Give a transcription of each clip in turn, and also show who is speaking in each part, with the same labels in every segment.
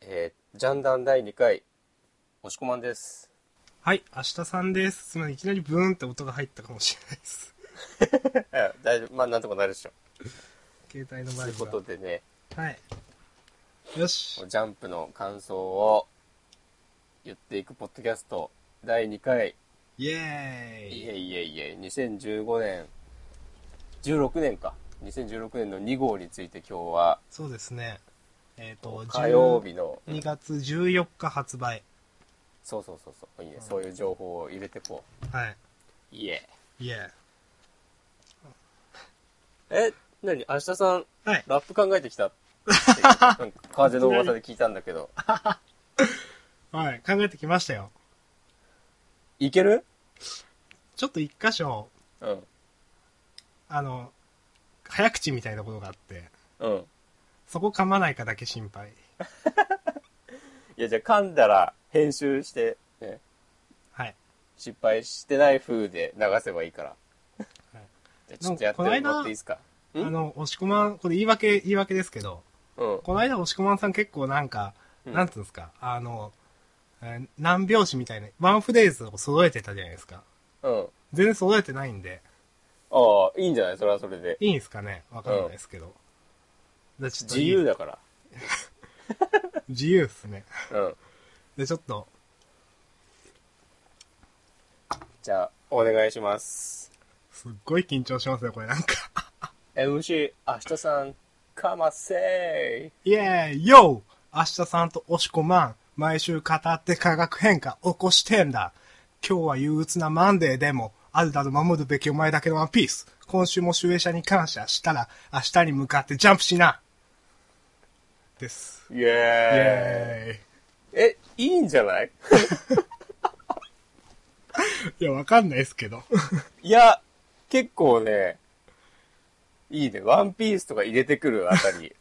Speaker 1: えー、ジャンダン第2回、押し込まんです。
Speaker 2: はい、明日さんです。すみません、いきなりブーンって音が入ったかもしれないです。
Speaker 1: え大丈夫、まあなんとかなるでしょ。
Speaker 2: 携帯の
Speaker 1: と
Speaker 2: バ
Speaker 1: い
Speaker 2: イ
Speaker 1: うこ
Speaker 2: ブ
Speaker 1: と
Speaker 2: が。
Speaker 1: でね、
Speaker 2: はい。よし。
Speaker 1: ジャンプの感想を言っていくポッドキャスト、第2回、
Speaker 2: イエー
Speaker 1: い
Speaker 2: イ。
Speaker 1: えいえいえ、2015年、16年か。2016年の2号について今日は、
Speaker 2: そうですね。えっ、と、
Speaker 1: 火曜日の、
Speaker 2: 2月14日発売。
Speaker 1: そうそうそうそう、いいね、そういう情報を入れてこ
Speaker 2: は
Speaker 1: う。いえ。
Speaker 2: い。イエ
Speaker 1: え、なに、明日さん、
Speaker 2: ーイ。はい。
Speaker 1: ラップ考えてき たっていうなんか風の噂で聞いたんだけど。
Speaker 2: はい、考えてきましたよ。
Speaker 1: いける
Speaker 2: ちょっと一箇所、
Speaker 1: うん。
Speaker 2: あの、早口みたいなことがあって、
Speaker 1: うん。
Speaker 2: そこ噛まないかだけ心配。
Speaker 1: いや、じゃあ噛んだら編集して、ね、
Speaker 2: はい。
Speaker 1: 失敗してない風で流せばいいから。
Speaker 2: はい
Speaker 1: じゃあちょっとやっても
Speaker 2: なんかこの間
Speaker 1: らっていいですか
Speaker 2: あ
Speaker 1: ん
Speaker 2: の、押し込まん、これ言い訳、言い訳ですけど、
Speaker 1: うん。
Speaker 2: この間、押し込まんさん結構なんか、
Speaker 1: うん
Speaker 2: なんつうんですか、あの、えー何拍子みたいな、ワンフレーズを揃えてたじゃないですか。
Speaker 1: うん。
Speaker 2: 全然揃えてないんで、
Speaker 1: ああ、いいんじゃないそれはそれで。
Speaker 2: いいんですかねわかんないですけど。でちょっと
Speaker 1: 自由だから。
Speaker 2: 自由っすね。
Speaker 1: うん。
Speaker 2: で、ちょっと、
Speaker 1: じゃあ、お願いします。
Speaker 2: すっごい緊張しますね、これなんか。
Speaker 1: MC、明日さん、かませ
Speaker 2: イエーイよー明日さんと押し込まん、毎週語って化学変化起こしてんだ。今日は憂鬱なマンデーでも、あるだろ守るべきお前だけのワンピース。今週も主演者に感謝したら、明日に向かってジャンプしなです。
Speaker 1: ーイエーイ
Speaker 2: イ
Speaker 1: え、いいんじゃない
Speaker 2: ェーイ。いや、わかんないですけど。
Speaker 1: いや、結構ね、いいね。ワンピースとか入れてくるあた り。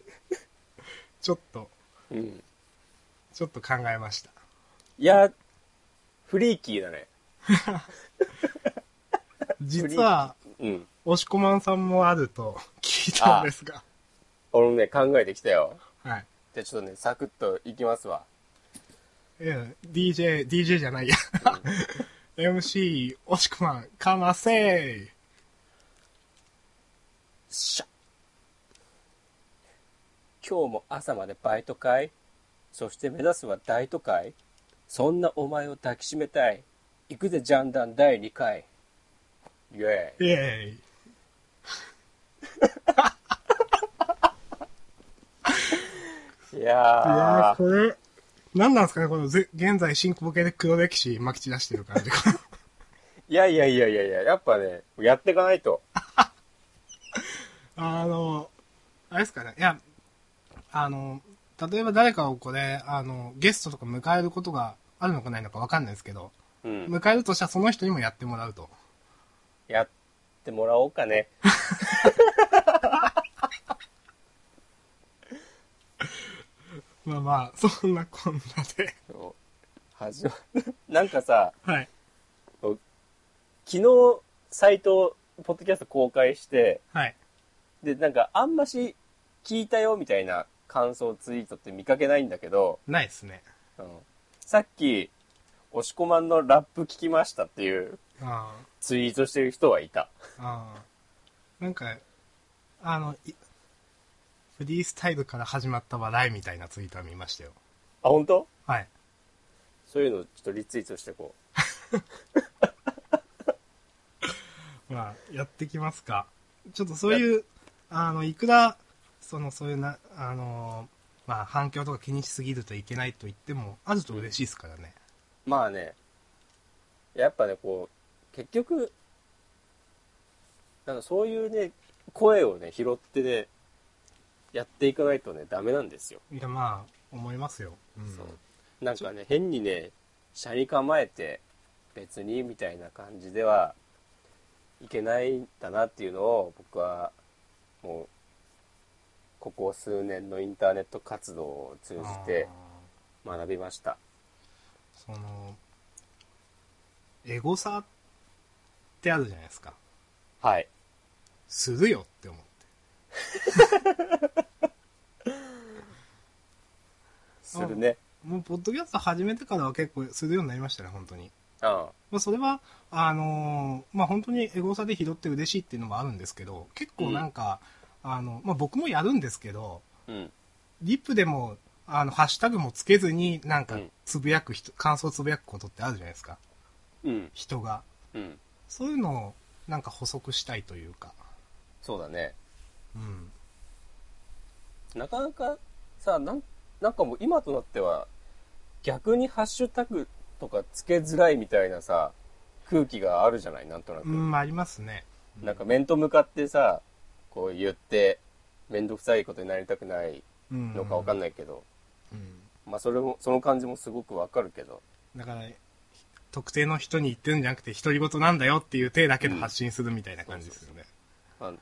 Speaker 2: ちょっと、
Speaker 1: うん。
Speaker 2: ちょっと考えました。
Speaker 1: いや、フリーキーだね。
Speaker 2: 実は、
Speaker 1: うん。
Speaker 2: 押し込まんさんもあると聞いたんですが。
Speaker 1: 俺もね、考えてきたよ。
Speaker 2: はい。
Speaker 1: じゃあちょっとね、サクッといきますわ。
Speaker 2: うん、DJ、DJ じゃないや。MC、押し込まん、かませ
Speaker 1: しゃ今日も朝までバイト会そして目指すは大都会そんなお前を抱きしめたい行くぜジャンダン第2回イエーイ
Speaker 2: イェーイ。
Speaker 1: い
Speaker 2: いや
Speaker 1: や
Speaker 2: ー、これ、何なんですかね、このぜ現在進行形で黒歴史撒き散らしてる感 じ。
Speaker 1: いやいやいやいやいや、やっぱね、やっていかないと。
Speaker 2: あの、あれですかね、いや、あの、例えば誰かをこれ、あの、ゲストとか迎えることがあるのかないのかわかんないですけど、
Speaker 1: うん。
Speaker 2: 迎えるとしたらその人にもやってもらうと。
Speaker 1: やってもらおうかね。
Speaker 2: まあまあ、そんなこんなで。
Speaker 1: 始まなんかさ、
Speaker 2: はい。
Speaker 1: 昨日、サイト、ポッドキャスト公開して、
Speaker 2: はい。
Speaker 1: で、なんか、あんまし聞いたよみたいな感想ツイートって見かけないんだけど、
Speaker 2: ないですね。
Speaker 1: うんさっき、押し込まんのラップ聞きましたっていう
Speaker 2: ああ。
Speaker 1: ツイートしてる人はいた。
Speaker 2: ああ。なんか、あの、いフリースタイルから始まった笑いみたいなツイートは見ましたよ。
Speaker 1: あ、本当？
Speaker 2: はい。
Speaker 1: そういうのちょっとリツイートしてこ
Speaker 2: まあ、やってきますか。ちょっとそういう、あの、いくら、その、そういうな、あの、まあ、反響とか気にしすぎるといけないと言っても、あると嬉しいですからね。
Speaker 1: う。まあね、やっぱね、こう、結局、なんかそういうね、声をね、拾ってね、やっていかないとね、ダメなんですよ。
Speaker 2: いや、まあ、思いますよ。うん。
Speaker 1: そうなんかね変にね車に構えて別にみたいな感じではいけないんだなっていうのを僕はもうここ数年のインターネット活動を通じて学びました
Speaker 2: その、エゴさってあるじゃないですか。
Speaker 1: はい
Speaker 2: するよって思って。
Speaker 1: するね。
Speaker 2: もう、ポッドキャスト始めてからは結構するようになりましたね、本当
Speaker 1: う
Speaker 2: に。
Speaker 1: ん。
Speaker 2: まあ、それは、あのーまあ、本当にエゴサで拾って嬉しいっていうのもあるんですけど、結構なんか、あの、まあ、僕もやるんですけど、
Speaker 1: うん。
Speaker 2: リップでも、あの、ハッシュタグもつけずに、なん
Speaker 1: う
Speaker 2: か
Speaker 1: ん、
Speaker 2: つぶやく人、感想つぶやくことってあるじゃないですか。
Speaker 1: うん。
Speaker 2: 人が。
Speaker 1: うん。
Speaker 2: そういうのを、なんか補足したいというか。
Speaker 1: そうだね。
Speaker 2: うん。
Speaker 1: なかなかさ、なん、なんかもう今となっては、逆にハッシュタグとかつけづらいみたいなさ、空気があるじゃないなんとなく。
Speaker 2: うん、ありますね。
Speaker 1: なんか面と向かってさ、こう言って、面倒くさいことになりたくない
Speaker 2: うん。
Speaker 1: のかわかん
Speaker 2: ない。
Speaker 1: ないけど、
Speaker 2: うん。
Speaker 1: まあそれも、その感じもすごくわかるけど、
Speaker 2: だから、特定の人に言ってるんじゃなくて、独り言なんだよっていう体だけで発信するみたいな感じですよね。
Speaker 1: まあ、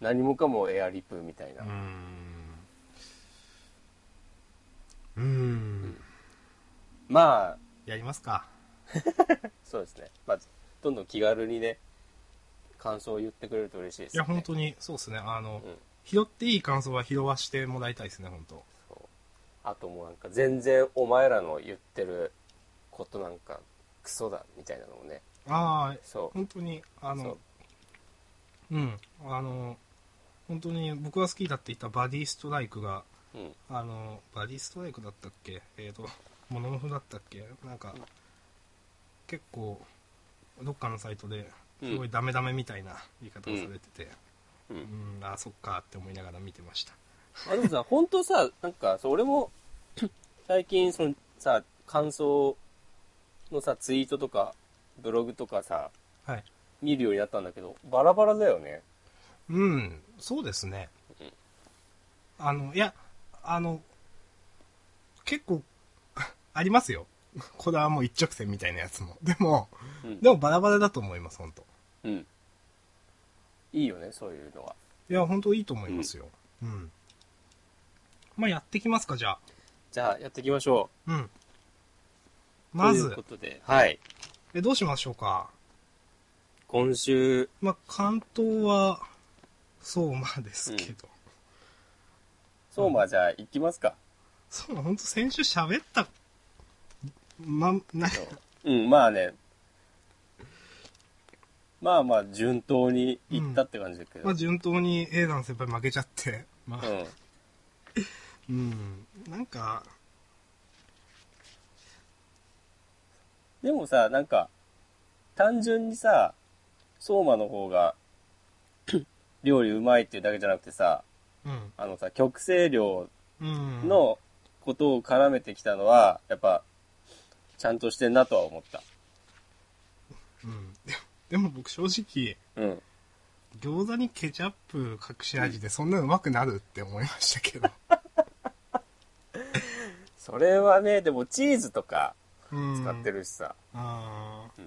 Speaker 1: 何もかもエアリップみたいな。
Speaker 2: うーん。うーん。
Speaker 1: まあ、
Speaker 2: やりますか。
Speaker 1: そうですね。まあ、どんどん気軽にね、感想を言ってくれると嬉しいです、
Speaker 2: い
Speaker 1: ね。
Speaker 2: や、本当に、そうですね。あの、
Speaker 1: うん
Speaker 2: 拾っていい感想は拾わしてもらいたいですね、本当
Speaker 1: そうあともうなんか全然お前らの言ってることなんかクソだみたいなのもね。
Speaker 2: ああ、
Speaker 1: そう。
Speaker 2: 本当に、あ
Speaker 1: そ
Speaker 2: の
Speaker 1: う、
Speaker 2: うん、あの、本当に僕が好きだって言ったバディストライクが、
Speaker 1: うん。
Speaker 2: あの、バディストライクだったっけえっ、と、モノノフだったっけなんか、結構、どっかのサイトで、すごいダメダメみたいな言い方をされてて、
Speaker 1: うんう
Speaker 2: うん、あ、そっかって思いながら見てました。
Speaker 1: あでもさ、本当さ、なんかそう、俺も 最近そのさ、感想のさ、ツイートとかブログとかさ、
Speaker 2: はい。
Speaker 1: 見るようになったんだけど、バラバラだよね。
Speaker 2: うん、そうですね。あの、いや、あの、結構、ありますよ。これはもう一直線みたいなやつも。でも、
Speaker 1: うん
Speaker 2: でもバラバラだと思います、本当
Speaker 1: うん。いいよね、そういうのは。
Speaker 2: いや、本当いいと思いますよ。うん。まあ、やってきますか、じゃあ。
Speaker 1: じゃあ、やっていきましょう。
Speaker 2: うん。ま
Speaker 1: という
Speaker 2: ず
Speaker 1: こ、とで、はい。
Speaker 2: え、どうしましょうか。
Speaker 1: 今週、
Speaker 2: まあ、関東は、そうまあですけど。
Speaker 1: そうまあじゃあ行きますか。
Speaker 2: そうま、本当先週喋った、ま、な、
Speaker 1: うん、まあね。まあまあ、順当に行ったって感じだけど。
Speaker 2: ま
Speaker 1: う
Speaker 2: あ、
Speaker 1: ん。
Speaker 2: 順当に A 団先輩負けちゃって、まあ、うん、なんか、
Speaker 1: でもさ、なんか、単純にさ、相馬の方が、料理うまいっていうだけじゃなくてさ、
Speaker 2: うん、
Speaker 1: あのさ、極性量
Speaker 2: うん。、
Speaker 1: のことを絡めてきたのは、やっぱ、ちゃんとしてんなとは思った。
Speaker 2: うん。でも僕正直、
Speaker 1: うん。
Speaker 2: 餃子にケチャップ隠し味でそんなうまくなるって思いましたけど。
Speaker 1: それはね、でもチーズとか
Speaker 2: うん。
Speaker 1: 使って
Speaker 2: る。
Speaker 1: るしさ。
Speaker 2: ああ。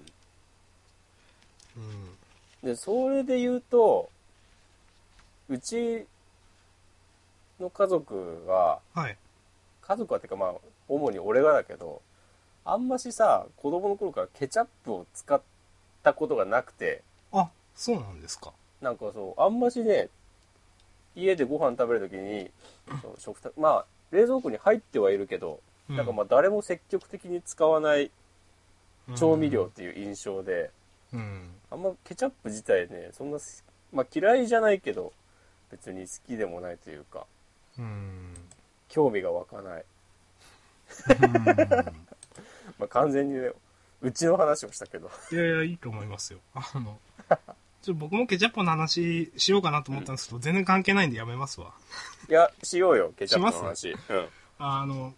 Speaker 2: うん。
Speaker 1: で、それで言うと、うちの家族は、
Speaker 2: はい。
Speaker 1: 家族はっていうかまあ、主に俺がだけど、あんましさ、子供の頃からケチャップを使ったことがなくて、
Speaker 2: あ、そうなんですか。
Speaker 1: なんかそう、あんましね、家でご飯食べるときに、そう食卓、まあ、冷蔵庫に入ってはいるけど、
Speaker 2: う
Speaker 1: なんかまあ誰も積極的に使わない調味料っ
Speaker 2: うん
Speaker 1: ていう印象で、
Speaker 2: うん。
Speaker 1: あんまケチャップ自体ね、そんなす、まあ嫌いじゃないけど、別に好きでもないというか、
Speaker 2: うん。
Speaker 1: 興味が湧かない。まあ完全にね、うちの話をしたけど。
Speaker 2: いやいや、いいと思いますよ。あの、ちょ僕もケチャップの話しようかなと思ったんですけど、全然関係ないんでやめますわ。
Speaker 1: いや、しようよ、ケチャップの話。うん。
Speaker 2: あの、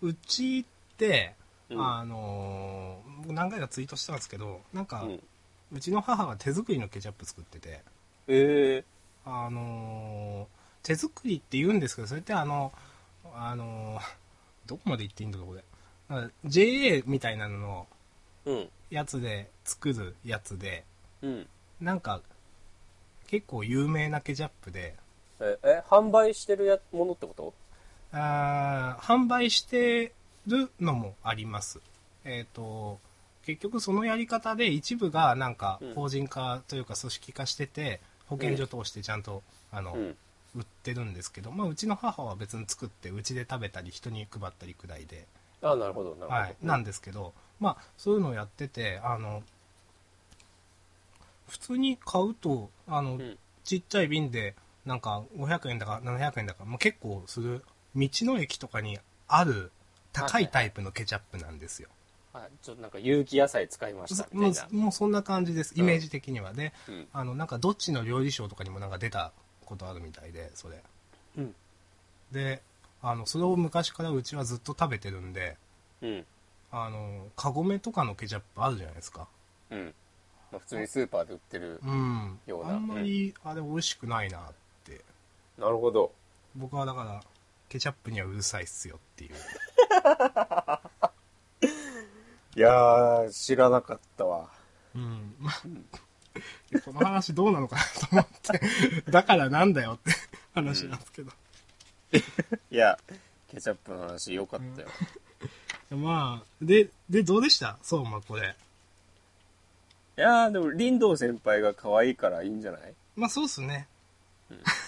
Speaker 2: うちって、
Speaker 1: うん
Speaker 2: あの、僕何回かツイートしたんですけど、なんか、
Speaker 1: うん
Speaker 2: うちの母が手作りのケチャップ作ってて、
Speaker 1: え
Speaker 2: あのー手作りって言うんですけど、それってあの、あのーどこまで言っていいんだろう、これ。なんか JA みたいなのの
Speaker 1: えうん。
Speaker 2: やつで作るやつで、
Speaker 1: うん。
Speaker 2: なんか、結構有名なケチャップで、
Speaker 1: え、え販売してるやものってこと
Speaker 2: あー販売してるのもあります。えっ、と、結局そのやり方で一部がなんか
Speaker 1: うん
Speaker 2: 法人化というか組織化してて、保健所通してちゃんと、あの、
Speaker 1: うん。
Speaker 2: 売ってるんですけど、まあ、うちの母は別に作ってうちで食べたり人に配ったりくらいで、
Speaker 1: あなるほどなるほど、
Speaker 2: はい、なんですけど、まあ、そういうのをやっててあの普通に買うとあの、
Speaker 1: ん
Speaker 2: ちっちゃい瓶でなんか500円だか700円だか、まあ、結構する道の駅とかにある高いタイプのケチャップなんですよ、
Speaker 1: はい、ちょっとなんか有機野菜使いましたみた
Speaker 2: も
Speaker 1: いうな、
Speaker 2: もうそんな感じですイメージ的にはね、
Speaker 1: うん
Speaker 2: あのなんかどっちの料理賞とかにもなんか出たことあるみたいでそれ
Speaker 1: うん
Speaker 2: であのそれを昔からうちはずっと食べてるんで
Speaker 1: うん
Speaker 2: あのカゴメとかのケチャップあるじゃないですか
Speaker 1: うんまあ、普通にスーパーで売ってる、
Speaker 2: うん
Speaker 1: ような
Speaker 2: あんまりあれ美味しくないなって
Speaker 1: なるほど
Speaker 2: 僕はだからケチャップにはうるさいっすよっていう
Speaker 1: いやー知らなかったわ
Speaker 2: うんまあこの話どうなのかなと思ってだからなんだよって 話なんですけど、
Speaker 1: いやケチャップの話よかったよ、
Speaker 2: まあででどうでしたそうまあこれ
Speaker 1: いやーでも林道先輩が可愛いからいいんじゃない
Speaker 2: まあそうっすね。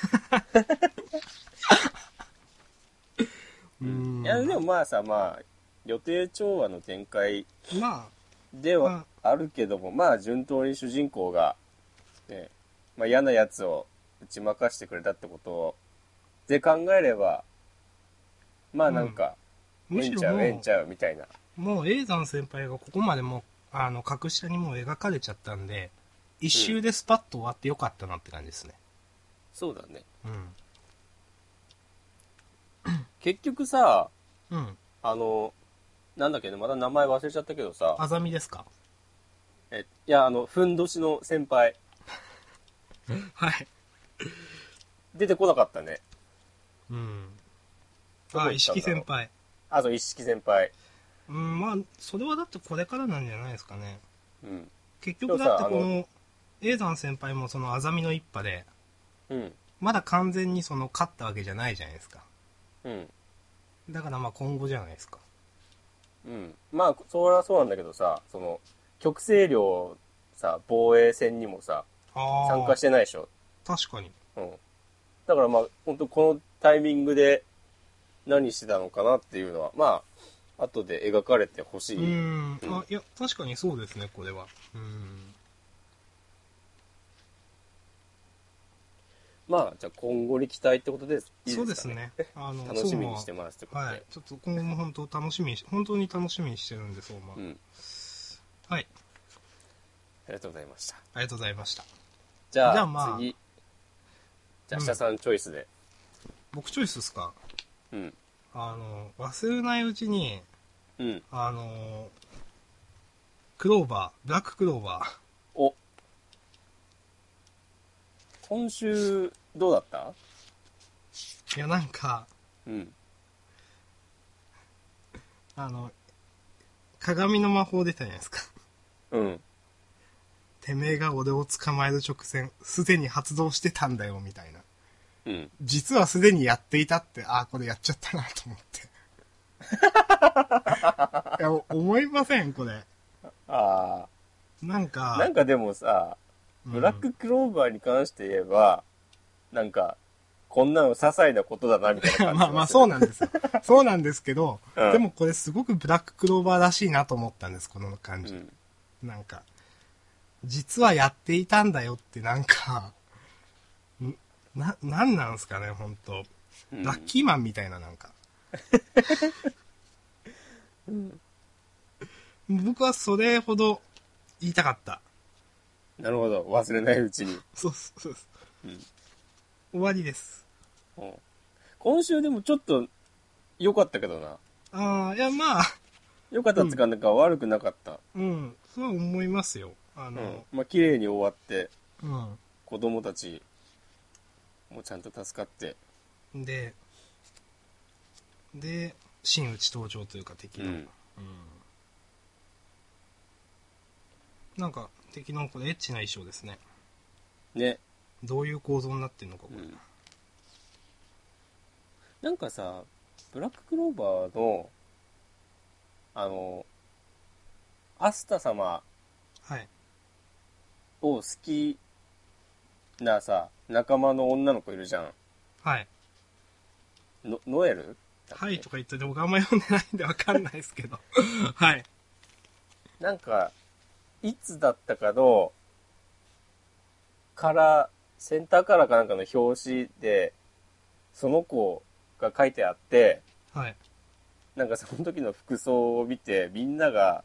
Speaker 2: うん。
Speaker 1: いやでもまあさまあ予定調和の展開
Speaker 2: ま
Speaker 1: ではあるけども、まあ順当に主人公が、ねまあ、嫌なやつを打ち負かしてくれたってことをで考えればまあなんか、
Speaker 2: あ、む
Speaker 1: ええ
Speaker 2: し
Speaker 1: んちゃ
Speaker 2: ろも
Speaker 1: うええん
Speaker 2: う
Speaker 1: ち、ゃうみたいな
Speaker 2: もう永山先輩がここまでもう、あの、格下にもう描かれちゃったんで、一周でスパッと終わってよかったなって感じですね。
Speaker 1: そうだね
Speaker 2: うん。
Speaker 1: 結局さ
Speaker 2: うん。
Speaker 1: あのなんだっけねまた名前忘れちゃったけどさ
Speaker 2: あざみですか
Speaker 1: えいやあのふんどしの先輩
Speaker 2: はい。
Speaker 1: 出てこなかったね
Speaker 2: うん。
Speaker 1: どこ行ったんだろ
Speaker 2: あ、
Speaker 1: う
Speaker 2: 一色先輩。
Speaker 1: あと一色先輩
Speaker 2: うん、まあ、それはだってこれからなんじゃないですかね。
Speaker 1: うん
Speaker 2: 結局だって
Speaker 1: でもさ
Speaker 2: こ
Speaker 1: あ
Speaker 2: の、永山先輩もそのあざみの一派で、
Speaker 1: うん
Speaker 2: まだ完全にその勝ったわけじゃないじゃないですか。
Speaker 1: うん
Speaker 2: だからまあ今後じゃないですか。
Speaker 1: うん、まあそりゃそうなんだけどさその極西領さ防衛戦にもさ
Speaker 2: あ
Speaker 1: 参加してないでしょ、
Speaker 2: 確かに。
Speaker 1: うん、だからまあ本当このタイミングで何してたのかなっていうのはまあ後で描かれてほし
Speaker 2: う
Speaker 1: い、
Speaker 2: ん。
Speaker 1: うん
Speaker 2: あ、いや、確かにそうですね、これは。うん。
Speaker 1: まあじゃあ今後に期待ってことでいいですか、
Speaker 2: そ
Speaker 1: ね、
Speaker 2: うで すね。あの、
Speaker 1: 楽しみにして
Speaker 2: ま
Speaker 1: ますってことで、
Speaker 2: はい。ちょっと今後も本当楽しみにし、本当に楽しみにしてるんで、そうま。
Speaker 1: うん、
Speaker 2: はい。
Speaker 1: ありがとうございました
Speaker 2: ありがとうございました。
Speaker 1: じゃあ
Speaker 2: じゃあまあ
Speaker 1: 次じゃあ
Speaker 2: うん
Speaker 1: 下さんチョイスで
Speaker 2: 僕チョイスですか
Speaker 1: うん
Speaker 2: あの、忘れないうちに、
Speaker 1: うん
Speaker 2: あの、クローバー、ブラッククローバー。
Speaker 1: お今週どうだった
Speaker 2: いや、なんか、
Speaker 1: うん
Speaker 2: あの、鏡の魔法出たじゃないですか。
Speaker 1: うん
Speaker 2: てめえが俺を捕まえる直前、すでに発動してたんだよ、みたいな。
Speaker 1: うん
Speaker 2: 実はすでにやっていたって、ああ、これやっちゃったな、と思 って。いや、思いません、これ。
Speaker 1: あ
Speaker 2: なん
Speaker 1: あ
Speaker 2: か、
Speaker 1: なんかでもさ
Speaker 2: うん
Speaker 1: ブラッククローバーに関して言えば、なんかこんなの些細なことだなみたいな感じ
Speaker 2: まあまあ、そう
Speaker 1: な
Speaker 2: なんですよ。そうなんですけど、
Speaker 1: うん
Speaker 2: でもこれすごくブラッククローバーらしいなと思ったんです、この感じ。
Speaker 1: ん
Speaker 2: なんか、実はやっていたんだよって、なんか、んな、なんなんすかね、ほんと。
Speaker 1: うん
Speaker 2: ラッキーマンみたいな、なん か。僕はそれほど言いたかった。
Speaker 1: なるほど忘れないうちに、
Speaker 2: そうそうそう。
Speaker 1: うん
Speaker 2: 終わりです。
Speaker 1: うん今週でもちょっと良かったけどな
Speaker 2: ああ、いや、まあ、
Speaker 1: 良かったっていうかなんか悪くなかった、
Speaker 2: うん、そうは思いますよ。あ
Speaker 1: うん
Speaker 2: の、
Speaker 1: まあ綺麗に終わって
Speaker 2: うん。
Speaker 1: 子供たちもちゃんと助かって
Speaker 2: で、で、真打ち登場というか敵の。
Speaker 1: う
Speaker 2: うんん。なんか、敵のこれエッチな衣装ですね。
Speaker 1: ね、
Speaker 2: どういう構造になってるのか、こ
Speaker 1: う
Speaker 2: れ。
Speaker 1: ん、なんかさブラッククローバーのあのアスタ様
Speaker 2: はい。
Speaker 1: を好きなさ仲間の女の子いるじゃん
Speaker 2: はい。
Speaker 1: のノエル
Speaker 2: はいとか言ってて、僕あんま読んでないんでわかんないですけ ど。はい。
Speaker 1: なんか、いつだったかの、から、センターカラーかなんかの表紙で、その子が書いてあって、
Speaker 2: はい。
Speaker 1: なんかその時の服装を見て、みんなが、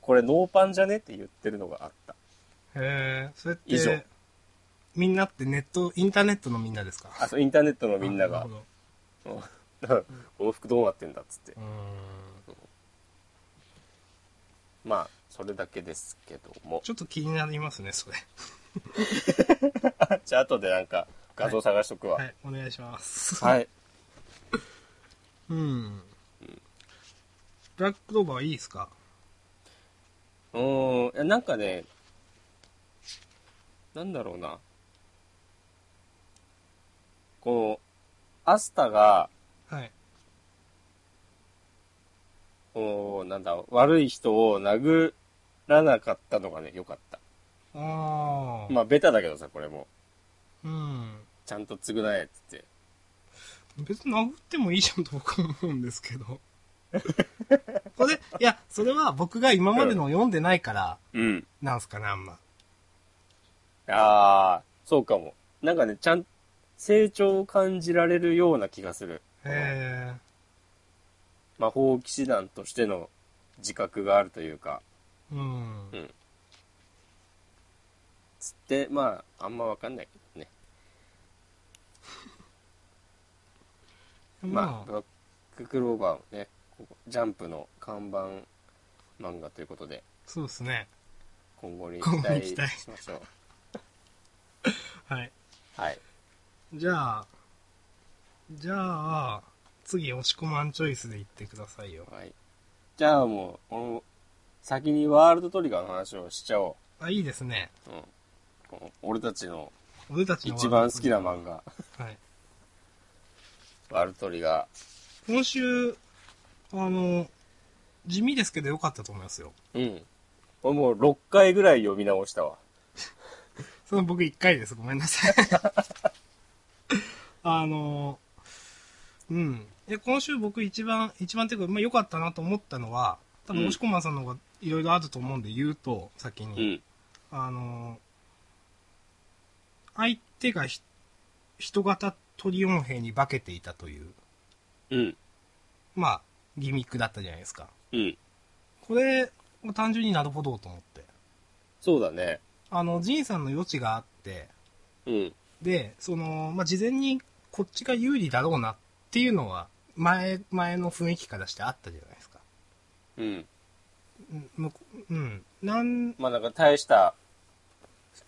Speaker 1: これノーパンじゃねって言ってるのがあった。
Speaker 2: えー、それっ
Speaker 1: 以上
Speaker 2: て、みんなってネット、インターネットのみんなですか
Speaker 1: あ、そう、インターネットのみんな
Speaker 2: あ
Speaker 1: が
Speaker 2: るほ、ど
Speaker 1: うんこの服どうなってんだっつって
Speaker 2: う。ーん。
Speaker 1: まあ、それだけですけども。
Speaker 2: ちょっと気になりますね、それ。
Speaker 1: じゃあ後でなんか画像探しとくわ。
Speaker 2: はい、お願いします。。
Speaker 1: はいい。
Speaker 2: うん。ブラッククローバーいいですか
Speaker 1: うーんいや、なんかね、なんだろうな。この、アスタが、
Speaker 2: はい。
Speaker 1: こうなんだ、悪い人を殴らなかったのがね、良かった。
Speaker 2: ああ。
Speaker 1: まあ、ベタだけどさ、これも。
Speaker 2: うん。
Speaker 1: ちゃんと償えって言って。
Speaker 2: 別に殴ってもいいじゃんと僕は思うんですけど。これ、いや、それは僕が今までのを読んでないから、
Speaker 1: うん。
Speaker 2: なんすかね、あんま。
Speaker 1: ああ、そうかも。なんかね、ちゃん、成長を感じられるような気がする。
Speaker 2: へ
Speaker 1: 魔法騎士団としての自覚があるというか。
Speaker 2: え。うん。
Speaker 1: つって、まあ、あんまわかんないけどね。まあ、
Speaker 2: ま
Speaker 1: ブラッククローバーをね、ここジャンプの看板漫画ということで、
Speaker 2: あ、そうですね。
Speaker 1: 今後に期
Speaker 2: 今後に
Speaker 1: 待
Speaker 2: 期
Speaker 1: し
Speaker 2: 待
Speaker 1: ましょう。
Speaker 2: はい。
Speaker 1: はい。
Speaker 2: じゃあ、じゃあ、次、押し込まんチョイスで言ってくださいよ。
Speaker 1: はい。じゃあもう、俺も先にワールドトリガーの話をしちゃお
Speaker 2: あ、いいですね。
Speaker 1: う。うん。この俺たちの
Speaker 2: 俺たちの
Speaker 1: 一番好きな漫画、
Speaker 2: 画。はい。
Speaker 1: ワールドトリガ
Speaker 2: 今週、あの、地味ですけど良かったと思いますよ。
Speaker 1: ー。うん。俺もう6回ぐらい読み直したわ。
Speaker 2: その僕1回です。ごめんな さい。あの、うん。いや、今週僕一番、一番っていうか、まあ良かったなと思ったのは、多
Speaker 1: う
Speaker 2: 分、
Speaker 1: ん
Speaker 2: もしこまんさんの方がいろいろあると思うんで言うと、先
Speaker 1: う
Speaker 2: に。
Speaker 1: ん。
Speaker 2: あの、相手がひ人型トリオン兵に化けていたという、
Speaker 1: うん。
Speaker 2: まあ、ギミックだったじゃないですか。
Speaker 1: うん。
Speaker 2: これを単純になるほどと思って。
Speaker 1: そうだね。
Speaker 2: あの、ジンさんの余地があって、
Speaker 1: うん。
Speaker 2: で、その、まあ、事前にこっちが有利だろうなっていうのは、前、前の雰囲気からしてあったじゃないですか。
Speaker 1: うん。
Speaker 2: うん向こう、うん。なん、
Speaker 1: まあなんか大した、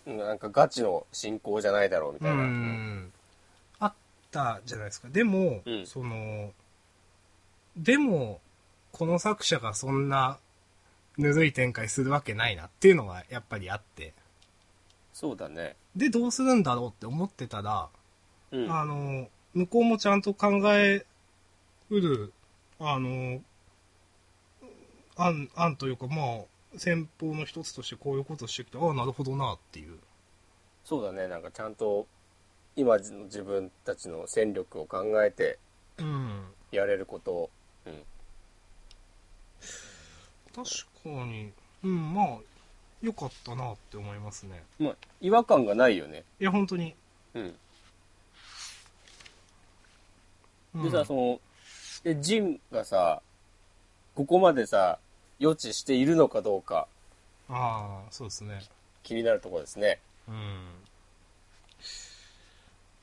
Speaker 1: うんなんかガチの進行じゃないだろうみ
Speaker 2: う
Speaker 1: たいな。
Speaker 2: ん。あったじゃないですか。でも、
Speaker 1: うん
Speaker 2: その、でも、この作者がそんな、ぬるい展開するわけないなっていうのがやっぱりあって。
Speaker 1: そうだね。
Speaker 2: で、どうするんだろうって思ってたら、
Speaker 1: うん。
Speaker 2: あの、向こうもちゃんと考えうる、あの、案、案というか、まあ、戦法の一つとしてこういうことをしてきて、ああ、なるほどな、っていう。
Speaker 1: そうだね、なんかちゃんと今の自分たちの戦力を考えて
Speaker 2: うん。
Speaker 1: やれることを。
Speaker 2: 確かに、うん、まあ、良かったな、って思いますね。
Speaker 1: まあ、違和感がないよね。
Speaker 2: いや、本当に。
Speaker 1: うん。
Speaker 2: うん
Speaker 1: でさ、その、で、ジンがさ、ここまでさ、予知しているのかどうか
Speaker 2: ああ、そうですね。
Speaker 1: 気になるところですね。
Speaker 2: うん。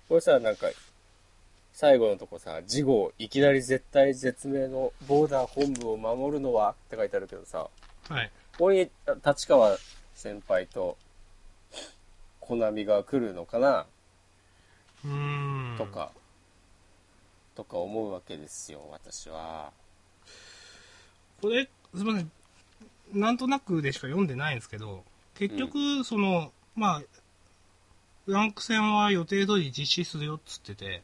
Speaker 1: これさ、なんか、最後のとこさ、事後、いきなり絶対絶命のボーダー本部を守るのはって書いてあるけどさ、
Speaker 2: はい。
Speaker 1: ここに立川先輩と、コナミが来るのかな
Speaker 2: うーん。
Speaker 1: と。か、とか思うわけですよ、私は。
Speaker 2: これ、すみません。なんとなくでしか読んでないんですけど、結局、その、まあ、ランク戦は予定通り実施するよっつってて、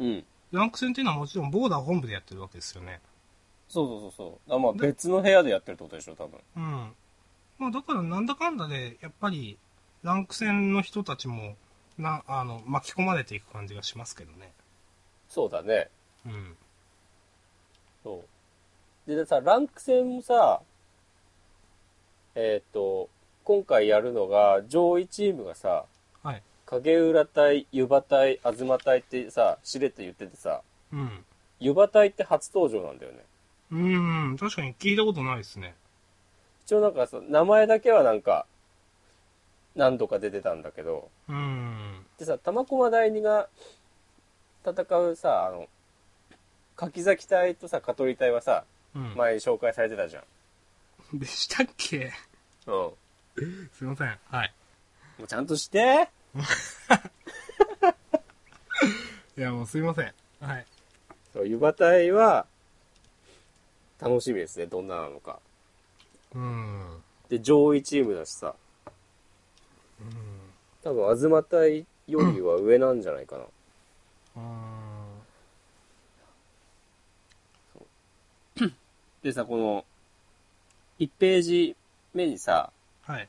Speaker 1: うん。
Speaker 2: ランク戦っていうのはもちろんボーダー本部でやってるわけですよね。
Speaker 1: そうそうそうそう。あまあ別の部屋でやってるってことでしょ、多分。
Speaker 2: うん。まあだからなんだかんだで、やっぱり、ランク戦の人たちも、な、あの、巻き込まれていく感じがしますけどね。
Speaker 1: そうだね。
Speaker 2: うん。
Speaker 1: そう。で、でさ、ランク戦もさ、えっ、と、今回やるのが、上位チームがさ、
Speaker 2: はい。
Speaker 1: 影浦対湯葉対東対ってさ、しれっと言っててさ、
Speaker 2: うん。
Speaker 1: 湯葉対って初登場なんだよね。
Speaker 2: うん、確かに聞いたことないですね。
Speaker 1: 一応なんかさ、名前だけはなんか、何度か出てたんだけど、
Speaker 2: うん。
Speaker 1: でさ、玉駒第二が戦うさ、あの、柿崎隊とさ、香取隊はさ、
Speaker 2: うん。
Speaker 1: 前に紹介されてたじゃん。
Speaker 2: でしたっけ
Speaker 1: うん。も
Speaker 2: すいません。はい。
Speaker 1: うちゃんとして
Speaker 2: いや、もうすいません。はい。
Speaker 1: そう、湯葉隊は、楽しみですね、どんななのか。
Speaker 2: うん。
Speaker 1: で、上位チームだしさ、
Speaker 2: うん。
Speaker 1: 多分、東隊よりは上なんじゃないかな。
Speaker 2: あ
Speaker 1: でさ、この、1ページ目にさ、
Speaker 2: ーはい。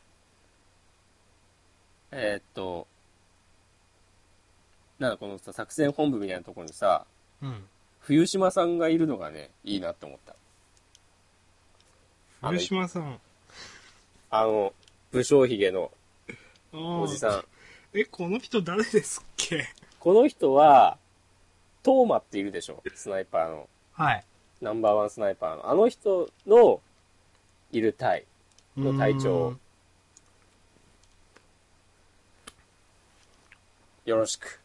Speaker 1: えーっと、なんかこのさ、作戦本部みたいなところにさ、
Speaker 2: うん。
Speaker 1: 冬島さんがいるのがね、いいなって思った。あの
Speaker 2: 古島さん。
Speaker 1: あの、武将髭のお
Speaker 2: お
Speaker 1: じさん。
Speaker 2: ん。え、この人誰ですっけ
Speaker 1: この人は、トーマっているでしょスナイパーの。
Speaker 2: はい。
Speaker 1: ナンバーワンスナイパーの。あの人の、いる隊。の隊長
Speaker 2: うん。
Speaker 1: よろしく。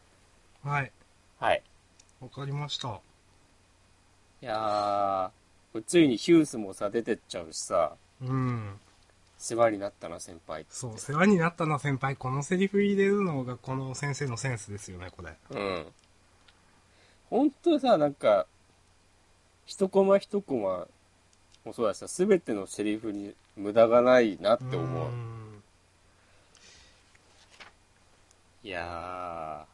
Speaker 2: はい。
Speaker 1: はい。
Speaker 2: わかりました。
Speaker 1: いやー、ついにヒュースもさ、出てっちゃうしさ、
Speaker 2: うん。
Speaker 1: 世話になったな、先輩。
Speaker 2: そう、世話になったな、先輩。このセリフ入れるのが、この先生のセンスですよね、これ。
Speaker 1: うん。本当さ、なんか、一コマ一コマもそうだしさ、すべてのセリフに無駄がないなって思う。
Speaker 2: ん
Speaker 1: いや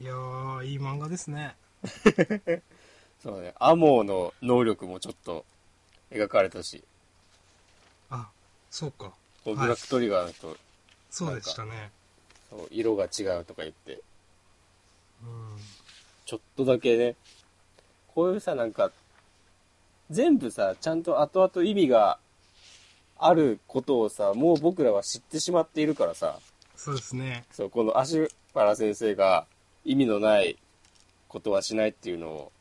Speaker 2: いやー、いい漫画ですね。
Speaker 1: ー、そうね、アモーの能力もちょっと描かれたし、
Speaker 2: あ、そうか。
Speaker 1: こう
Speaker 2: はい
Speaker 1: ブラックトリガーの人、
Speaker 2: そうでしたね。
Speaker 1: そう色が違うとか言って、
Speaker 2: うん。
Speaker 1: ちょっとだけね、こういうさ、なんか、全部さ、ちゃんと後々意味があることをさ、もう僕らは知ってしまっているからさ、
Speaker 2: そうですね。
Speaker 1: そう、この足原先生が意味のないことはしないっていうのを、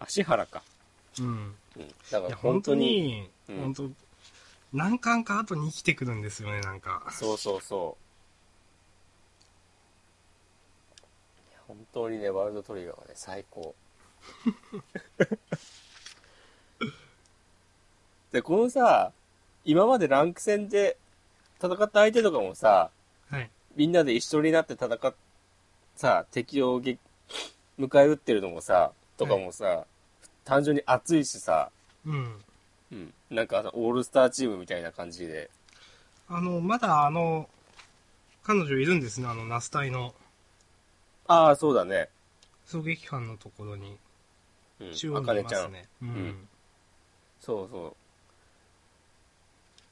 Speaker 1: 足原か。
Speaker 2: うん。
Speaker 1: うん。だか
Speaker 2: いや、
Speaker 1: ら
Speaker 2: 本
Speaker 1: 本
Speaker 2: 当
Speaker 1: 当に、
Speaker 2: に、
Speaker 1: うん
Speaker 2: 本当何巻か後に生きてくるんですよね、なんか。
Speaker 1: そうそうそう。いや本当にね、ワールドトリガーはね、最高。で、このさ、今までランク戦で戦った相手とかもさ、
Speaker 2: はい。
Speaker 1: みんなで一緒になって戦っ、さ、敵をげ迎え撃ってるのもさ、とかもさ、単純に熱いしさ、
Speaker 2: うん。
Speaker 1: うん、なんかさオールスターチームみたいな感じで、
Speaker 2: あの、まだあの、彼女いるんですね、あの、ナスタイの
Speaker 1: ああ、そうだね。
Speaker 2: 狙撃班のところに、
Speaker 1: うん、
Speaker 2: 中央
Speaker 1: あか
Speaker 2: に
Speaker 1: ね
Speaker 2: いま
Speaker 1: ちゃ
Speaker 2: す
Speaker 1: ん。
Speaker 2: ね。うん
Speaker 1: んそうそ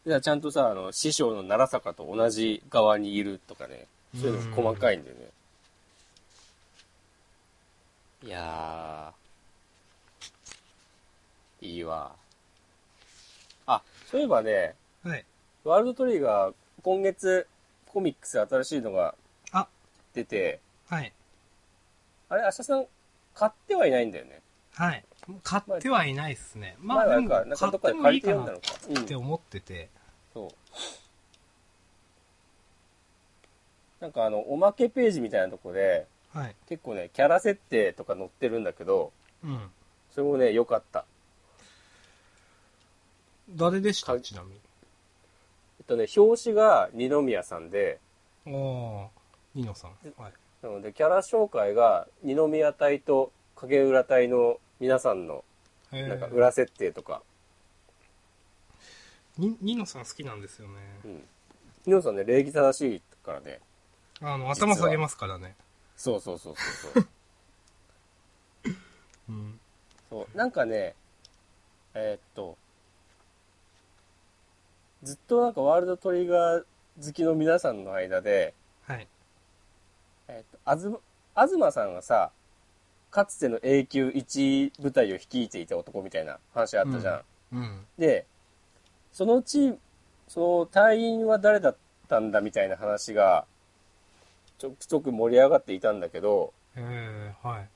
Speaker 1: う。でちゃんとさ、あの、師匠の奈良坂と同じ側にいるとかね。そういうのも細かいんだよね。いやー。いいわ。あ、そういえばね、
Speaker 2: はい。
Speaker 1: ワールドトリガー、今月、コミックス新しいのが
Speaker 2: あ、
Speaker 1: 出て、
Speaker 2: はい。
Speaker 1: あれ、明日さん、買ってはいないんだよね。
Speaker 2: はい。買ってはいないですね。ま
Speaker 1: 前
Speaker 2: あ、で
Speaker 1: はなん
Speaker 2: も、
Speaker 1: か、
Speaker 2: 買
Speaker 1: なんかどっ
Speaker 2: っ
Speaker 1: か
Speaker 2: て
Speaker 1: で
Speaker 2: も
Speaker 1: 借
Speaker 2: いい
Speaker 1: りて
Speaker 2: か
Speaker 1: 読ん
Speaker 2: な
Speaker 1: だ
Speaker 2: っ
Speaker 1: のか。うん
Speaker 2: て思ってて。
Speaker 1: そう。なんかあの、おまけページみたいなとこで、
Speaker 2: はい。
Speaker 1: 結構ね、キャラ設定とか載ってるんだけど、
Speaker 2: うん。
Speaker 1: それもね、良かった。
Speaker 2: 誰でした
Speaker 1: か
Speaker 2: ちなみ
Speaker 1: えっとね、表紙が二宮さんで、
Speaker 2: に。おー、ニノさん。はい。
Speaker 1: なので、キャラ紹介が二宮隊と影浦隊の皆さんの、
Speaker 2: えー
Speaker 1: なんか裏設定とか、
Speaker 2: にニノさん好きなんですよね。
Speaker 1: うん。二ノさんね、礼儀正しいからね、
Speaker 2: あの、頭下げますからね。
Speaker 1: そうそうそうそうそう。
Speaker 2: うん。
Speaker 1: そう、なんかね、えーっと、ずっとなんかワールドトリガー好きの皆さんの間で、
Speaker 2: はい。
Speaker 1: えっと、あず、東さんがさ、かつての A 級1部隊を率いていた男みたいな話あったじゃん。
Speaker 2: うん。
Speaker 1: で、そのうち、その隊員は誰だったんだみたいな話が、ちょくちょく盛り上がっていたんだけど、
Speaker 2: えー、はい。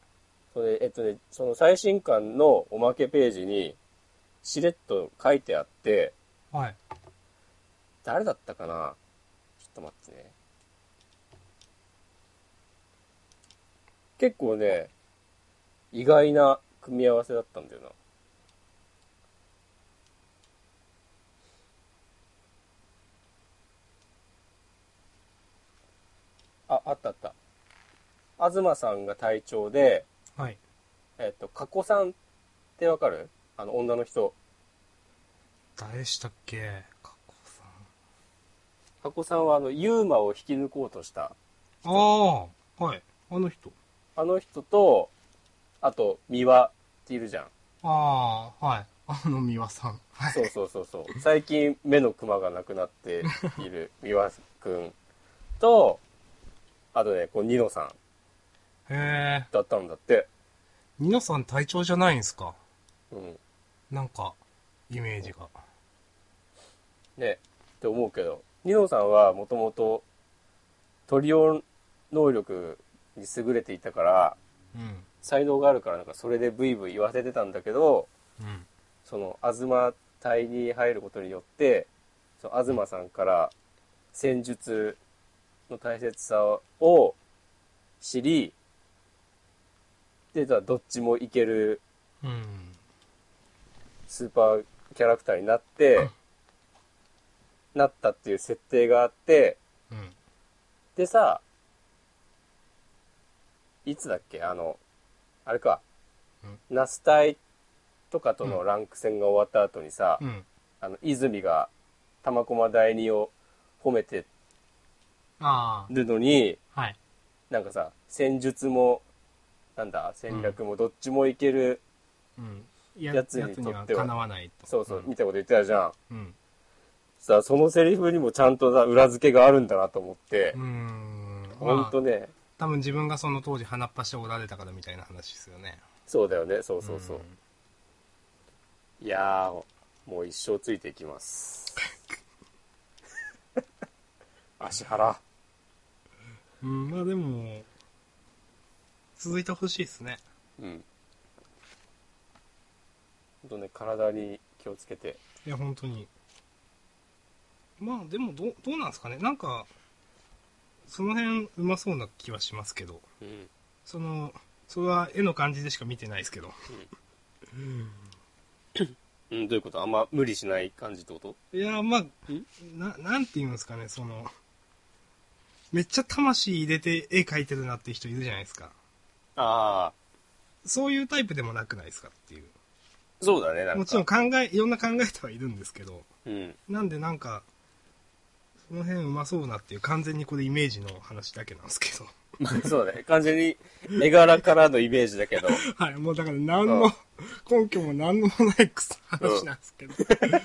Speaker 1: それ、えっとね、その最新刊のおまけページに、しれっと書いてあって、
Speaker 2: はい。
Speaker 1: 誰だったかなちょっと待ってね。結構ね、意外な組み合わせだったんだよな。あ、あったあった。東さんが隊長で、
Speaker 2: はい。
Speaker 1: えっと、加古さんってわかるあの、女の人。
Speaker 2: 誰でしたっけ加古さん。
Speaker 1: 加古さんはあの、ユーマを引き抜こうとした。
Speaker 2: ああ、はい。あの人。
Speaker 1: あの人と、あと、三輪っているじゃん。
Speaker 2: ああ、はい。あの三輪さん。はい。
Speaker 1: そうそうそうそう。最近目のクマがなくなってい る三輪くんと、あとね、こう、ニノさん
Speaker 2: へえ。
Speaker 1: だったんだって。
Speaker 2: ニノさん隊長じゃないんですか
Speaker 1: うん。
Speaker 2: なんか、イメージが。
Speaker 1: ね、って思うけど、ニノさんはもともとトリオン能力に優れていたから、
Speaker 2: うん。
Speaker 1: 才能があるからなんかそれでブイブイ言わせてたんだけど、
Speaker 2: うん。
Speaker 1: その東隊に入ることによってその東さんから戦術の大切さを知りでじゃあどっちもいける
Speaker 2: うん。
Speaker 1: スーパーキャラクターになってなったっていう設定があって
Speaker 2: うん。
Speaker 1: でさいつだっけあのあれかナス隊とかとのランク戦が終わった後にさ、
Speaker 2: うん。
Speaker 1: あの、泉が玉駒第二を褒めて
Speaker 2: あ
Speaker 1: るのに、
Speaker 2: あ、はい。
Speaker 1: なんかさ、戦術も、なんだ、戦略もどっちもいける、
Speaker 2: うん。や
Speaker 1: やつにとっては
Speaker 2: かなわないと。
Speaker 1: そうそう、
Speaker 2: ん
Speaker 1: みたいなこと言ってたじゃん。
Speaker 2: うん。
Speaker 1: さ、そのセリフにもちゃんとさ、裏付けがあるんだなと思って
Speaker 2: う、ん。
Speaker 1: ほんと
Speaker 2: まあ
Speaker 1: ね、
Speaker 2: 多分自分がその当時鼻っ端でおられたからみたいな話ですよね。
Speaker 1: そうだよね、そうそうそう。いやー、もう一生ついていきます。 足原。
Speaker 2: うん。うん、まあでも、続いてほしいですね。
Speaker 1: うん。ほんとね、体に気をつけて。
Speaker 2: いや本当にまあでもどうどうなんですかねなんかその辺うまそうな気はしますけど
Speaker 1: うん。
Speaker 2: そのそれは絵の感じでしか見てないですけど
Speaker 1: うん、どういうことあんま無理しない感じってこと
Speaker 2: いやまあななんて言うんですかねそのめっちゃ魂入れて絵描いてるなって人いるじゃないですか
Speaker 1: ああ、
Speaker 2: そういうタイプでもなくないですかっていう
Speaker 1: そうだね、なんか。
Speaker 2: もちろん考えいろんな考えてはいるんですけど
Speaker 1: うん。
Speaker 2: なんでなんかその辺うまそうなっていう完全にこれイメージの話だけなんですけど
Speaker 1: まあそうだね。完全に絵柄からのイメージだ けど。
Speaker 2: はい、もうだから何
Speaker 1: う
Speaker 2: の、根拠も何のもないくそ話なんです けど。まあ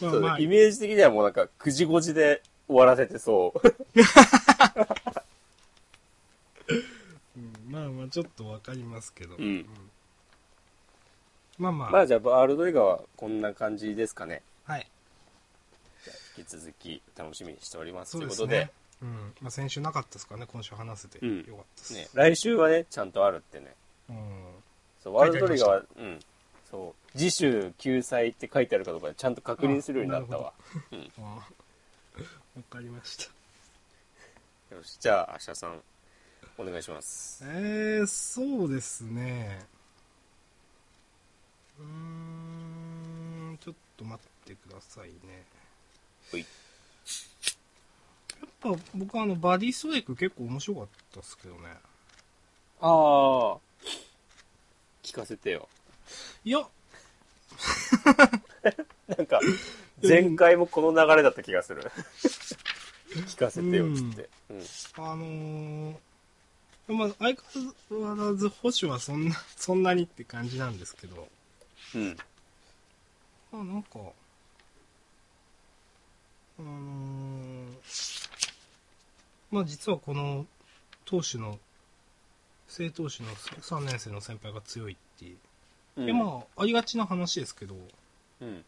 Speaker 1: そう
Speaker 2: まあ
Speaker 1: だねイ、メージ的にはもうなんか、くじごじで終わらせてそう。
Speaker 2: うんまあまあちょっとわかりますけど。
Speaker 1: うん
Speaker 2: まあま あ、
Speaker 1: まあじゃあ、バールド映画はこんな感じですかね。
Speaker 2: はい。
Speaker 1: 引き続き楽しみにしております。
Speaker 2: そうで
Speaker 1: とい
Speaker 2: す
Speaker 1: うことで
Speaker 2: ね。。うん。まあ先週なかったですからね、今週話せて。
Speaker 1: うん
Speaker 2: よかったです。
Speaker 1: ね、来週はね、ちゃんとあるってね。
Speaker 2: うん。
Speaker 1: そう、ワールドトリガーは、うん。そう、次週救済って書いてあるかどうかちゃんと確認するようになったわ。
Speaker 2: ああわかりました。
Speaker 1: よし、じゃあ、明日さん、お願いします。
Speaker 2: えー、そうですね。うーん、ちょっと待ってくださいね。
Speaker 1: ほい
Speaker 2: やっぱ僕はあの、バディストレイク結構面白かったですけどね。
Speaker 1: ああ。聞かせてよ。
Speaker 2: いや、
Speaker 1: なんか、前回もこの流れだった気がする。聞かせてよ、
Speaker 2: うん
Speaker 1: つって。うん。
Speaker 2: あのー、まあ、相変わらず保守はそんな、そんなにって感じなんですけど、
Speaker 1: うん。
Speaker 2: まあなんか、あのー、まあ実はこの、投手の、正投手の3年生の先輩が強いっていう。
Speaker 1: うん
Speaker 2: でまあ、ありがちな話ですけど、
Speaker 1: うん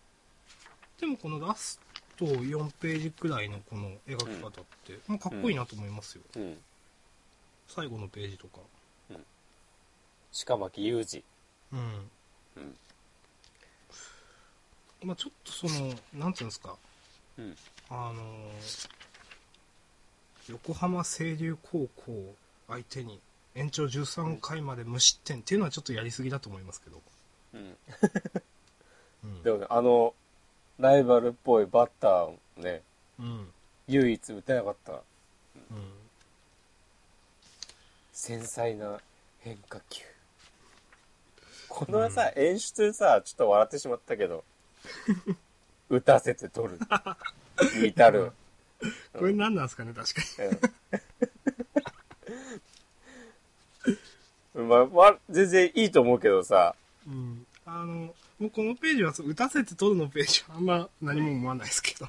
Speaker 2: でもこのラスト4ページくらいのこの描き方って、もうかっこいいなと思いますよ。
Speaker 1: うん
Speaker 2: 最後のページとか。
Speaker 1: 鹿巻雄二
Speaker 2: うん。
Speaker 1: うん
Speaker 2: まあちょっとその、なんていうんですか、
Speaker 1: うん
Speaker 2: あのー横浜清流高校相手に延長13回まで無失点っていうのはちょっとやりすぎだと思いますけど。
Speaker 1: うん
Speaker 2: うん
Speaker 1: でもねあのライバルっぽいバッターをね
Speaker 2: うん。うん。
Speaker 1: 唯一打てなかった繊細な変化球このさ、演出さちょっと笑ってしまったけど打たせて取 るに至る、
Speaker 2: これ何なんですかね、確かに。
Speaker 1: うん まあまあ、全然いいと思うけどさ、
Speaker 2: うん。あの、もうこのページは、そう打たせて取るのページはあんま何も思わないです けど。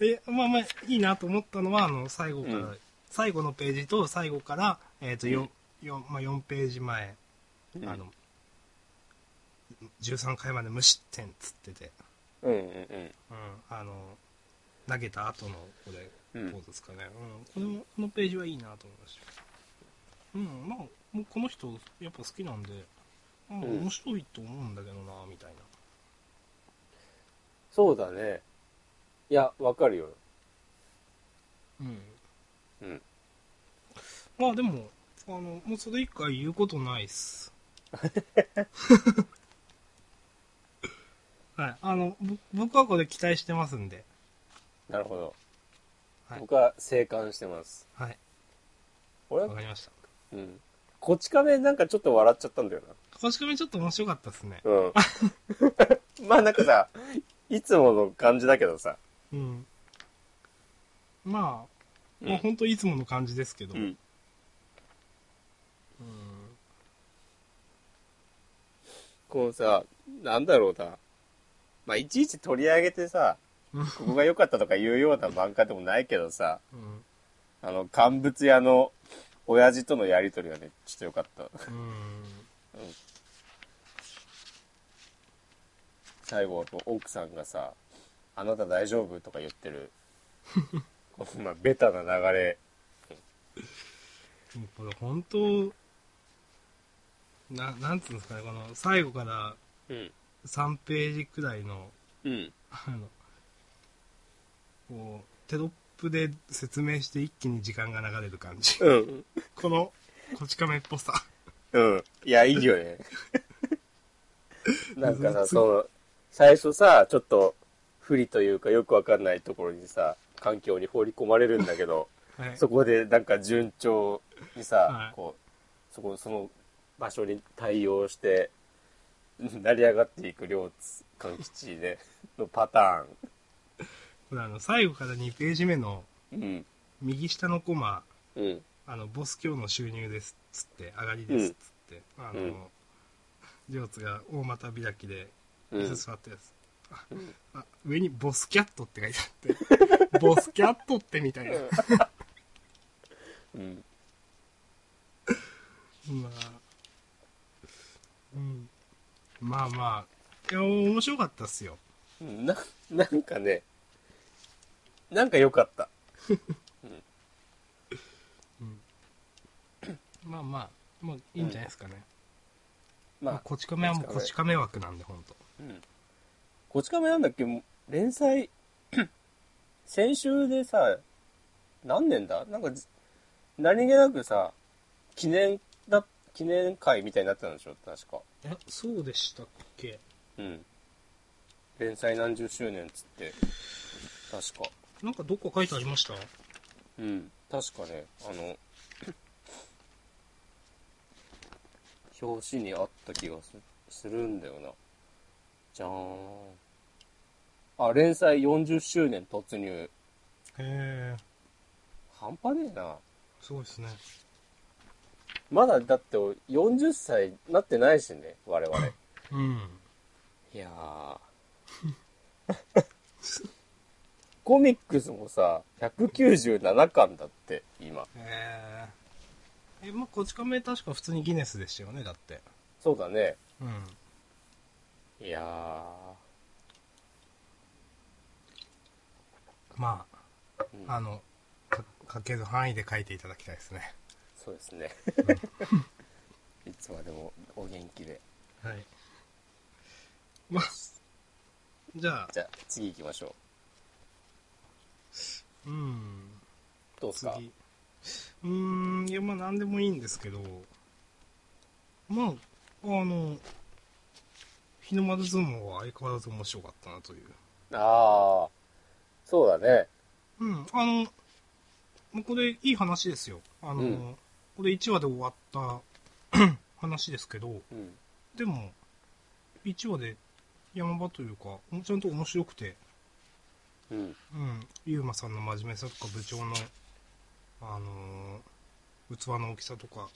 Speaker 2: え、まあまあ、いいなと思ったのは、あの、最後から、
Speaker 1: うん
Speaker 2: 最後のページと最後から、えっ、と、
Speaker 1: う
Speaker 2: 4
Speaker 1: ん、
Speaker 2: 四まあ、4ページ前、あの、13回まで無失点っつってて、
Speaker 1: うんうんうん
Speaker 2: うん、あの、投げた後の、これ、
Speaker 1: うん
Speaker 2: ポーズですかね。うん、この、このページはいいなと思いました。うん、まあ、もうこの人、やっぱ好きなんで、うん、
Speaker 1: うん
Speaker 2: 面白いと思うんだけどな、みたいな。
Speaker 1: そうだねいやわかるよ
Speaker 2: うん。
Speaker 1: うん
Speaker 2: まあでも、あの、もうそれ以外言うことない っす。はい。あの、ぼ僕はこれ期待してますんで。
Speaker 1: なるほど、
Speaker 2: はい
Speaker 1: 僕は静観してます
Speaker 2: はい。
Speaker 1: 俺
Speaker 2: わ
Speaker 1: は
Speaker 2: かりました。
Speaker 1: うんこち亀なんかちょっと笑っちゃったんだよ
Speaker 2: こしかめちょっと面白かったっすね。
Speaker 1: な うんまあなんかさいつもの感じだけどさ
Speaker 2: うん。まあ、
Speaker 1: うん
Speaker 2: まあ本当いつもの感じですけど。
Speaker 1: うん
Speaker 2: うん
Speaker 1: このさなんだろうなまあいちいち取り上げてさ
Speaker 2: うん
Speaker 1: ここが良かったとかいうような漫画でもないけどさ
Speaker 2: うん。
Speaker 1: あの乾物屋の親父とのやりとりがねちょっと良かった
Speaker 2: うん。
Speaker 1: 最後奥さんがさ「あなた大丈夫?」とか言って るこのまあベタな流れ
Speaker 2: でもこれ本当、な、なんつうんですかね、この最後から
Speaker 1: うん
Speaker 2: 3ページくらいの、
Speaker 1: うん
Speaker 2: あの、こう、テロップで説明して一気に時間が流れる 感じ。
Speaker 1: うん
Speaker 2: この、こち亀っぽさ。
Speaker 1: うんいやいいよね なんか
Speaker 2: う
Speaker 1: さ
Speaker 2: ん
Speaker 1: その最初さちょっと不利というかよくわかんないところにさ環境に放り込まれるんだけ ど
Speaker 2: はい。
Speaker 1: そこでなんか順調にさ、
Speaker 2: はい
Speaker 1: こう、そこ、その場所に対応して、 成り上がっていく両津勘吉 で、のパタ
Speaker 2: これあの、最後から2ページ目の
Speaker 1: ーン。うん。
Speaker 2: 右下のコマ、
Speaker 1: うん。
Speaker 2: あの、ボス今日の収入です、つって、上がりです、つって、あ
Speaker 1: うん
Speaker 2: の、りょうつが大股開きで
Speaker 1: う
Speaker 2: 椅
Speaker 1: ん
Speaker 2: 子。座ったやつ、ああ上にボスキャットって書いて あってボスキャットってみたいな
Speaker 1: うん。
Speaker 2: まあ、うん、まあまあいや面白かったっすよ
Speaker 1: うんな、なんかね、なんか良かった。
Speaker 2: まあまあまあいいんじゃないですかね、まあ、
Speaker 1: まあ、
Speaker 2: こち亀はもうこち亀枠なんで本当
Speaker 1: うん。こち亀なんだっけもう連載、 先週でさ、何年だなんかじ、何気なくさ、記念だ、記念会みたいになってたんでしょ確か。
Speaker 2: えそうでしたっけ
Speaker 1: うん。連載何十周年っつって、確か。
Speaker 2: なんかどっか書いてありました
Speaker 1: うん。確かね、あの、 表紙にあった気がすするんだよな。じゃーん。あ、連載40周年突入。
Speaker 2: へえ
Speaker 1: 半端ねえな。
Speaker 2: すごいですね
Speaker 1: まだだって40歳なってないしね、我 々。
Speaker 2: うん
Speaker 1: いやー。 コミックスもさ、197巻だって、今。
Speaker 2: えー、え、まあ、こち亀確か普通にギネスでしたよね、だって。
Speaker 1: そうだね。
Speaker 2: うん。
Speaker 1: いやー。
Speaker 2: まあ、
Speaker 1: うん
Speaker 2: あの、か書ける範囲で書いていただきたいですね。
Speaker 1: そうです ね。いつまでもお元気で。
Speaker 2: はい。まあ、じゃあ、
Speaker 1: じゃあ、次行きましょ
Speaker 2: うん、
Speaker 1: う。どうです
Speaker 2: 次
Speaker 1: か。
Speaker 2: うーん、いや、まあ、なんでもいいんですけど、まあ、あの、日の丸相撲は相変わらず面白かったなという。
Speaker 1: ああ、そうだね。
Speaker 2: うん、あの、もうこれいい話ですよ。あの、
Speaker 1: うん
Speaker 2: これ1話で終わった 話ですけど、
Speaker 1: うん。
Speaker 2: でも、1話で山場というか、ちゃんと面白くて、
Speaker 1: うん。
Speaker 2: うん、ゆうまさんの真面目さとか部長の、あのー器の大きさとか、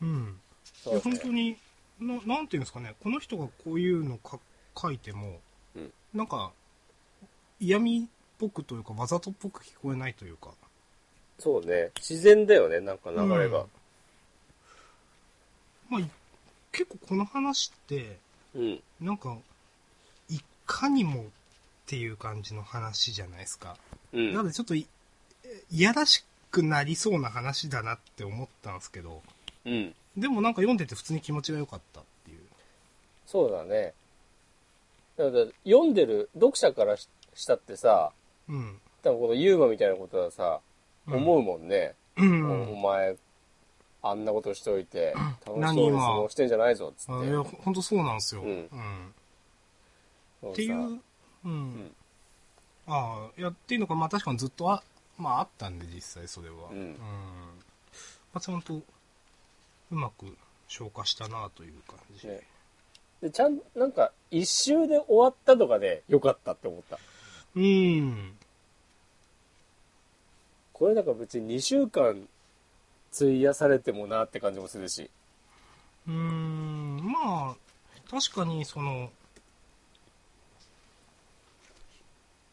Speaker 1: うん。
Speaker 2: うん。
Speaker 1: そう
Speaker 2: 本
Speaker 1: です
Speaker 2: 当
Speaker 1: ね。
Speaker 2: にな、なんていうんですかね、この人がこういうのか書いても、
Speaker 1: うん
Speaker 2: なんか、嫌味っぽくというか、わざとっぽく聞こえないというか、
Speaker 1: そうね。自然だよね、なんか流れが。
Speaker 2: まあ、い結構この話って、
Speaker 1: うん。
Speaker 2: なんか、いかにもっていう感じの話じゃないですか。
Speaker 1: うん。
Speaker 2: なのでちょっとい、いやらしくなりそうな話だなって思ったんですけど、
Speaker 1: うん。
Speaker 2: でもなんか読んでて普通に気持ちが良かったっていう。
Speaker 1: そうだね。だから読んでる読者からししたってさ、
Speaker 2: うん。
Speaker 1: 多分このユーマみたいなことはさ、思うもんね。
Speaker 2: うん。う
Speaker 1: おお
Speaker 2: ん。
Speaker 1: 前、あんなことしといて、楽し
Speaker 2: 何
Speaker 1: そうに
Speaker 2: 今
Speaker 1: 過ごしてんじゃないぞ、つ
Speaker 2: あ
Speaker 1: って
Speaker 2: い。や、ほんとそうなんですよ。
Speaker 1: うん
Speaker 2: うん
Speaker 1: そさ
Speaker 2: っていう、うん。
Speaker 1: ん
Speaker 2: ああ、いやっていうのが、まあ確かにずっとあ、まああったんで、実際それは。
Speaker 1: うん
Speaker 2: まあちゃんと、うまく消化したなという感じ。
Speaker 1: ねでちゃん、なんか、一周で終わったとかで、よかったって思った。
Speaker 2: うん。
Speaker 1: これだから別に2週間、費やされてもなって感じもするし。
Speaker 2: うーん、まあ、確かにその、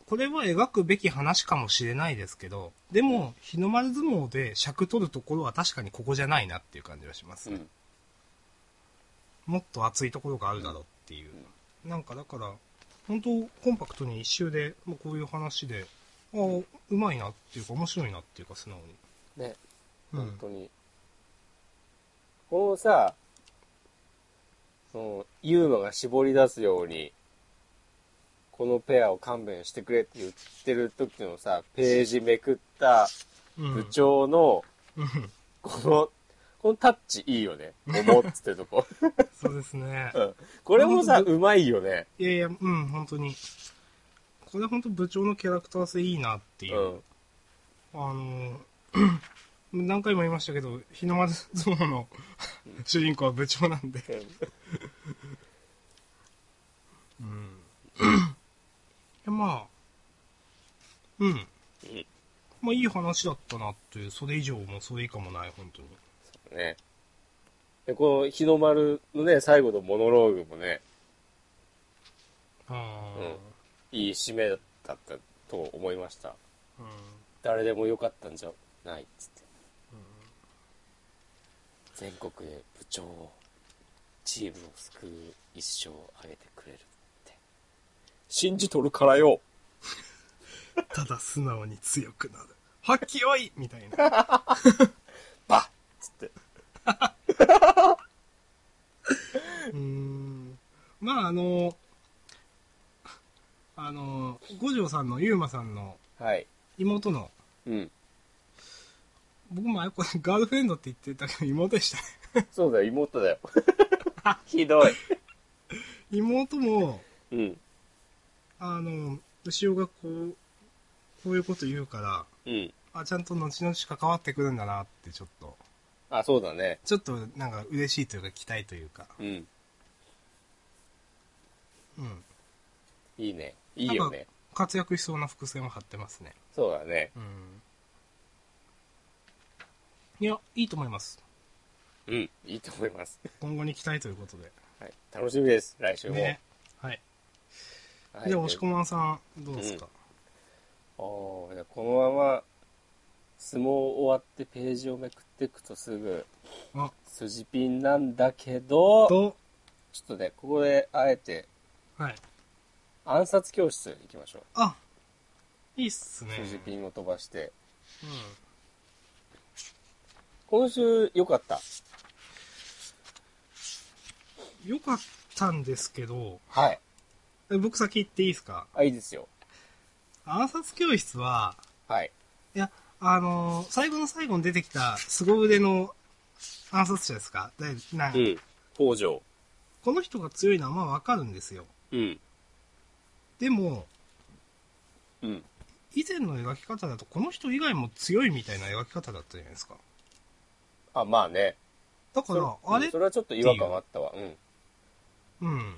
Speaker 2: これは描くべき話かもしれないですけど、でも、日の丸相撲で尺取るところは確かにここじゃないなっていう感じはします
Speaker 1: う
Speaker 2: ね。
Speaker 1: ん。
Speaker 2: もっと熱いところがあるだろうっていう。なんかだから、本当コンパクトに一周で、まあ、こういう話で、ああ、うまいなっていうか、面白いなっていうか、素直に。
Speaker 1: ね、
Speaker 2: うん
Speaker 1: 本当に。このさ、その、ユーマが絞り出すように、このペアを勘弁してくれって言ってる時のさ、ページめくった
Speaker 2: うん
Speaker 1: 部長の、
Speaker 2: うん
Speaker 1: この、このタッチいいよ ね。思っつってるとこ。
Speaker 2: そうですね。
Speaker 1: うんこれもさ、うまいよね。
Speaker 2: いやいや、うん、本当に。これ本当部長のキャラクター性いいなっていうう。
Speaker 1: ん。
Speaker 2: あの ー何回も言いましたけど、日の丸相撲の主人公は部長なんで。うん。いや、まあ、うん。まあ、いい話だったなっていう、それ以上もそれ以下もない、本当に。
Speaker 1: ね。で、この日の丸のね、最後のモノローグもね、
Speaker 2: あ
Speaker 1: いい締めだったと思いました。
Speaker 2: ーうん。
Speaker 1: 誰でもよかったんじゃないっつって、全国で部長をチームを救う一生をあげてくれるって信じとるからよ
Speaker 2: ただ素直に強くなる。はっきよいみたい な。
Speaker 1: バッつって
Speaker 2: うーん。まあ、あのーあのー五条さんの、ゆうまさんの
Speaker 1: はい
Speaker 2: 妹の、
Speaker 1: うん
Speaker 2: 僕前これガールフレンドって言ってたけど妹でしたね。
Speaker 1: そうだよ妹だよ ひどい
Speaker 2: 妹も、
Speaker 1: うん
Speaker 2: あのー、牛尾がこう、こういうこと言うから、
Speaker 1: うん
Speaker 2: あ、ちゃんと後々関わってくるんだなってちょっと、
Speaker 1: あそうだね
Speaker 2: ちょっとなんか嬉しいというか期待というか、
Speaker 1: うん
Speaker 2: うん。
Speaker 1: いいねいいよね
Speaker 2: 活躍しそうな伏線を張ってますね。
Speaker 1: そうだね
Speaker 2: うん。いや、いいと思います。
Speaker 1: うんいいと思います
Speaker 2: 今後に期待ということで。
Speaker 1: はい楽しみです来週も、
Speaker 2: ね。はい。
Speaker 1: はい
Speaker 2: じゃあ、押し込まんさん、どうですか、
Speaker 1: おーじゃあこのまま相撲終わってページをめくっていくとすぐ
Speaker 2: あ、
Speaker 1: 筋ピンなんだけどちょ
Speaker 2: と、
Speaker 1: っとねここであえて
Speaker 2: はい。
Speaker 1: 暗殺教室行きましょ
Speaker 2: あ、いいっす
Speaker 1: う
Speaker 2: ね。
Speaker 1: 筋ピンを飛ばして
Speaker 2: うん。
Speaker 1: 今週良かった
Speaker 2: よかったんですけど、
Speaker 1: はい
Speaker 2: え僕先行っていいですか
Speaker 1: あいいですよ
Speaker 2: 暗殺教室は、
Speaker 1: はい
Speaker 2: いや、あのー最後の最後に出てきた凄腕の暗殺者ですかだいなんか
Speaker 1: うん北条
Speaker 2: この人が強いのはまあわかるんですよ。
Speaker 1: うん
Speaker 2: でも、
Speaker 1: うん
Speaker 2: 以前の描き方だとこの人以外も強いみたいな描き方だったじゃないですか。
Speaker 1: あまあね
Speaker 2: だか
Speaker 1: それ
Speaker 2: ら、あれ
Speaker 1: うんそれはちょっと違和感あったわうん
Speaker 2: うん。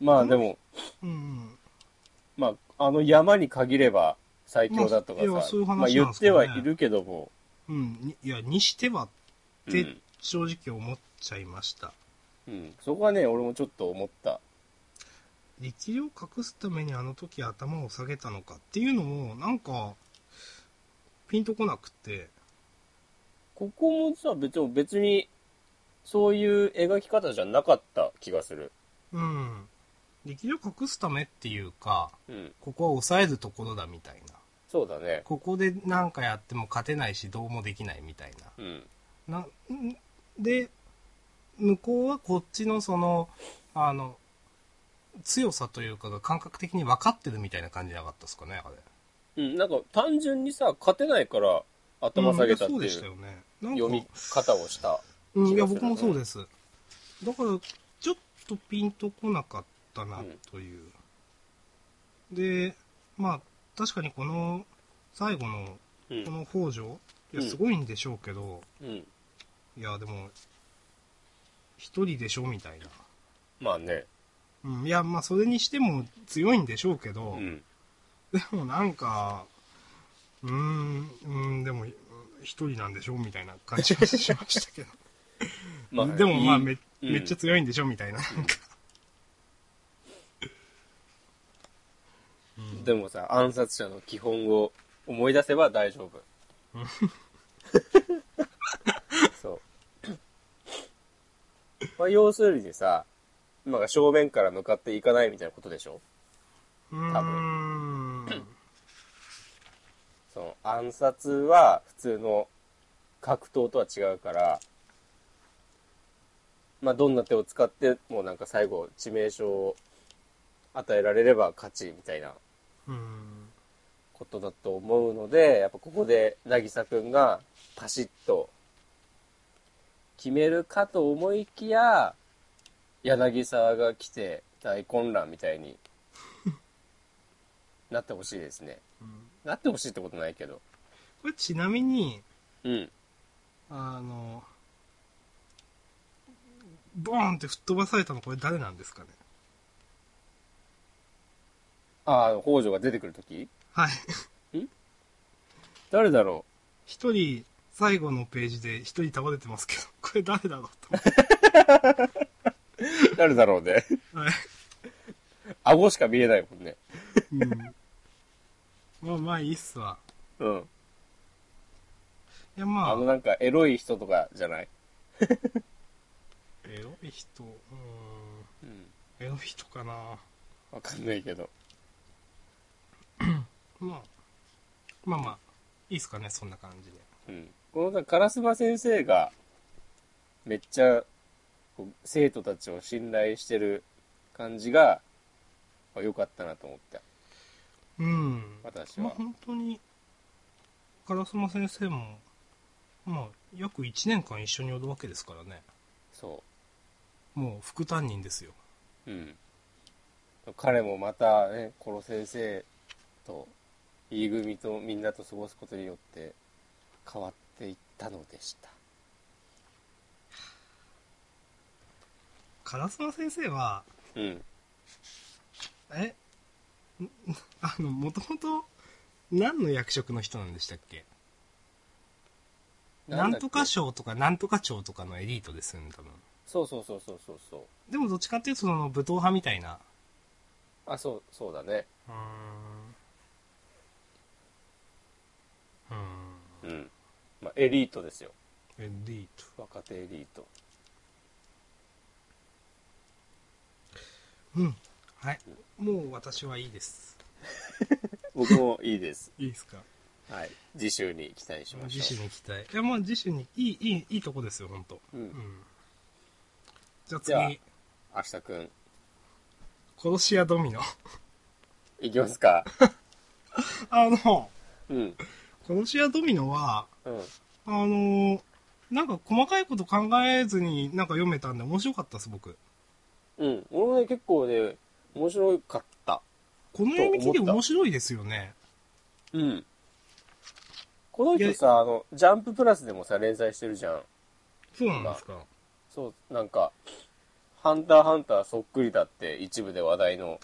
Speaker 1: まあでも
Speaker 2: うん。
Speaker 1: まああの山に限れば最強だとかさ、
Speaker 2: まあいやそういう話
Speaker 1: まあ言ってはいるけども、
Speaker 2: うん。にいや、にしてはっ
Speaker 1: う
Speaker 2: て
Speaker 1: ん
Speaker 2: 正直思っちゃいました。
Speaker 1: うん、そこはね俺もちょっと思った
Speaker 2: 力量を隠すためにあの時頭を下げたのかっていうのもなんかピンとこなくて
Speaker 1: ここもさ別に別にそういう描き方じゃなかった気がする
Speaker 2: うん力量を隠すためっていうか
Speaker 1: うん
Speaker 2: ここは抑えるところだみたいな
Speaker 1: そうだね
Speaker 2: ここで何かやっても勝てないしどうもできないみたい
Speaker 1: うん
Speaker 2: ななんで向こうはこっちのそのあの強さというかが感覚的に分かってるみたいな感じじゃなかったですかねあれ
Speaker 1: うんなんか単純にさ勝てないから頭下げたっていう
Speaker 2: んやそうでしたよねなんか
Speaker 1: 読み方をした
Speaker 2: うん、いや、
Speaker 1: 気がする
Speaker 2: 僕もそうです。だから、ちょっとピンとこなかったな
Speaker 1: うん、
Speaker 2: という。で、まあ、確かにこの、最後の、
Speaker 1: う
Speaker 2: こ
Speaker 1: ん
Speaker 2: の北条、いや、
Speaker 1: うん
Speaker 2: すごいんでしょうけど、
Speaker 1: うん
Speaker 2: いや、でも、一人でしょ、みたいな。
Speaker 1: まあね
Speaker 2: うん、いや、まあ、それにしても強いんでしょうけ
Speaker 1: う
Speaker 2: ど、
Speaker 1: ん
Speaker 2: でもなんか、うーん、うん、でも、うん一人なんでしょ、みたいな感じがしましたけど。
Speaker 1: まあ
Speaker 2: でもまあ
Speaker 1: いい
Speaker 2: め,、
Speaker 1: うん
Speaker 2: めっちゃ強いんでしょみたいな。 なんかうん
Speaker 1: でもさ暗殺者の基本を思い出せば大丈夫そうまあ要するにさ今が正面から向かっていかないみたいなことでしょ
Speaker 2: うーん。
Speaker 1: その暗殺は普通の格闘とは違うからまあどんな手を使ってもなんか最後致命傷を与えられれば勝ちみたいな
Speaker 2: うん。
Speaker 1: ことだと思うのでやっぱここで渚くんがパシッと決めるかと思いきや柳沢が来て大混乱みたい になってほしいですねなってほしいってことないけど
Speaker 2: これちなみに、
Speaker 1: うん
Speaker 2: あの、ボーンって吹っ飛ばされたのこれ誰なんですかね
Speaker 1: ああ北条が出てくる時
Speaker 2: はい。
Speaker 1: 誰だろ
Speaker 2: 一人、最後のページで一人倒れてますけど、これ誰だろうと思って
Speaker 1: う誰だろうね
Speaker 2: はい。
Speaker 1: 顎しか見えないもんね
Speaker 2: うん。まあまあいいっすわ。
Speaker 1: うん
Speaker 2: いやまあ
Speaker 1: あ、のなんかエロい人とかじゃない、
Speaker 2: エロい人、うーん。
Speaker 1: うん、
Speaker 2: エロい人かな
Speaker 1: わかんないけど
Speaker 2: まあまあまあいいっすかねそんな感じで
Speaker 1: うんこのさ、烏丸先生が、めっちゃ、こう生徒たちを信頼してる感じが、あ良かったなと思った、
Speaker 2: うん
Speaker 1: 私
Speaker 2: まあ
Speaker 1: は。
Speaker 2: 本当に烏丸先生もまあ約1年間一緒におるわけですからね
Speaker 1: そ
Speaker 2: もう副担任ですよ
Speaker 1: う。うん。彼もまたね、この先生と、E 組とみんなと過ごすことによって、変わっていったのでした。
Speaker 2: 烏丸先生は
Speaker 1: うん。
Speaker 2: えんあのもともと何の役職の人なんでしたっけなん
Speaker 1: だっけ
Speaker 2: とか省とかなんとか庁とかのエリートですよね多分
Speaker 1: そうそうそうそうそうそう。
Speaker 2: でもどっちかっていうとその武闘派みたいな
Speaker 1: あそうそうだね
Speaker 2: うーんうーん
Speaker 1: うん、まあ、エリートですよ
Speaker 2: エンディート
Speaker 1: 若手エリート
Speaker 2: うんはいもう私はいいです
Speaker 1: 僕もいいです
Speaker 2: いいですか
Speaker 1: はい次週に期待しましょう
Speaker 2: 自主に期待いやまあ自主にいいいいいいとこですよ本当
Speaker 1: う、
Speaker 2: うんんじゃあ
Speaker 1: じゃあ
Speaker 2: 次
Speaker 1: 明日くん
Speaker 2: 殺し屋ドミ ノ
Speaker 1: いきますか
Speaker 2: あの
Speaker 1: うん
Speaker 2: 殺し屋ドミノは
Speaker 1: うん
Speaker 2: あのなんか細かいこと考えずになんか読めたんで面白かったです僕
Speaker 1: うん俺もね結構ね面白かった
Speaker 2: この読み切り面白いですよね
Speaker 1: うんこの人さあのジャンププラスでもさ連載してるじゃん
Speaker 2: そうなんですか
Speaker 1: そうなんか「ハンターハンターそっくりだ」って一部で話題の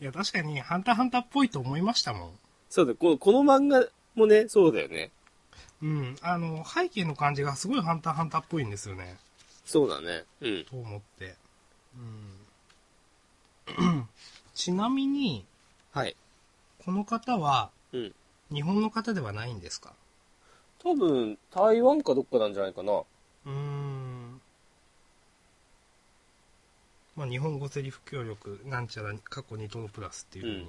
Speaker 2: いや確かに「ハンターハンター」っぽいと思いましたもん
Speaker 1: そうだこのこの漫画もねそうだよね
Speaker 2: うん、あの、背景の感じがすごいハンターハンターっぽいんですよね。
Speaker 1: そうだねうん
Speaker 2: と思って。うん。 ちなみに、
Speaker 1: はい
Speaker 2: この方は、
Speaker 1: うん
Speaker 2: 日本の方ではないんですか
Speaker 1: 多分台湾かどっかなんじゃないかな
Speaker 2: うーん。まあ、日本語セリフ協力、なんちゃら、過去2トロプラスっていう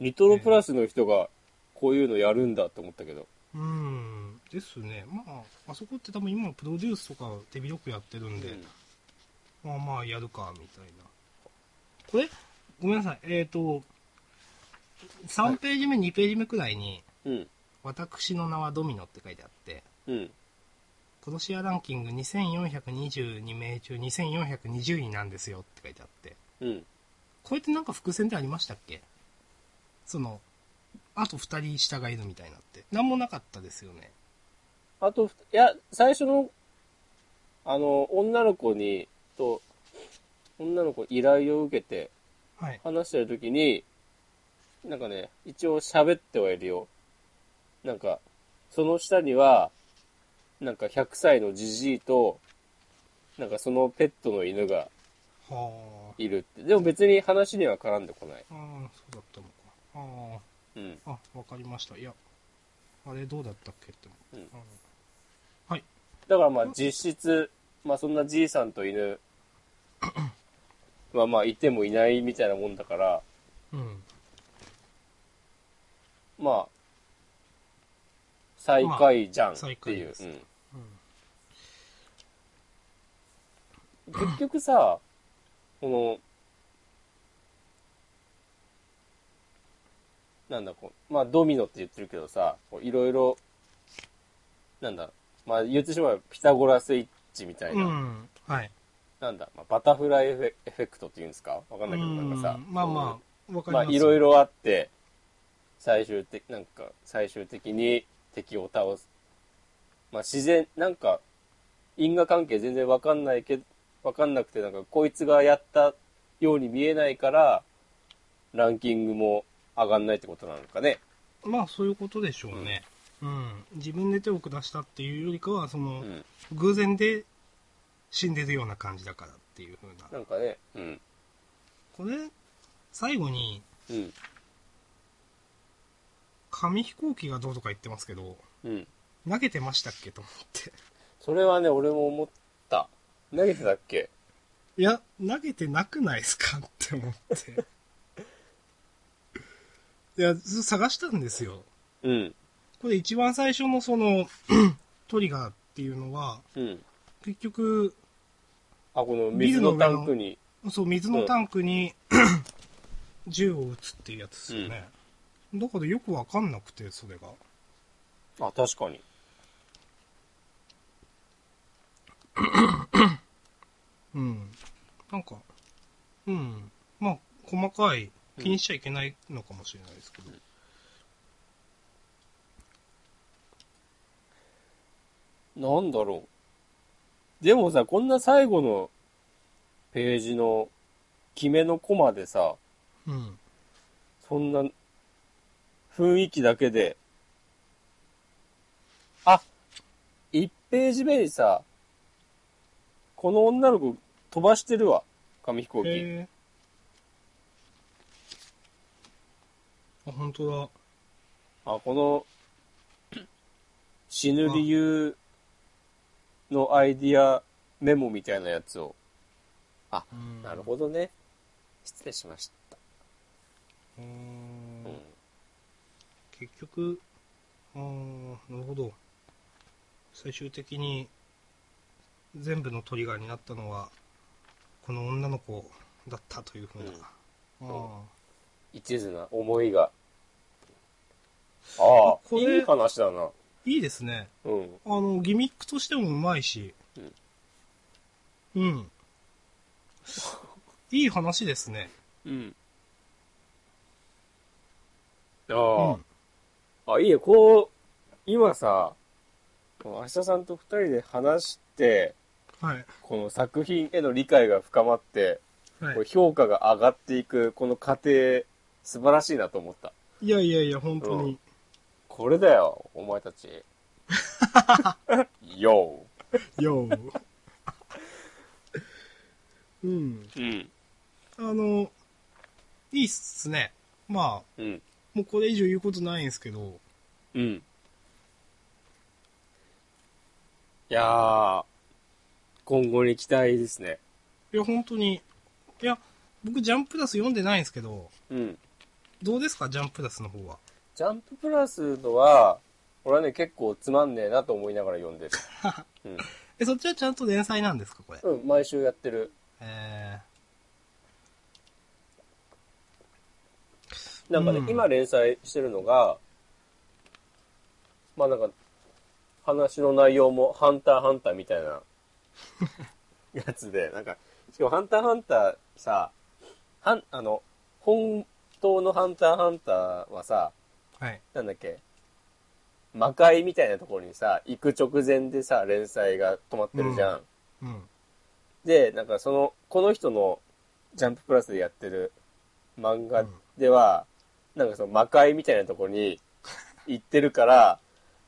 Speaker 1: ニトロプラスの人がこういうのやるんだって思ったけど
Speaker 2: ふうに。うん。ですね。まあ、あそこって多分今プロデュースとか手広くやってるんで、まあまあやるかみたいなこれごめんなさいえっ、と3ページ目2ページ目くらいに
Speaker 1: うん
Speaker 2: 「私の名はドミノ」って書いてあって
Speaker 1: うん
Speaker 2: 殺し屋ランキング2422名中2420位なんですよって書いてあって
Speaker 1: うん
Speaker 2: これってなんか伏線ってありましたっけそのあと2人下がいるみたいなって何もなかったですよね
Speaker 1: あとふいや最初のあの女の子にと女の子に依頼を受けて
Speaker 2: はい
Speaker 1: 話してる時になんかね一応喋ってはいるよなんかその下にはなんか100歳のじじいとなんかそのペットの犬が
Speaker 2: はあ
Speaker 1: いるってでも別に話には絡んでこない
Speaker 2: あーそうだったのかああ
Speaker 1: うん
Speaker 2: あ、わかりました。いや、あれどうだったっけって思って。
Speaker 1: う
Speaker 2: はい。
Speaker 1: だからまあ実質まあそんなじいさんと 犬はまあいてもいないみたいなもんだから
Speaker 2: うん。
Speaker 1: まあ最下位じゃんって
Speaker 2: 最下位
Speaker 1: いう、
Speaker 2: です
Speaker 1: うん結局さ、この、なんだこう、まあドミノって言ってるけどさ、こういろいろ、なんだ、まあ言ってしまえばピタゴラスイッチみたいな、
Speaker 2: うん。はい。
Speaker 1: なんだ、まあ、バタフライエフェエフェクトっていうんですかわかんないけど、なんかさ
Speaker 2: う、んまあまあ、わ
Speaker 1: こ
Speaker 2: か
Speaker 1: う
Speaker 2: り
Speaker 1: ま
Speaker 2: ま
Speaker 1: あ
Speaker 2: す。
Speaker 1: いろい
Speaker 2: ろ。
Speaker 1: ろあって、最終的、なんか最終的に敵を倒す。まあ自然、なんか、因果関係全然わかんないけど、わかんなくて、なんかこいつがやったように見えないから、ランキングも上がんないってことなのかね。
Speaker 2: まあそういうことでしょうね。うん。自分で手を下したっていうよりかは、そうの、
Speaker 1: ん。
Speaker 2: 偶然で死んでるような感じだからっていうふう
Speaker 1: な
Speaker 2: な。
Speaker 1: んかね、うん。
Speaker 2: これ、最後に、
Speaker 1: うん。
Speaker 2: 紙飛行機がどうとか言ってますけど、
Speaker 1: うん。
Speaker 2: 投げてましたっけと思って。
Speaker 1: それはね、俺も思った。投げてたっけ
Speaker 2: いや、投げてなくないですかって思って。 いや、ず探したんですよ。
Speaker 1: うん。
Speaker 2: これ一番最初のその、 トリガーっていうのは、
Speaker 1: うん。
Speaker 2: 結局、
Speaker 1: あ、この水のタンクに。
Speaker 2: そう、水のタンクに、 銃を撃つっていうやつですよね。だからよくわかんなくて、それが。
Speaker 1: あ、確かに。
Speaker 2: うん。なんか、うん。まあ、細かい、気にしちゃいけないのかもしれないですけど。
Speaker 1: なんだろう。でもさ、こんな最後のページの決めのコマでさ、
Speaker 2: うん。
Speaker 1: そんな雰囲気だけで、あ、1ページ目にさ、この女の子飛ばしてるわ、紙飛行機。
Speaker 2: えあ、本当だ。
Speaker 1: あ、この、死ぬ理由のアイディアメモみたいなやつを。あ、
Speaker 2: うん
Speaker 1: なるほどね。失礼しました。
Speaker 2: うーん
Speaker 1: うん。
Speaker 2: 結局、うーん、なるほど。最終的に、全部のトリガーになったのは、この女の子だったというふうな。
Speaker 1: うん
Speaker 2: あ
Speaker 1: 一途な思いが。ああ、
Speaker 2: これ
Speaker 1: いい話だな。
Speaker 2: ーいいですね。
Speaker 1: うん。
Speaker 2: あの、ギミックとしてもうまいし。うん。いい話ですね。
Speaker 1: うん。
Speaker 2: う
Speaker 1: あ
Speaker 2: ん。
Speaker 1: あ、あ、いいよ、こう、今さ、この明日さんと二人で話して、
Speaker 2: はい。
Speaker 1: この作品への理解が深まって、
Speaker 2: はい
Speaker 1: こう。評価が上がっていく、この過程、素晴らしいなと思った。
Speaker 2: いやいやいや、本当
Speaker 1: う
Speaker 2: に
Speaker 1: ん。これだよ、お前たち。 よ
Speaker 2: よーうん。
Speaker 1: う。うん。
Speaker 2: あの、いいっすね。まあ、
Speaker 1: うん。
Speaker 2: もうこれ以上言うことないんですけど、
Speaker 1: うん。いやー、今後に期待ですね。
Speaker 2: いや、本当に、いや、僕、ジャンププラス読んでないんですけど、
Speaker 1: うん。
Speaker 2: どうですか、ジャンププラスの方は。
Speaker 1: ジャンププラスのは、俺はね、結構つまんねえなと思いながら読んでる。
Speaker 2: え、そっちはちゃんと連載なんですか、これ。
Speaker 1: うん、毎週やってる。
Speaker 2: え
Speaker 1: なんかね、
Speaker 2: うん
Speaker 1: 今連載してるのが、まあなんか、話の内容もハンターハンターみたい なやつで、なんか、しかもハンターハンターさ、はん、あの、本当のハンターハンターはさ、
Speaker 2: ー、はい。
Speaker 1: なんだっけ、魔界みたいなところにさ、行く直前でさ、連載が止まってるじゃん
Speaker 2: うん。
Speaker 1: で、なんかその、この人のジャンププラスでやってる漫画では、なんかその魔界みたいなとこに行ってるから、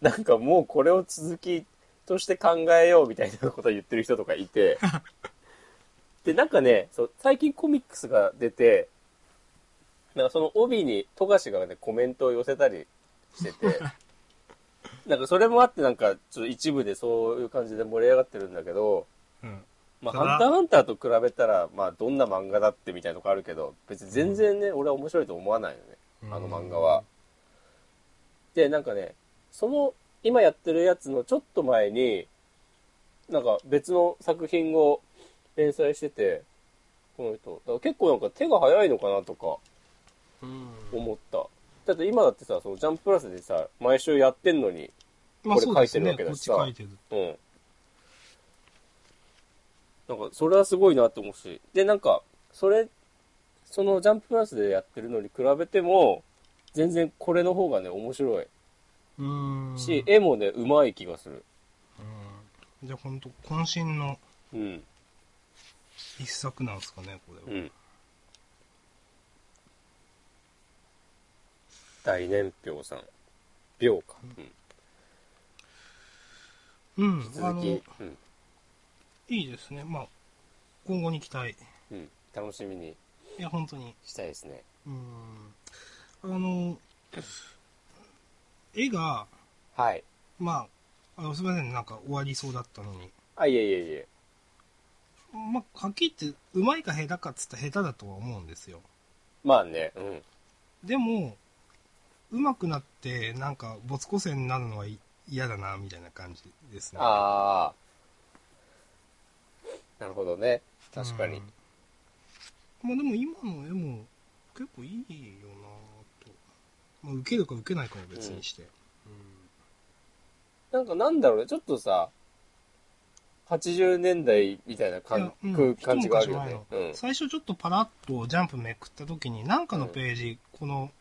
Speaker 1: なんかもうこれを続きとして考えようみたいなことを言ってる人とかいて、で、なんかね、そう最近コミックスが出て、なんかその帯に富樫がね、コメントを寄せたりしてて、なんかそれもあってなんかちょっと一部でそういう感じで盛り上がってるんだけど、
Speaker 2: うん。
Speaker 1: まあ、
Speaker 2: ただ
Speaker 1: ハンターハンターと比べたら、まあ、どんな漫画だってみたいなとこあるけど、別に全然ね、俺は面白いと思わないよね、あの漫画は。で、なんかね、その、今やってるやつのちょっと前に、なんか別の作品を連載してて、この人。だから結構なんか手が早いのかなとか
Speaker 2: うん。
Speaker 1: 思った。だって今だってさ、そのジャンププラスでさ、毎週やってんのに、
Speaker 2: まあ、
Speaker 1: これ
Speaker 2: そうです
Speaker 1: 書い
Speaker 2: ね。
Speaker 1: てる
Speaker 2: こ
Speaker 1: わけだ
Speaker 2: っち
Speaker 1: しさ
Speaker 2: 書いてる。
Speaker 1: うん。なんか、それはすごいなって思うし。で、なんか、それ、そのジャンププラスでやってるのに比べても、全然これの方がね、面白いう
Speaker 2: ーん。
Speaker 1: し、絵もね、うまい気がする。
Speaker 2: うん。じゃあ、本当渾身の
Speaker 1: うん。
Speaker 2: 一作なんですかね、これは。
Speaker 1: うん。大年表さん。秒か。うん。
Speaker 2: うん。あ
Speaker 1: 続
Speaker 2: の、
Speaker 1: き
Speaker 2: い、
Speaker 1: うん。
Speaker 2: いですね。まあ、今後に期待。い
Speaker 1: うん。楽しみに
Speaker 2: や、本当に。
Speaker 1: したいですね。
Speaker 2: うんあの、絵が、
Speaker 1: はい。
Speaker 2: まあ、あすみません、なんか終わりそうだったのに。
Speaker 1: あ、いえいえいえ。
Speaker 2: まあ、はっきり言って、うまいか下手かっつったら下手だとは思うんですよ。
Speaker 1: まあね、うん。
Speaker 2: でも、うまくなって、なんか、没個性になるのはい嫌だな、みたいな感じですね。
Speaker 1: ああ。なるほどね。確かに
Speaker 2: うん。まあ、でも今の絵も、結構いいよなと。まあ、受けるか受けないかは別にして。
Speaker 1: なんかなんだろうね、ちょっとさ、80年代みたいな感,、
Speaker 2: いや
Speaker 1: く
Speaker 2: うん
Speaker 1: 感じがあるよね
Speaker 2: 一。
Speaker 1: うん。
Speaker 2: 最初ちょっとパラッとジャンプめくった時に何かのページ、この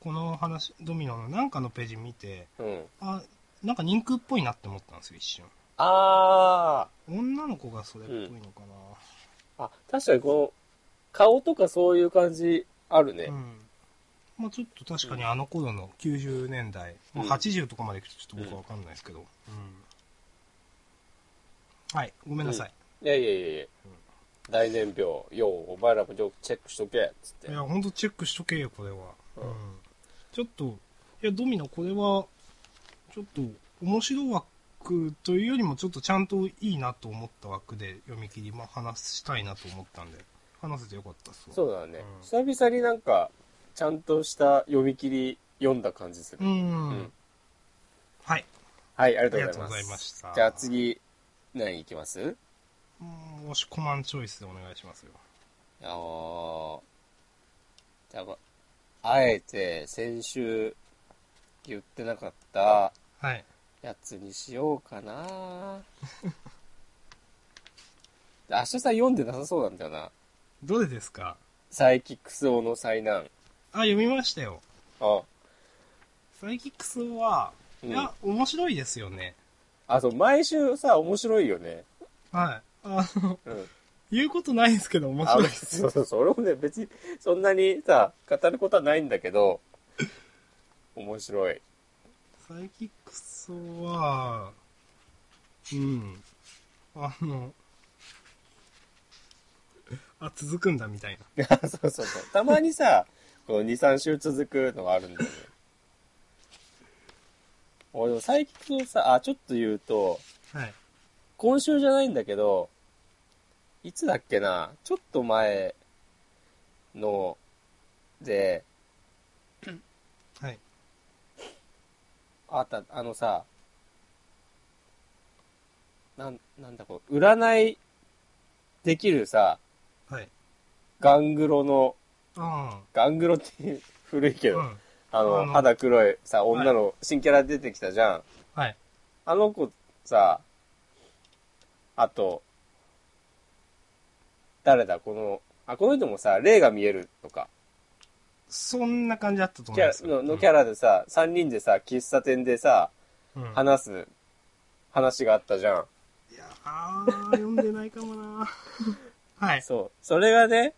Speaker 2: この話ドミノの何かのページ見て
Speaker 1: うん。
Speaker 2: あなんか人空っぽいなって思ったんですよ一瞬
Speaker 1: あ
Speaker 2: 女の子がそれっぽいのか
Speaker 1: あ。あ、確かにこの、顔とかそういう感じあるね。
Speaker 2: なうん、まあ、ちょっと確かにあの頃の90年代、
Speaker 1: うん
Speaker 2: まあ80とかまでちょっと僕は分かんないですけど、はいごめんなさい、
Speaker 1: いやいやいやいや。大年表、よう、お前らもよくチェックしとけ、つって
Speaker 2: い。やほんとチェックしとけよこれは、うん
Speaker 1: うん
Speaker 2: ちちょっと、いや、ドミノこれは、ちょっと、面白枠というよりも、ちょっとちゃんといいなと思った枠で読み切りも話したいなと思ったんで、話せてよかったっすわ。
Speaker 1: そうだね、
Speaker 2: う
Speaker 1: 久々になんかちゃんとした読み切り読んだ感じする、
Speaker 2: うん。
Speaker 1: うん
Speaker 2: はい。
Speaker 1: はいあり
Speaker 2: あり
Speaker 1: が
Speaker 2: が
Speaker 1: と
Speaker 2: と
Speaker 1: う
Speaker 2: う
Speaker 1: ござ
Speaker 2: ござ
Speaker 1: い
Speaker 2: い
Speaker 1: ま
Speaker 2: ますした。
Speaker 1: じゃあ。次何いきます
Speaker 2: うん、押しコマンチョイスでお願いしますよ。
Speaker 1: ああじゃあまあえて先週言ってなかった
Speaker 2: はい。
Speaker 1: やつにしよう かな明日さん読んでなさそうなんだよな
Speaker 2: どれですか
Speaker 1: サイキックス王の災難
Speaker 2: あ、読みましたよ。
Speaker 1: あ、
Speaker 2: サイキックスは、
Speaker 1: うん
Speaker 2: いや、面白いですよね。
Speaker 1: あそう毎週さ面白いよね
Speaker 2: はい。あの、
Speaker 1: うん
Speaker 2: 言うことないですけど面
Speaker 1: あ
Speaker 2: 白い
Speaker 1: の
Speaker 2: です。
Speaker 1: そうそうそれもね別にそんなにさ語ることはないんだけど面白い
Speaker 2: サイキックスは、うん。あの、あ、続くんだみたいな。
Speaker 1: あ そうそうそうたまにさこう23週続くのがあるんだよね俺でも最近さあちょっと言うと
Speaker 2: はい。
Speaker 1: 今週じゃないんだけどいつだっけなちょっと前ので
Speaker 2: はい。
Speaker 1: あったあのさなんなんだこう占いできるさ
Speaker 2: はい。
Speaker 1: ガングロの、
Speaker 2: あ
Speaker 1: ガングロって古いけ
Speaker 2: あ。
Speaker 1: ど、
Speaker 2: うん。
Speaker 1: あの、
Speaker 2: あの
Speaker 1: 肌黒いさ、女の新キャラ出てきたじゃん。
Speaker 2: はい。
Speaker 1: あの子さ、あと、誰だ、この、あ、この人もさ、霊が見えるとか、
Speaker 2: そんな感じだったと思
Speaker 1: キ
Speaker 2: い
Speaker 1: ャ
Speaker 2: ま
Speaker 1: ラ
Speaker 2: す。
Speaker 1: ののキャラでさ、3人でさ、喫茶店でさ、
Speaker 2: うんうん
Speaker 1: 話す、話があったじゃん。
Speaker 2: いやあー、読んでないかもなはい。
Speaker 1: そう。それがね、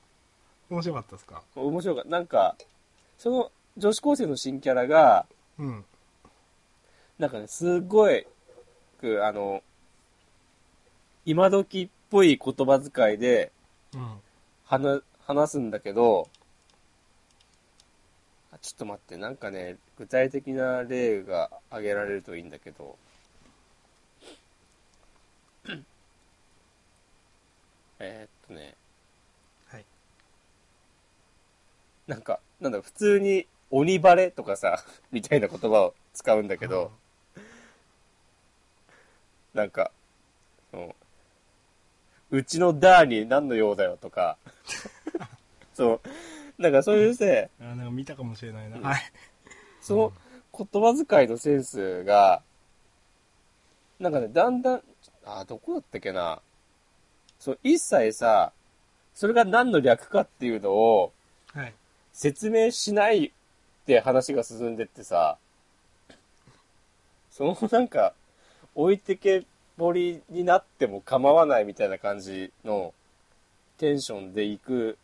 Speaker 2: 面白かったですか
Speaker 1: 面白かった。なんか、その女子高生の新キャラが、
Speaker 2: うん。
Speaker 1: なんかね、すっごい、くあの、今時っぽい言葉遣いで
Speaker 2: うん。
Speaker 1: 話、話すんだけど、あちょっと待って、なんかね、具体的な例が挙げられるといいんだけ ど。えーっとね、
Speaker 2: はい。
Speaker 1: なんか、なんだろう、普通に鬼バレとかさ、みたいな言葉を使うんだけど、なんか、うん、うちのダーに何の用だよとか、そう、なんかそういうせ、
Speaker 2: うん。あーなんか見たかもしれないな。
Speaker 1: うん
Speaker 2: はい。
Speaker 1: その言葉遣いのセンスが、なんかね、だんだん、あ、どこだったっけな。そう、一切さ、それが何の略かっていうのを
Speaker 2: はい。
Speaker 1: 説明しないって話が進んでってさ、そのなんか、置いてけぼりになっても構わないみたいな感じのテンションで行く、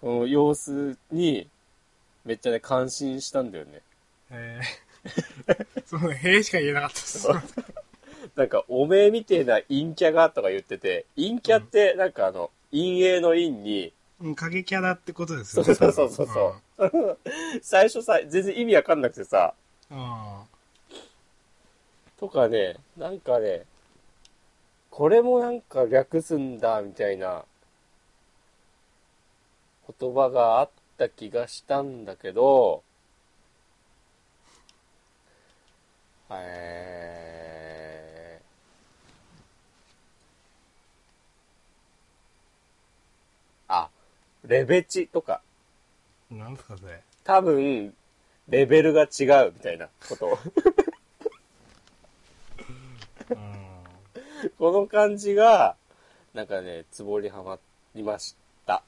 Speaker 1: その様子に、めっちゃね、感心したんだよね。
Speaker 2: えー、その、へえしか言えなかったです。
Speaker 1: なんか、おめえみてえな陰キャがとか言ってて、陰キャって、なんかあの、陰影の陰に、
Speaker 2: うん、影キャラってことです
Speaker 1: そ
Speaker 2: よ
Speaker 1: う
Speaker 2: ね。
Speaker 1: そうそうそうそう。最初さ、全然意味わかんなくてさ、
Speaker 2: 多分。うんあ
Speaker 1: とかね、なんかね、これもなんか略すんだ、みたいな、言葉があった気がしたんだけど、えー、あ、レベチとか、
Speaker 2: ーなんですかそれ。
Speaker 1: 多分、レベルが違う、みたいなこと。
Speaker 2: うん。
Speaker 1: この感じが、なんかね、つぼりはまりました。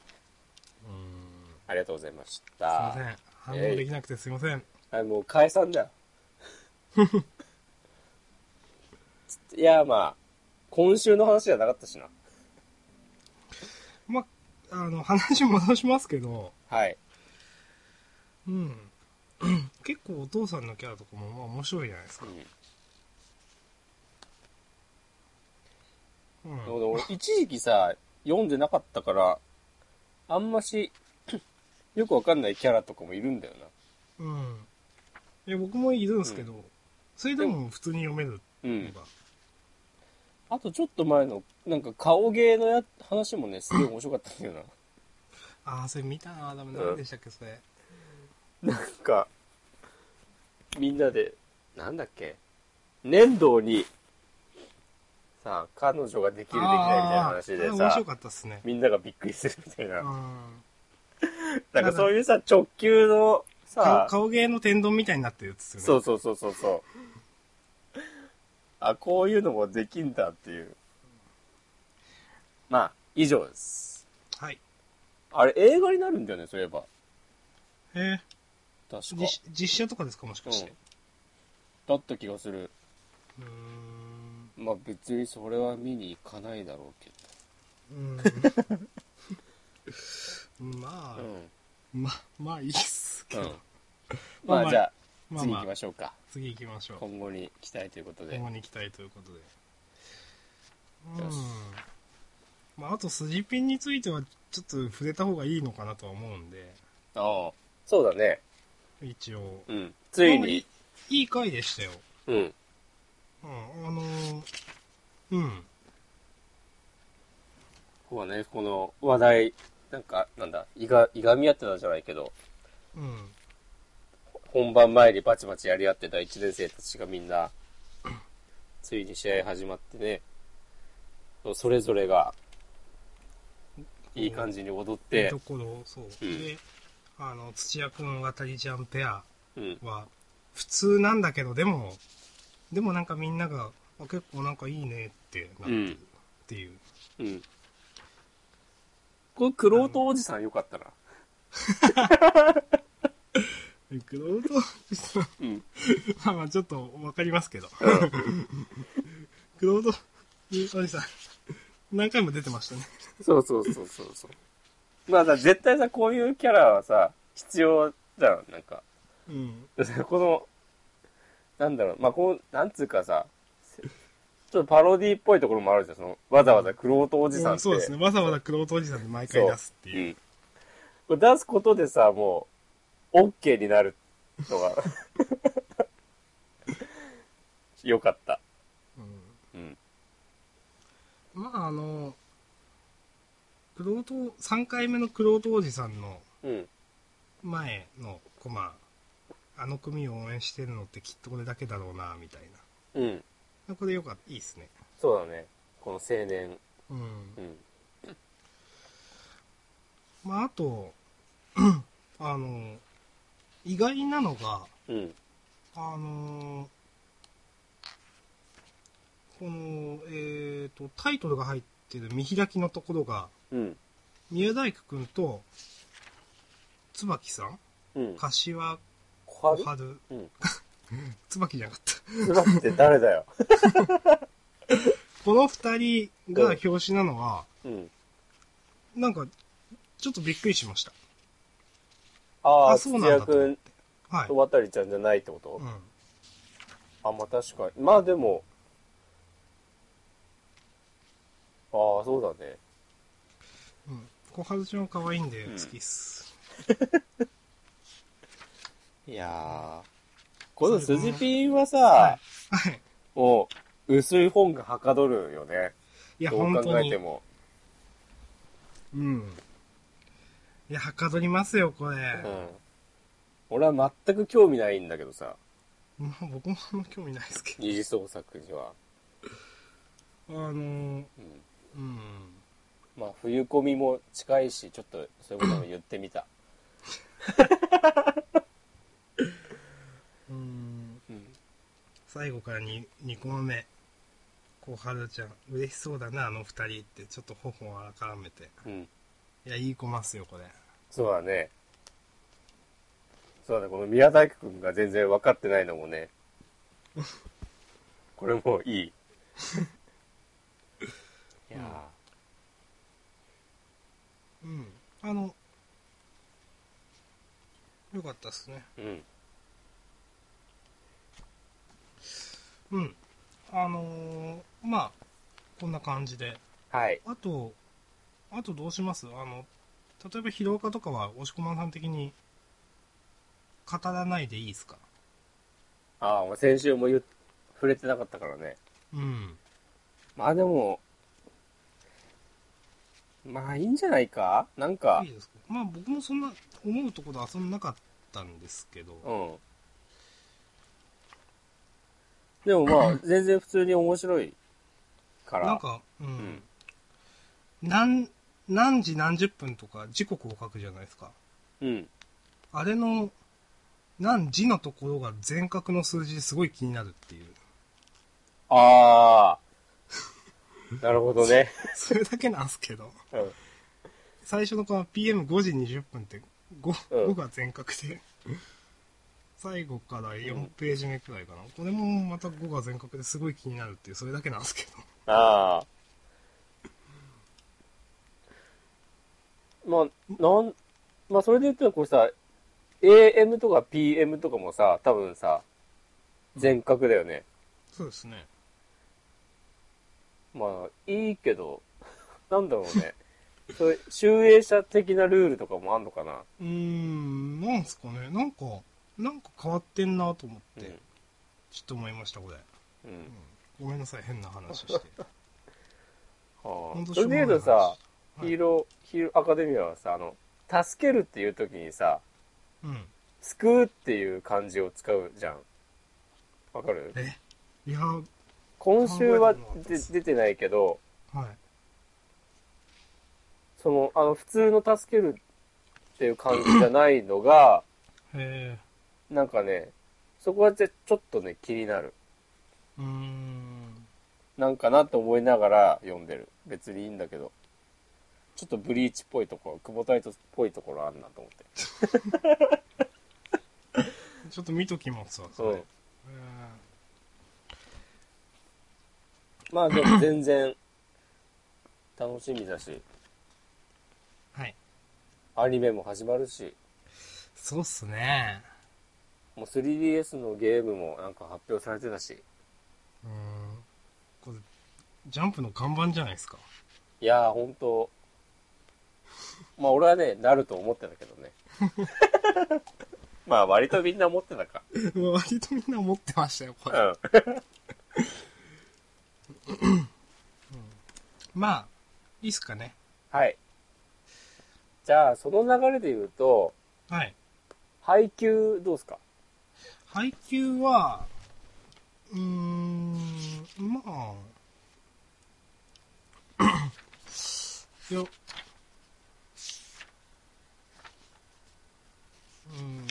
Speaker 2: うん
Speaker 1: ありがとうございまし
Speaker 2: すいま
Speaker 1: た
Speaker 2: せ。ん。反応できなくてすいません。
Speaker 1: あもう解散 だよ。いや、まあ、今週の話じゃなかったしな。
Speaker 2: ま、あの、話戻しますけど、
Speaker 1: はい。
Speaker 2: うん。 結構お父さんのキャラとかもまあ面白いじゃないです
Speaker 1: う
Speaker 2: か。
Speaker 1: ん、で
Speaker 2: う
Speaker 1: も
Speaker 2: ん。
Speaker 1: 俺、一時期さ、読んでなかったから、あんまし、 よくわかんないキャラとかもいるんだよ
Speaker 2: うん。いや、僕もいるんですけど、それでも普通に読める
Speaker 1: な。う
Speaker 2: の
Speaker 1: ん。
Speaker 2: が。
Speaker 1: あとちょっと前の、なんか顔芸のや話もね、すげえ面白かったんだよな。
Speaker 2: ああ、それ見たなダメ、何でしたっけ、それ。
Speaker 1: なんか、みんなで、なんだっけ、粘土に、さあ、彼女ができるできないみたいな話で
Speaker 2: あー面
Speaker 1: さ
Speaker 2: 白、かったっすね。
Speaker 1: みんながびっくりするみたいうな。
Speaker 2: ん。
Speaker 1: なんかそういうさ、直球の
Speaker 2: 顔
Speaker 1: さ、
Speaker 2: 顔芸の天丼みたいになってるやつっすよね。
Speaker 1: そうそうそうそうそう。あ、こういうのもできんだっていう。まあ、以上です。
Speaker 2: はい。
Speaker 1: あれ、映画になるんだよね、そういえば。
Speaker 2: え
Speaker 1: 確か。
Speaker 2: 実実写とかですか、もしかして。
Speaker 1: だった気がする。
Speaker 2: うーん。
Speaker 1: まあ別にそれは見に行かないだろうけ
Speaker 2: うん ま
Speaker 1: ど。
Speaker 2: あ、
Speaker 1: ん。
Speaker 2: ま、まあいいっすけ
Speaker 1: う
Speaker 2: ど。
Speaker 1: ん。
Speaker 2: まあ
Speaker 1: まあじゃあ、
Speaker 2: まあ
Speaker 1: 次
Speaker 2: ま
Speaker 1: 行きま
Speaker 2: あ、
Speaker 1: しょうか。
Speaker 2: 次行きましょう。
Speaker 1: 今後に期待ということで。
Speaker 2: 今後に行きたいということで。うん。まあ、あと、筋ピンについては、ちょっと触れた方がいいのかなとは思うんで、
Speaker 1: ああ。そうだね。
Speaker 2: 一応。
Speaker 1: うん。つい
Speaker 2: まあ
Speaker 1: に。。
Speaker 2: いい回でしたよ。
Speaker 1: うん。
Speaker 2: うん、あのーうん。
Speaker 1: ここはね、この話題、なんか、なんだ、いが、いがみ合ってたじゃないけど、
Speaker 2: うん。
Speaker 1: 本番前にバチバチやり合ってた1年生たちがみんな、ついに試合始まってね、それぞれが、いい感じに踊っ
Speaker 2: いい
Speaker 1: て
Speaker 2: と、ころ、そう。
Speaker 1: うん
Speaker 2: で、あの、土屋くん、渡りちゃんペア
Speaker 1: うん。
Speaker 2: は、普通なんだけど、でも、でもなんかみんなが、あ結構なんかいいねってなってるっていう。
Speaker 1: うん。このクロートおじさんよかったな。
Speaker 2: クロートおじさん
Speaker 1: うん。
Speaker 2: まあまあちょっとわかりま すけど。クロード、おじさん、何回も出てましたね。
Speaker 1: そうそうそうそうそう。まあさ、絶対さ、こういうキャラはさ、必要じゃん、なんか。
Speaker 2: うん。
Speaker 1: この、なんだろう、まあ、こう、なんつうかさ、せちょっとパロディっぽいところもあるじゃん、その、わざわざクロートおじさんって。
Speaker 2: そうですね。わざわざクロードおじさんで毎回出すって
Speaker 1: う
Speaker 2: いう。
Speaker 1: ん。これ出すことでさ、もう、オッケーになるのが、 よかった。うん。
Speaker 2: うんまああの、クロード、3回目のクロードおじさんの
Speaker 1: うん。
Speaker 2: 前のコマ、あの組を応援してるのってきっとこれだけだろうな、みたい
Speaker 1: うん。
Speaker 2: な。これよかった。いいですね。
Speaker 1: そうだね。この青年。
Speaker 2: うん
Speaker 1: う。ん。
Speaker 2: まああと、 あの、意外なのが、
Speaker 1: うん。
Speaker 2: あのーこの、えっ、と、タイトルが入ってる見開きのところが、
Speaker 1: うん。
Speaker 2: 宮大工くんと、椿さん
Speaker 1: うん。
Speaker 2: 柏
Speaker 1: 小春
Speaker 2: 小春。
Speaker 1: うん。
Speaker 2: 椿じゃなかった。
Speaker 1: つばって誰だよ。
Speaker 2: この二人が表紙なのは、
Speaker 1: うん。
Speaker 2: なんか、ちょっとびっくりしました。
Speaker 1: ああ、
Speaker 2: あそうなんだ
Speaker 1: 土屋君
Speaker 2: はい
Speaker 1: と。渡ちゃんじゃないってこと、
Speaker 2: うん。
Speaker 1: あ、まあ確かに。まあでも、ああ、そうだね。
Speaker 2: うん。小春ちゃんは可愛いんで
Speaker 1: うん
Speaker 2: 好きっす。
Speaker 1: いやー。この
Speaker 2: それ
Speaker 1: 筋ピンはさ、
Speaker 2: はい。
Speaker 1: もう、薄い本がはかどるよね。
Speaker 2: いや、
Speaker 1: ど
Speaker 2: 本
Speaker 1: う考
Speaker 2: 当
Speaker 1: え
Speaker 2: に
Speaker 1: て。も。
Speaker 2: うん。いや、はかどりますよ、これ。
Speaker 1: うん。俺は全く興味ないんだけどさ、
Speaker 2: まあ、僕もあんま興味ないですけど。
Speaker 1: 二次創作には。
Speaker 2: あ
Speaker 1: う
Speaker 2: のー
Speaker 1: ん。
Speaker 2: うん。
Speaker 1: まあ冬込みも近いし、ちょっとそういうことも言ってみた。
Speaker 2: うん。
Speaker 1: うん。
Speaker 2: 最後から 2, 2個目。こう、はるちゃん、嬉しそうだな、あの二人って、ちょっと頬をあらめて。
Speaker 1: うん。
Speaker 2: いや、いい子ますよ、これ。
Speaker 1: そうだね。そうだね、この宮大工くんが全然分かってないのも ね。これも いい。いや
Speaker 2: うん。あの、よかったっすね。
Speaker 1: ー、うん。
Speaker 2: うん。あのーまあ、こんな感じで。
Speaker 1: はい。
Speaker 2: あと、あとどうしますあの、例えば、広岡とかは、押し込まんさん的に、語らないでいいですか
Speaker 1: ああ、先週も言う触れてなかったからね。
Speaker 2: うん。
Speaker 1: まあでも、まあいいんじゃないかなんか
Speaker 2: いい、ですかまあ、僕もそんな、思うところで遊んでなかったんですけど、
Speaker 1: うん。でもまあ、全然普通に面白いから。
Speaker 2: なんか、うん。
Speaker 1: ん
Speaker 2: 何、何時何十分とか時刻を書くじゃないですか。
Speaker 1: うん。
Speaker 2: あれの、何時のところが全角の数字ですごい気になるっていう。
Speaker 1: ああ。なるほどね。
Speaker 2: それだけなんですけど。
Speaker 1: うん。
Speaker 2: 最初のこの PM5 時20分って
Speaker 1: う
Speaker 2: 5,
Speaker 1: ん
Speaker 2: 5が全角で、最後から4ページ目くらいかな。これもまた5が全角ですごい気になるっていう、それだけなんですけど。
Speaker 1: ああ。まあ、なん、まあそれで言ったらこれさ、AM とか PM とかもさ、多分さ、全角だよね。
Speaker 2: そうですね。
Speaker 1: まあ、いいけど、なんだろうね。そういう、集英者的なルールとかもあんのかな
Speaker 2: うーん、なんすかね。なんか、なんか変わってんなと思って、
Speaker 1: うん
Speaker 2: ちょっと思いました、これ。
Speaker 1: うん。
Speaker 2: ごめんなさい、変な 話して。
Speaker 1: は
Speaker 2: ほん
Speaker 1: あ、
Speaker 2: と
Speaker 1: それで言うと
Speaker 2: しょうもな
Speaker 1: さ
Speaker 2: い話、
Speaker 1: ヒーロー、ヒーローアカデミアはさ、あの、助けるっていう時にさ、
Speaker 2: うん。
Speaker 1: 救うっていう漢字を使うじゃん。わかる
Speaker 2: え、いや、は
Speaker 1: 今週は
Speaker 2: 考えたことなかった
Speaker 1: で
Speaker 2: です
Speaker 1: 出てないけど、
Speaker 2: い。
Speaker 1: その、あの、普通の助けるっていう感じじゃないのが、
Speaker 2: え
Speaker 1: なんかね、そこはちょちょっとね、気になる。
Speaker 2: ー、うーん。
Speaker 1: なんかなと思いながら読んでる。別にいいんだけど。ちょっとブリーチっぽいところ、久保タイトっぽいところあんなと思って。
Speaker 2: ちょっと見ときますわ、そ
Speaker 1: う
Speaker 2: れ。
Speaker 1: ん。
Speaker 2: え
Speaker 1: まあでも全然、楽しみだし、
Speaker 2: ーはい。
Speaker 1: アニメも始まるし、
Speaker 2: そうっすね。
Speaker 1: もう 3DS のゲームもなんか発表されてたし、
Speaker 2: うーん。これ、ジャンプの看板じゃないですか。
Speaker 1: いやー本当まあ俺はね、なると思ってたけどね。 まあ割とみんな思ってたか。
Speaker 2: 割とみんな思ってましたよ、これ。
Speaker 1: う
Speaker 2: まあ、いいっすかね。
Speaker 1: ん。はい。じゃあその流れで言うと、
Speaker 2: はい。
Speaker 1: 配給どうすか
Speaker 2: 配給は、うーん、まあ、 いや、うーん、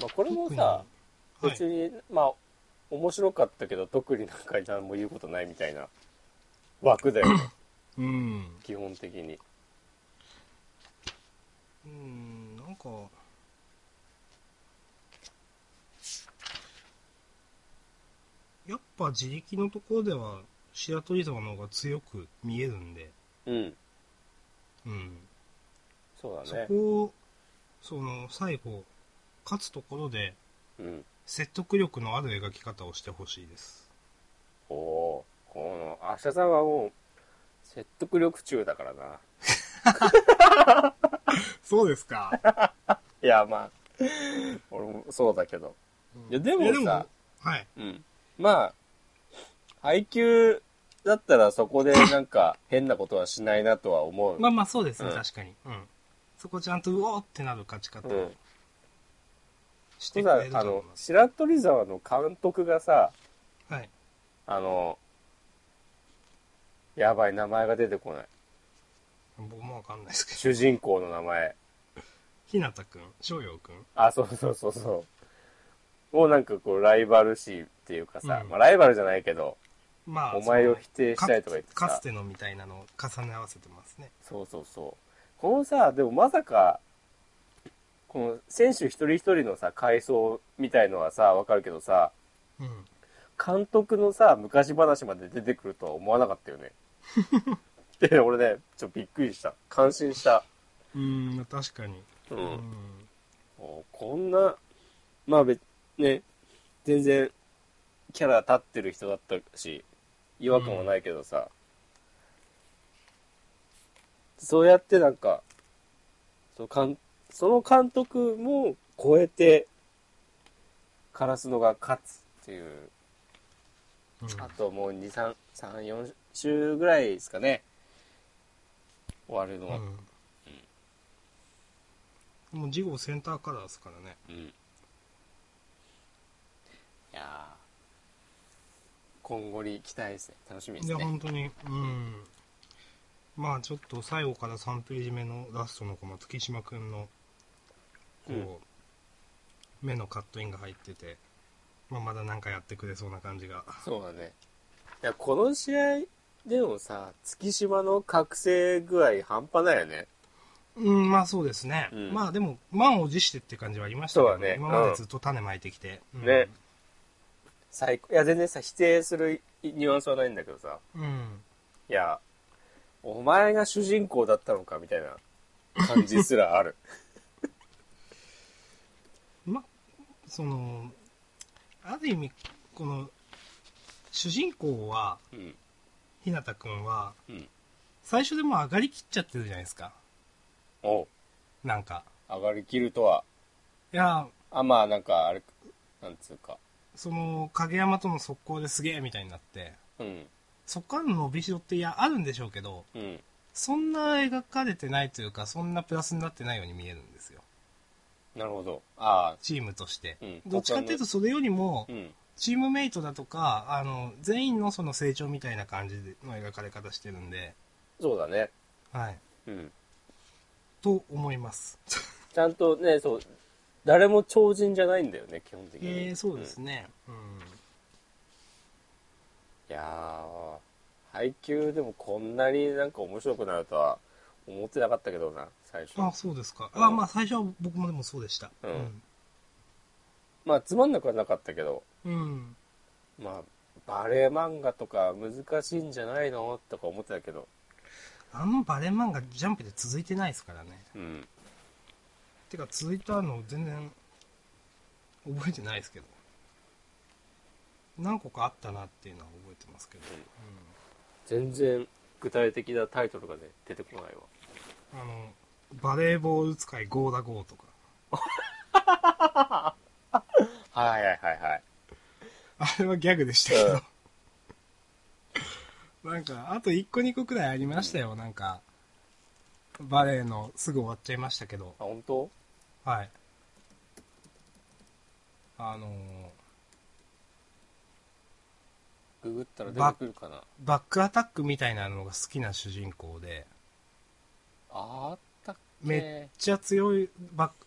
Speaker 1: まあこれも
Speaker 2: 特に
Speaker 1: さ、
Speaker 2: は
Speaker 1: 別
Speaker 2: い、
Speaker 1: に、まあ面白かったけど特になんか何も言うことないみたいな枠だよね
Speaker 2: うん、
Speaker 1: 基本的に
Speaker 2: うん、なんか、やっぱ自力のところでは白鳥沢の方が強く見えるんで、
Speaker 1: うん
Speaker 2: うん。
Speaker 1: そう
Speaker 2: そ
Speaker 1: だね
Speaker 2: こを、その、最後、勝つところで、
Speaker 1: うん
Speaker 2: 説得力のある描き方をしてほしいです。
Speaker 1: おおーこの明日さんはもう説得力中だからな
Speaker 2: そうですか。
Speaker 1: いやまあ俺もそうだけどいやでもさ
Speaker 2: いやはい。
Speaker 1: うんまあ配給だったらそこでなんか変なことはしないなとは思う、
Speaker 2: まあまあそうですね、
Speaker 1: うん
Speaker 2: 確かに。うん。そこちゃんと、うおーってなる勝ち方
Speaker 1: う
Speaker 2: を
Speaker 1: ん
Speaker 2: して
Speaker 1: た
Speaker 2: くれ
Speaker 1: だ
Speaker 2: る
Speaker 1: あ
Speaker 2: と思
Speaker 1: の
Speaker 2: います。
Speaker 1: 白鳥沢の監督がさ
Speaker 2: はい。
Speaker 1: あのやばい名前が出てこない
Speaker 2: 僕もわかんないですけど。
Speaker 1: 主人公の名前。
Speaker 2: ひなたくん、翔陽くん。
Speaker 1: あ、そうそうそうそう。もうなんかこう、ライバル視っていうかさ、
Speaker 2: うん
Speaker 1: まあライバルじゃないけど、
Speaker 2: まあ、
Speaker 1: お前を
Speaker 2: そ
Speaker 1: 否定したいとか言って
Speaker 2: のかか
Speaker 1: さ
Speaker 2: つ、てのみたいなのを重ね合わせてますね。
Speaker 1: そうそうそう。このさ、でもまさか、この選手一人一人のさ、回想みたいのはさ、わかるけどさ、
Speaker 2: うん。
Speaker 1: 監督のさ、昔話まで出てくるとは思わなかったよね。で、俺ね、ちょっとびっくりした。感心した。
Speaker 2: うん、まあ確かに。
Speaker 1: う。
Speaker 2: うんん。
Speaker 1: おこんな、まあ別、ね、全然、キャラ立ってる人だったし、違和感はないけどさ、そうやってなんか、その監その監督も超えて、カラスノが勝つっていう、
Speaker 2: うん
Speaker 1: あともう2、3、3、4週ぐらいですかね。終わるのは。
Speaker 2: うん、もう事後センターカラーですからね
Speaker 1: うん。いやー今後に期待ですね。楽しみで
Speaker 2: い
Speaker 1: す
Speaker 2: や
Speaker 1: ね。
Speaker 2: 本当にうんまあちょっと最後から3ページ目のラストのこの月島くんのこう、
Speaker 1: うん
Speaker 2: 目のカットインが入ってて、まあ、まだなんかやってくれそうな感じが
Speaker 1: そうだね。いや、この試合でもさ、月島の覚醒具合半端ないよね。
Speaker 2: うんまあそうですね、
Speaker 1: うん
Speaker 2: まあでも満を持してって感じはありましたけ
Speaker 1: そ
Speaker 2: ど
Speaker 1: うだね
Speaker 2: 今までずっと種まいてきて、うん、
Speaker 1: ね最高。いや、全然さ、否定するニュアンスはないんだけどさ、
Speaker 2: うん
Speaker 1: いや、お前が主人公だったのかみたいな感じすらあ る。
Speaker 2: ま、そのある意味この主人公は
Speaker 1: うん。
Speaker 2: 日向くんは
Speaker 1: うん。
Speaker 2: 最初でもう上がりきっちゃってるじゃないですか
Speaker 1: おう
Speaker 2: なんか
Speaker 1: 上がりきるとは。
Speaker 2: いや
Speaker 1: あ、まあ、なんか、あれ、なんつうか。
Speaker 2: その影山との速攻ですげえみたいになって
Speaker 1: うん。
Speaker 2: そこからの伸びしろっていやあるんでしょうけど
Speaker 1: うん。
Speaker 2: そんな描かれてないというかそんなプラスになってないように見えるんですよ
Speaker 1: なるほど。あ
Speaker 2: チームとして、
Speaker 1: うん
Speaker 2: どっちかっていうとそれよりも
Speaker 1: あ、うん。
Speaker 2: チームメイトだとかあの全員のその成長みたいな感じの描かれ方してるんで
Speaker 1: そうだね。
Speaker 2: はい
Speaker 1: うん。
Speaker 2: と思います
Speaker 1: ちゃんとね、そう、誰も超人じゃないんだよね、基本的に。
Speaker 2: えー、そうです
Speaker 1: んい
Speaker 2: ね、うん
Speaker 1: やー、配球でもこんなになんか面白くなるとは思ってなかったけどな、最初。
Speaker 2: あそうですか、
Speaker 1: うん
Speaker 2: あまあ最初は僕もでもそうでした
Speaker 1: うんまあ、つまんなくはなかったけど、
Speaker 2: うん、うん
Speaker 1: まあ、バレエ漫画とか難しいんじゃないのとか思ってたけど。
Speaker 2: あのバレー漫画ジャンプで続いてないですからね
Speaker 1: うん。
Speaker 2: てか続いたの全然覚えてないですけど何個かあったなっていうのは覚えてますけど、
Speaker 1: 全然具体的なタイトルがね、出てこないわ。
Speaker 2: うんあのバレーボール使いゴーダゴーとか
Speaker 1: はいはいはいはい。
Speaker 2: あれはギャグでしたけど、 なんかあと1個2個くらいありましたよ、なんかバレーのすぐ終わっちゃいましたけど
Speaker 1: あ、本当
Speaker 2: はい。あの
Speaker 1: ググったら出てくるかな。
Speaker 2: ーバックアタックみたいなのが好きな主人公で、
Speaker 1: あったっ
Speaker 2: め
Speaker 1: け
Speaker 2: めっちゃ強い、バッ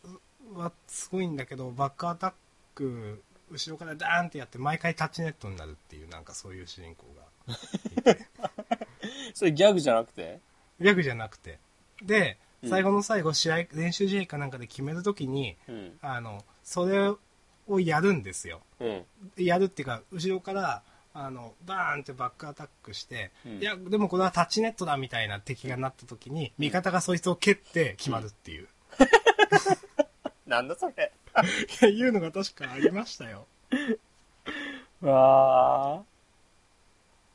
Speaker 2: クはすごいんだけど、バックアタック、後ろからダーンってやって、毎回タッチネットになるっていう、なんかそういう主人公がいて。
Speaker 1: それギャグじゃなくて
Speaker 2: ギャグじゃなくて。で、
Speaker 1: うん
Speaker 2: 最後の最後、試合、練習試合かなんかで決めるときに、
Speaker 1: うん。
Speaker 2: あの、それをやるんですよ。
Speaker 1: うん。
Speaker 2: やるっていうか後ろからあのバーンってバックアタックして、
Speaker 1: うん
Speaker 2: いやでもこれはタッチネットだみたいな敵がなった時に、味方がそいつを蹴って決まるっていう、
Speaker 1: なんだそれ。
Speaker 2: いやいうのが確かありましたよ
Speaker 1: わ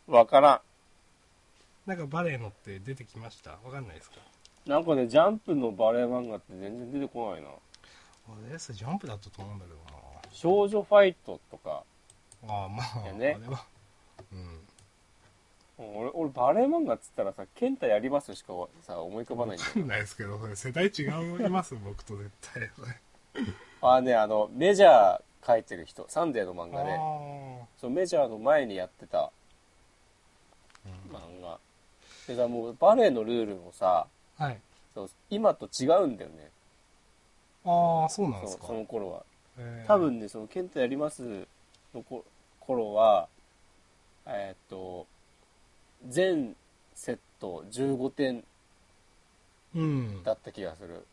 Speaker 1: ー。わから
Speaker 2: なんかバレエのって出てきましたわかんないですか
Speaker 1: ん。なんかね、ジャンプのバレエ漫画って全然出てこないな。
Speaker 2: あれそれジャンプだったと思うんだけど
Speaker 1: 少女ファイトとか。
Speaker 2: なああま
Speaker 1: いや
Speaker 2: あ、
Speaker 1: ね
Speaker 2: あれはうん
Speaker 1: 俺、俺バレエ漫画っつったらさ、ケンタやりますしかさ、思い浮かばないんだよ
Speaker 2: わかんないですけどそれ世代違います僕と絶対それ
Speaker 1: あね、あの、メジャー書いてる人、サンデーの漫画
Speaker 2: あ
Speaker 1: ね。
Speaker 2: ー
Speaker 1: そう、メジャーの前にやってた
Speaker 2: うん
Speaker 1: 漫画。でさ、もうバレエのルールもさ、
Speaker 2: はい
Speaker 1: そう今と違うんだよね。
Speaker 2: ああそうなんで
Speaker 1: そ
Speaker 2: す
Speaker 1: う
Speaker 2: か
Speaker 1: その頃は。
Speaker 2: えー
Speaker 1: 多分ね、その、ケンタやりますのこ頃は、えーっと、全セット15点
Speaker 2: うん
Speaker 1: だった気がする。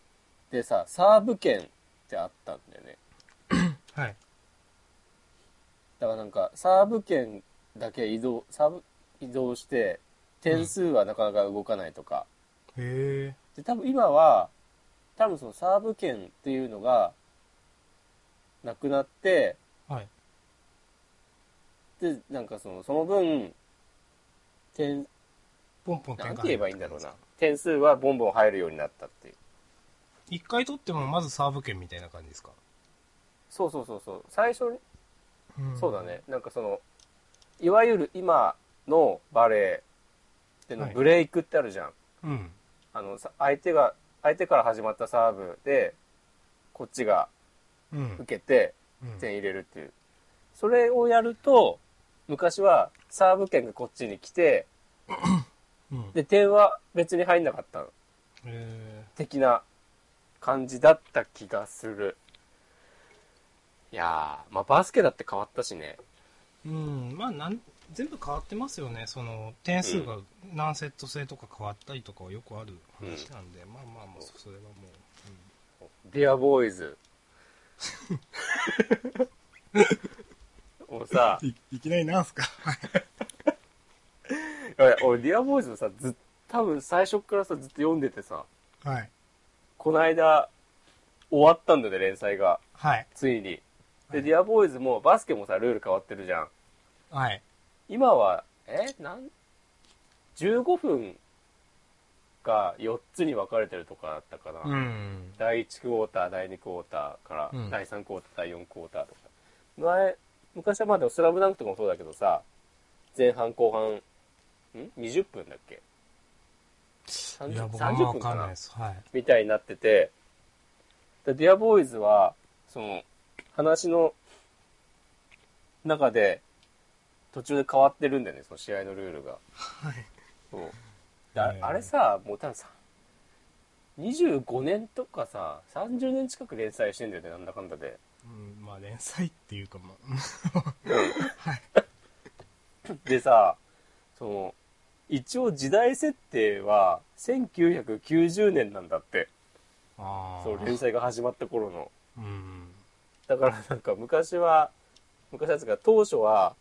Speaker 1: でさ、サーブ権ってあったんだよね。
Speaker 2: はい
Speaker 1: だからなんか、サーブ権だけ移動、サーブ移動して、点数はなかなか動かないとか。
Speaker 2: へえ
Speaker 1: で、多分今は、多分そのサーブ権っていうのが、なくなって、
Speaker 2: はい
Speaker 1: で、なんかその、その分、点、
Speaker 2: ポンポン
Speaker 1: なん
Speaker 2: 展
Speaker 1: て
Speaker 2: 開
Speaker 1: 言えばいいんだろうな。点数はボンボン入るようになったっていう。
Speaker 2: 一回取ってもまずサーブ権みたいな感じですか、
Speaker 1: そうそうそうそう。最初に、
Speaker 2: ん
Speaker 1: そうだ。ね。なんかその、いわゆる今のバレーでの
Speaker 2: はい
Speaker 1: ブレイクってあるじゃん。
Speaker 2: うん。
Speaker 1: あの、さ相手が、相手から始まったサーブで、こっちが
Speaker 2: うん。
Speaker 1: 受けて
Speaker 2: うん
Speaker 1: 点入れるっていう。それをやると、昔はサーブ権がこっちに来て、
Speaker 2: うん。
Speaker 1: で、点は別に入んなかったの。
Speaker 2: え
Speaker 1: 的な感じだった気がする。いやー、まあバスケだって変わったしね。
Speaker 2: ーうん。まあ、なん、全部変わってますよね。その、点数が何セット制とか変わったりとかはよくある話なんで、まあまあまあ、それはも
Speaker 1: ディアボーイ ズ。もうさ
Speaker 2: う。、いいきなりなんすか
Speaker 1: 俺俺ディアボーイズのさ、ずっ多分最初からさ、ずっと読んでてさ、
Speaker 2: はい。
Speaker 1: この間、終わったんだよね、連載が。
Speaker 2: はい。
Speaker 1: ついに。
Speaker 2: は
Speaker 1: で、
Speaker 2: い
Speaker 1: ディアボーイズも、バスケもさ、ルール変わってるじゃん。
Speaker 2: はい。
Speaker 1: 今は、えなん、15分が4つに分かれてるとかだったかな。
Speaker 2: うん。
Speaker 1: 第1クォーター、第2クォーターから、
Speaker 2: うん
Speaker 1: 第3クォーター、第4クォーターとか。前、昔はまあでもスラムダンクとかもそうだけどさ、前半後半、ん ?20 分だっけ
Speaker 2: い
Speaker 1: ?30
Speaker 2: や、
Speaker 1: 分
Speaker 2: 僕はあんま
Speaker 1: 30
Speaker 2: わ
Speaker 1: 分
Speaker 2: か
Speaker 1: か
Speaker 2: んない
Speaker 1: な
Speaker 2: です。はい。
Speaker 1: みたいになってて、でディアボーイズは、その、話の中で、途中で変わってるんだよね、その試合のルールが。
Speaker 2: はい。
Speaker 1: そうであ
Speaker 2: へー
Speaker 1: あれさもう多分さ25年とかさ30年近く連載してんだよねなんだかんだで
Speaker 2: うん、まあ、連載っていうか、まあ、
Speaker 1: でさその一応時代設定は1990年なんだって
Speaker 2: あ
Speaker 1: その連載が始まった頃の
Speaker 2: うん。
Speaker 1: だからなんか昔は昔はつか当初は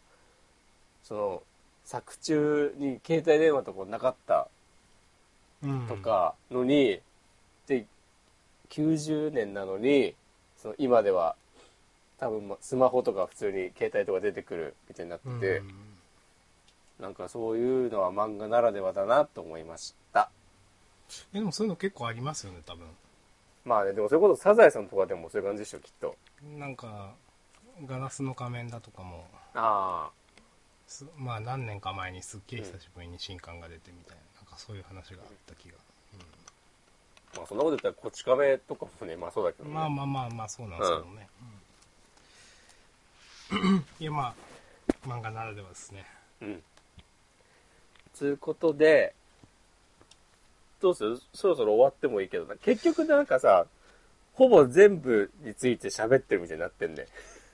Speaker 1: その作中に携帯電話とかなかった
Speaker 2: うん。
Speaker 1: と。かのに、で90年なのにその今では多分まスマホとか普通に携帯とか出てくるみたいになって
Speaker 2: うん。
Speaker 1: て、なんかそういうのは漫画ならではだなと思いました
Speaker 2: え、でもそういうの結構ありますよね、多分。
Speaker 1: まあねでもそれこそサザエさんとかでもそういう感じでしょきっと
Speaker 2: なんか、ガラスの仮面だとかも、
Speaker 1: ああ
Speaker 2: すまあ何年か前にすっげえ久しぶりに新刊が出てみたいな、なんかそういう話があった気が。
Speaker 1: まあそんなこと言ったらこち亀とかもねまあそうだけどね、
Speaker 2: まあまあまあまあ、そうなんですけどね。うんいや、まあ、漫画ならではですね。
Speaker 1: うんつうことでどうするそろそろ終わってもいいけどな結局なんかさほぼ全部について喋ってるみたいになってんね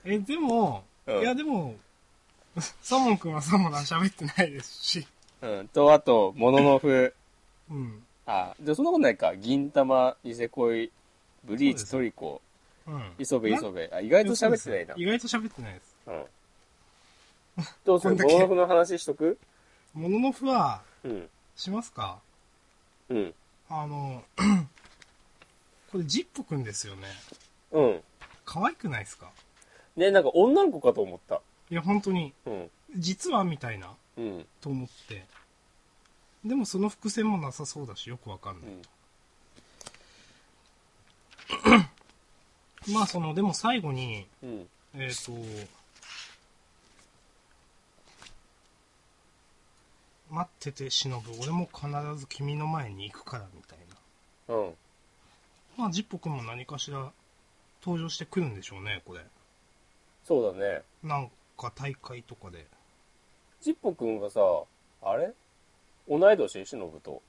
Speaker 2: え、でも、
Speaker 1: うん
Speaker 2: いやでも、 サモン君はサモンは喋ってないですし、
Speaker 1: うん、と、あと、もののふ。
Speaker 2: うん。
Speaker 1: あ、じゃあそんなことないか。銀玉、ニセ恋、ブリーチ、トリコ、
Speaker 2: うん。
Speaker 1: 磯部、
Speaker 2: なん
Speaker 1: 磯部。あ、意外と喋ってないな。
Speaker 2: 意外と喋ってないです。
Speaker 1: うん。どうする
Speaker 2: こ
Speaker 1: も
Speaker 2: んだけ
Speaker 1: ののふの話しとく
Speaker 2: モノノフは、
Speaker 1: うん。
Speaker 2: しますか
Speaker 1: うん。
Speaker 2: あの、 これジップくんですよね。
Speaker 1: うん。
Speaker 2: 可愛くないですか
Speaker 1: ね、なんか女の子かと思った。
Speaker 2: いや、本当に、
Speaker 1: うん。
Speaker 2: 実はみたいな、
Speaker 1: うん。うん。
Speaker 2: と思って。でもその伏線もなさそうだし、よくわかんない。 まあ、その、でも最後に、
Speaker 1: うん。
Speaker 2: えっ、と、待ってて、忍ぶ。俺も必ず君の前に行くから、みたいな。
Speaker 1: うん。
Speaker 2: まあ、ジッポくんも何かしら登場してくるんでしょうね、これ。
Speaker 1: そうだね。
Speaker 2: なんか大会とかで。
Speaker 1: ジッポくんがさ、あれ同い年しのぶと。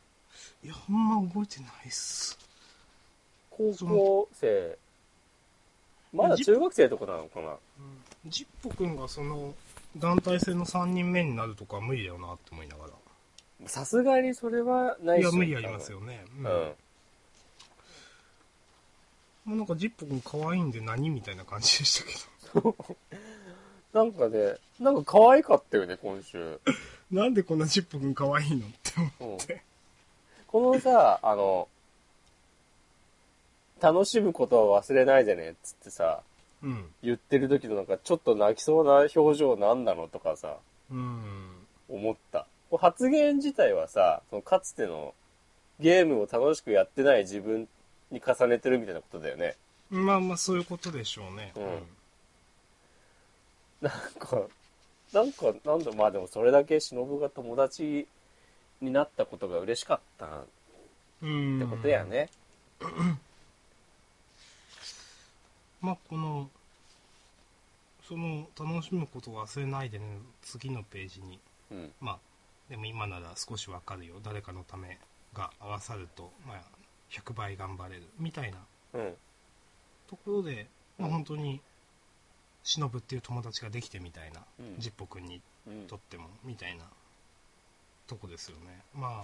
Speaker 2: いや、ほんま覚えてないっす。
Speaker 1: 高校生。まだ中学生とかなのかな
Speaker 2: ジッポくんがその、団体戦の3人目になるとかは無理だよなって思いなが
Speaker 1: さすがにそれはな
Speaker 2: ら。
Speaker 1: い
Speaker 2: い
Speaker 1: っし
Speaker 2: や、
Speaker 1: ょ
Speaker 2: 無理ありますよ。ね。
Speaker 1: 多
Speaker 2: うん。
Speaker 1: 分うん
Speaker 2: も。うなんかジッポくん可愛いんで何みたいな感じでしたけ
Speaker 1: なんかね、なんか可愛かったよね、今週。
Speaker 2: ど。 なんでこんなジッポくん可愛いのって思
Speaker 1: うん
Speaker 2: って。
Speaker 1: このさ、あの、楽しむことは忘れないでね、っつってさ、
Speaker 2: うん。
Speaker 1: 言ってる時のなんかちょっと泣きそうな表情なんなのとかさ、
Speaker 2: うん。
Speaker 1: 思った。こう発言自体はさ、そのかつてのゲームを楽しくやってない自分に重ねてるみたいなことだよね。
Speaker 2: まあまあ、そういうことでしょうね。
Speaker 1: うんなんか、なんか、なんだ、まあでもそれだけ忍が友達になったことが嬉しかったっ
Speaker 2: うん。
Speaker 1: てことやね。
Speaker 2: まあ、この、その、楽しむことを忘れないでね、次のページに、
Speaker 1: うん。
Speaker 2: まあ、でも今なら少しわかるよ、誰かのためが合わさると、まあ、100倍頑張れる、みたいな
Speaker 1: うん。
Speaker 2: ところで、まあ、
Speaker 1: うん
Speaker 2: 本当に、忍っていう友達ができてみたいな、
Speaker 1: うん
Speaker 2: ジッポ君に
Speaker 1: うん
Speaker 2: とっても、みたいなとこですよね。まあ、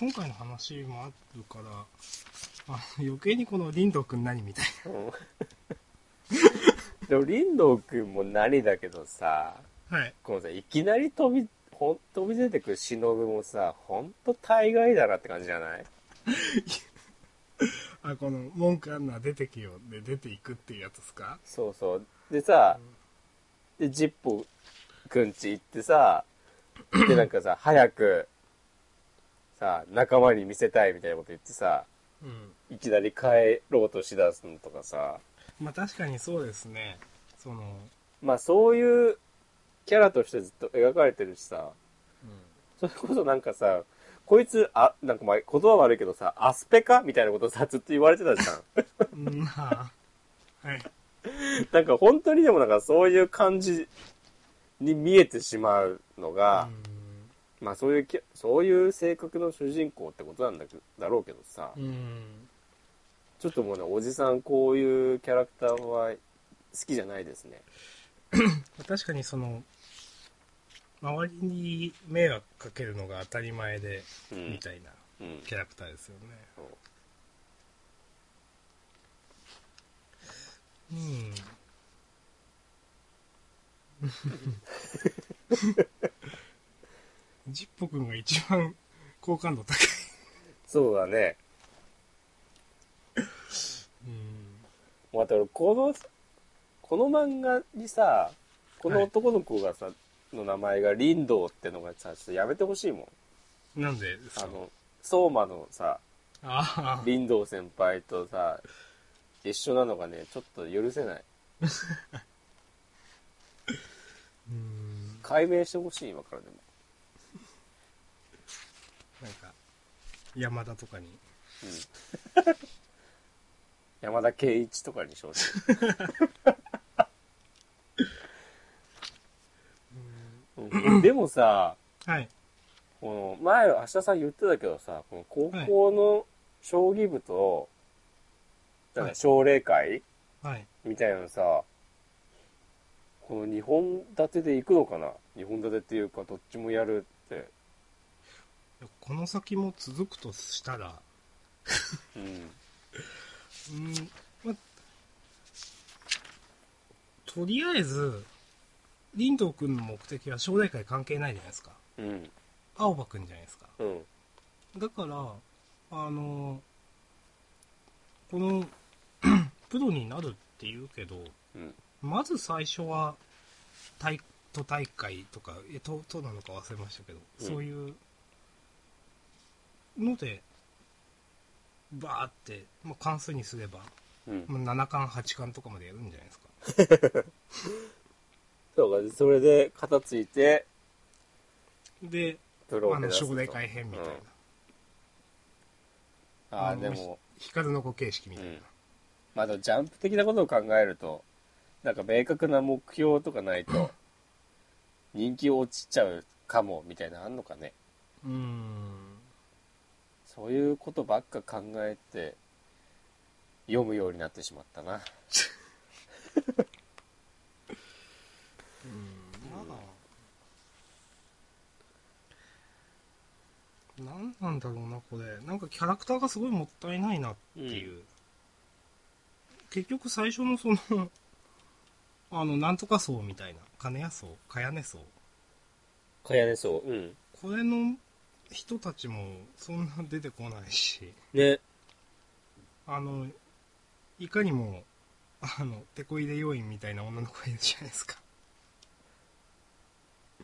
Speaker 2: 今回の話もあるから、まあ、余計にこのリンド君何みたい
Speaker 1: うんでも、リンドウ君も何だけどさ、
Speaker 2: な。はい。
Speaker 1: このさ、いきなり飛び、ほん、飛び出てくる忍もさ、ほんと大概だなって感じじゃない
Speaker 2: あこの文句あんな出てきよで出ていくっていうやつですか
Speaker 1: そうそう。でさ、で、ジッポくんち行ってさ、で、なんかさ、早く、さ、仲間に見せたいみたいなこと言ってさ、
Speaker 2: うん
Speaker 1: いきなり帰ろうとしだすのとかさ、
Speaker 2: まあ確かにそうですねその、
Speaker 1: まあそういうキャラとしてずっと描かれてるしさ、それこそなんかさ、こいつ、あ、なんかまあ言葉悪いけどさ、アスペかみたいなことさ、ずっと言われてたじゃん。
Speaker 2: うん、まあはい
Speaker 1: なんか本当にでもなんかそういう感じに見えてしまうのが、まあそういうき、そういう性格の主人公ってことなんだけだろうけどさ、
Speaker 2: うんうん
Speaker 1: ちょっともうね、おじさんこういうキャラクターは好きじゃないですね。
Speaker 2: 確かにその周りに迷惑かけるのが当たり前で、
Speaker 1: う
Speaker 2: み
Speaker 1: ん。
Speaker 2: たいな
Speaker 1: うん。
Speaker 2: キャラクターですよね
Speaker 1: そう
Speaker 2: うんジッポ君が一番好感度高い
Speaker 1: そうだね。
Speaker 2: うん
Speaker 1: また俺、この、この漫画にさ、この男の子がさ、の名前が林道ってのがさ、ちょっとやめてほしいもん。
Speaker 2: なんでです
Speaker 1: あ
Speaker 2: か
Speaker 1: の、相馬のさ、
Speaker 2: ああ、
Speaker 1: 林道先輩とさ、一緒なのがね、ちょっと許せない。
Speaker 2: うん、
Speaker 1: 解明してほしい、今からでも。
Speaker 2: なんか、山田とかに。
Speaker 1: うん山田圭一とかにしてほしい。うんでもさ、
Speaker 2: はい。
Speaker 1: この前、明日さん言ってたけどさ、この高校の将棋部と、なん
Speaker 2: はい
Speaker 1: か奨励会
Speaker 2: はい。
Speaker 1: みたいなのさ、この2本立てで行くのかな ?2 本立てっていうか、どっちもやるって。
Speaker 2: この先も続くとしたら、
Speaker 1: うん。
Speaker 2: うん、ま、とりあえず、林道くんの目的は奨励会関係ないじゃないですか。
Speaker 1: うん。
Speaker 2: 青葉くんじゃないですか。
Speaker 1: うん。
Speaker 2: だから、あの、この、 プロになるって言うけど、
Speaker 1: うん。
Speaker 2: まず最初は、大都大会とか、え、都、都なのか忘れましたけど、
Speaker 1: うん
Speaker 2: そういうので、バーって、もう関数にすれば、
Speaker 1: うん。
Speaker 2: もう7巻、8巻とかまでやるんじゃないですか。
Speaker 1: そうか、それで肩ついて、
Speaker 2: で、
Speaker 1: プロを
Speaker 2: あ
Speaker 1: 目
Speaker 2: の、
Speaker 1: 指すと
Speaker 2: 奨励会編みたいな。
Speaker 1: うんああ、
Speaker 2: の
Speaker 1: でも、
Speaker 2: 光の子形式みたいな。
Speaker 1: うんまあ、でもジャンプ的なことを考えると、なんか明確な目標とかないと、人気落ちちゃうかも、みたいなのあんのかね。
Speaker 2: うーん。
Speaker 1: そういうことばっか考えて、読むようになってしまったな。
Speaker 2: うん。まあ、なんなんだろうな、これ。なんかキャラクターがすごいもったいないなっていう。結局最初のそ の、あの、なんとか層みたいな。金谷層、かやね層。
Speaker 1: かやねそう。うん。
Speaker 2: これの人たちもそんな出てこないし。
Speaker 1: ね。
Speaker 2: あの、いかにも、あの、手こ入れ要員みたいな女の子がいるじゃないですか。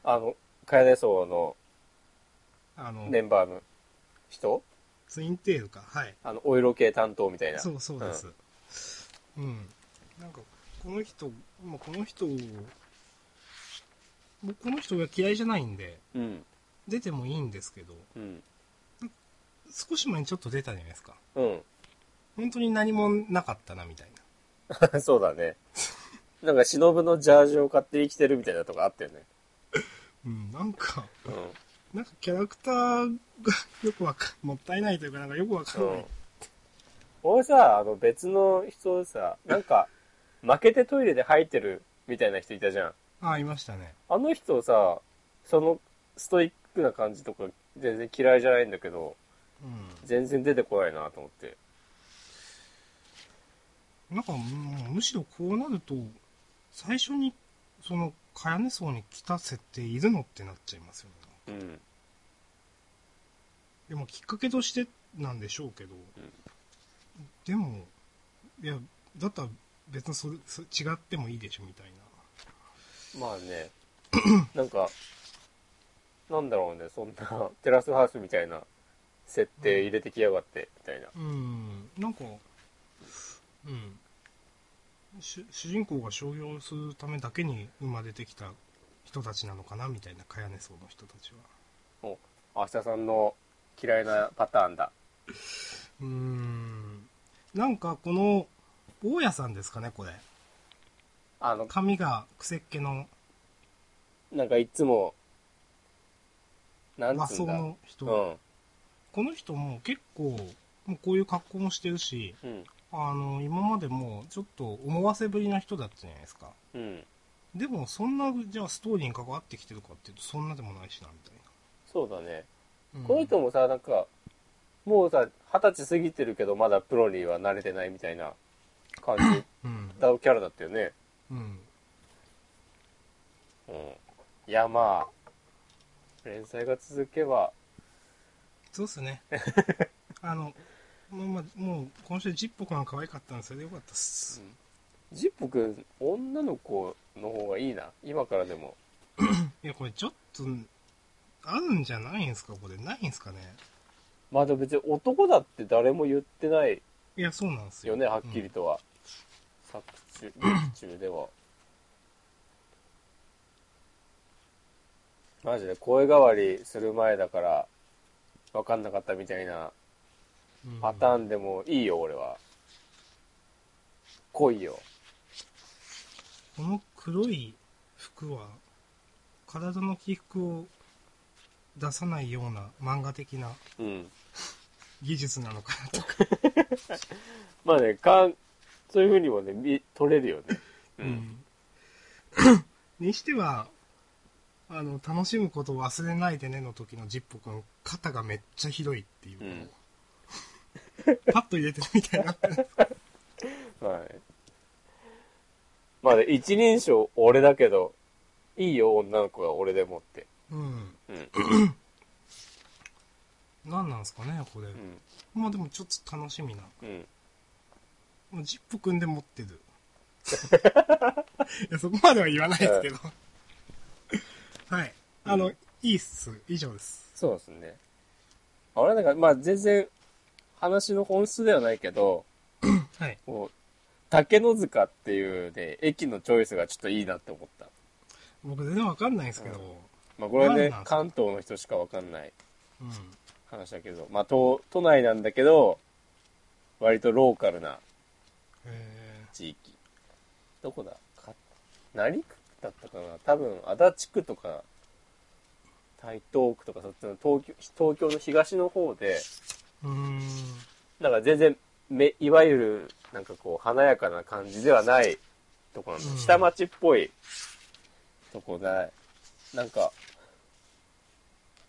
Speaker 1: あの、かやねそうの
Speaker 2: あの、
Speaker 1: メンバーの人
Speaker 2: ツインテールか。はい。
Speaker 1: あの、お色系担当みたいな。
Speaker 2: そうそうです。うん。なんか、この人、まあ、この人を、僕この人が嫌いじゃないんで、
Speaker 1: うん。
Speaker 2: 出てもいいんですけど、
Speaker 1: うん。
Speaker 2: 少し前にちょっと出たじゃないですか。
Speaker 1: うん。
Speaker 2: 本当に何もなかったな、みたいな。
Speaker 1: そうだね。なんか、忍のジャージを買って生きてるみたいなとこあったよね。
Speaker 2: うん、なんか、
Speaker 1: うん。
Speaker 2: なんかキャラクターがよくわかん、もったいないというか、なんかよくわかん
Speaker 1: う
Speaker 2: ない。
Speaker 1: ん。俺さ、あの、別の人さ、なんか、負けてトイレで吐いてるみたいな人いたじゃん。
Speaker 2: ああ、いましたね。
Speaker 1: あの人さ、そのストイックな感じとか全然嫌いじゃないんだけど、
Speaker 2: う
Speaker 1: 全然出てこないなと思って。
Speaker 2: ん。なんか、うんむしろこうなると、最初に、その、カヤネ層に来た設定いるのってなっちゃいますよね。
Speaker 1: うん。
Speaker 2: でもきっかけとしてなんでしょうけど、でも、いや、だったら別にそれそ違ってもいいでしょみたい
Speaker 1: まあね、 なんか、なんだろうね、そんな、テラスハウスみたいな設定入れてきやがって、みたいな。
Speaker 2: な。うん、なんか、うん。主主人公が商業するためだけに生まれてきた人たちなのかなみたいな、カヤネ層の人たちは。
Speaker 1: もう、明日さんの嫌いなパターンだ。
Speaker 2: うーん。なんかこの、大家さんですかね、これ。
Speaker 1: あの、
Speaker 2: 髪が癖っ気の
Speaker 1: なんかいつも、なん
Speaker 2: 和
Speaker 1: つう
Speaker 2: 装
Speaker 1: んだ。
Speaker 2: の人。
Speaker 1: うん。
Speaker 2: この人も結構、もうこういう格好もしてるし、
Speaker 1: うん。
Speaker 2: あの、今までもちょっと思わせぶりな人だったじゃないですか。
Speaker 1: うん。
Speaker 2: でも、そんな、じゃあストーリーに関わってきてるかっていうと、そんなでもないしな、みたい
Speaker 1: そうだね。
Speaker 2: な。うん
Speaker 1: この人もさ、なんか、もうさ、二十歳過ぎてるけど、まだプロには慣れてないみたいな感じ
Speaker 2: うん。
Speaker 1: だキャラだったよね。
Speaker 2: うん。
Speaker 1: うん。いや、まあ、連載が続けば、
Speaker 2: そうっ すね。あの、まあまあ、もう、今週ジッポくんが可愛かったんで、それでよかったっす。
Speaker 1: ジップくん、女の子の方がいいな。今からでも。
Speaker 2: いや、これちょっと、あるんじゃないんすかこれ、ないんすかね
Speaker 1: まあでも別に男だって誰も言ってない
Speaker 2: いや、そうなんですよ。
Speaker 1: よね、はっきり
Speaker 2: うん
Speaker 1: とは。作中、劇中では。マジで声変わりする前だから、わかんなかったみたいな
Speaker 2: うん
Speaker 1: パターンでもいいよ、俺は。来いよ。
Speaker 2: この黒い服は体の起伏を出さないような漫画的な
Speaker 1: うん。
Speaker 2: 技術なのかなとか、
Speaker 1: まあね、かん、そういう風にもね、見、取れるよね。う。
Speaker 2: うんん にしてはあの楽しむことを忘れないでねの時のジッポくん肩がめっちゃひどいっていう、
Speaker 1: うん
Speaker 2: パッと入れてるみたいな
Speaker 1: はい。まあね、一人称俺だけど、いいよ、女の子が俺でもって。
Speaker 2: うん
Speaker 1: うん。
Speaker 2: 何なんですかねこれ、まあでもちょっと楽しみな
Speaker 1: うん。うん。
Speaker 2: もうジップくんで持ってる。 いや、そこまでは言わないですけど。はい。あの、
Speaker 1: うん
Speaker 2: いいっす。以上です。
Speaker 1: そうですね。あれなんか、まあ全然、話の本質ではないけど、
Speaker 2: はい。
Speaker 1: こう、竹の塚っていうね、駅のチョイスがちょっといいなって思った。
Speaker 2: 僕全然わかんないですけど。
Speaker 1: まあこれは
Speaker 2: なん
Speaker 1: ね
Speaker 2: なん、すか
Speaker 1: 関東の人しかわかんない
Speaker 2: うん。
Speaker 1: 話だけど、まあ都、都内なんだけど、割とローカルな
Speaker 2: え
Speaker 1: 地域。どこだか何区だったかな多分、足立区とか、台東区とか、そっちの東京、東京の東の方で、
Speaker 2: ー、うーん。
Speaker 1: なんか全然め、いわゆる、なんかこう、華やかな感じではないとこなんだよ
Speaker 2: うん
Speaker 1: 下町っぽいとこで、なんか、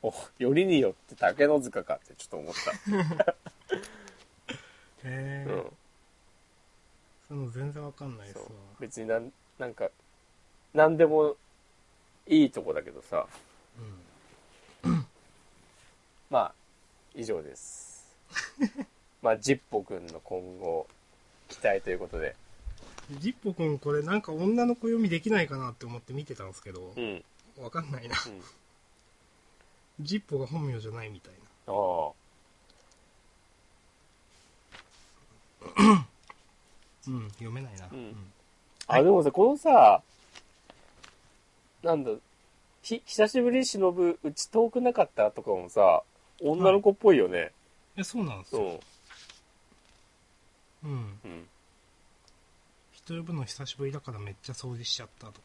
Speaker 1: お、よりによって竹の塚かってちょっと思っ
Speaker 2: え
Speaker 1: た。う
Speaker 2: ー、
Speaker 1: ん。
Speaker 2: その全然わかんないで
Speaker 1: そ
Speaker 2: す
Speaker 1: う
Speaker 2: わ。
Speaker 1: 別になん、なんか、なんでもいいとこだけどさ。
Speaker 2: うん。
Speaker 1: まあ、以上 です。まあ、ジッポくんの今後、期待ということで。
Speaker 2: ジッポくんこれなんか女の子読みできないかなって思って見てたんですけど
Speaker 1: う、ん。
Speaker 2: わかんないな。
Speaker 1: うん。
Speaker 2: ジッポが本名じゃないみたいな。
Speaker 1: ああ。
Speaker 2: うん、読めないな。
Speaker 1: う
Speaker 2: うんん。
Speaker 1: あ、でもさ、このさ、なんだ、ひ、久しぶりに忍ぶ、うち遠くなかったとかもさ、女の子っぽいよね。
Speaker 2: え、そうなんです
Speaker 1: う
Speaker 2: よ。
Speaker 1: ん。
Speaker 2: うん。
Speaker 1: うん。
Speaker 2: 人呼ぶの久しぶりだからめっちゃ掃除しちゃったとか。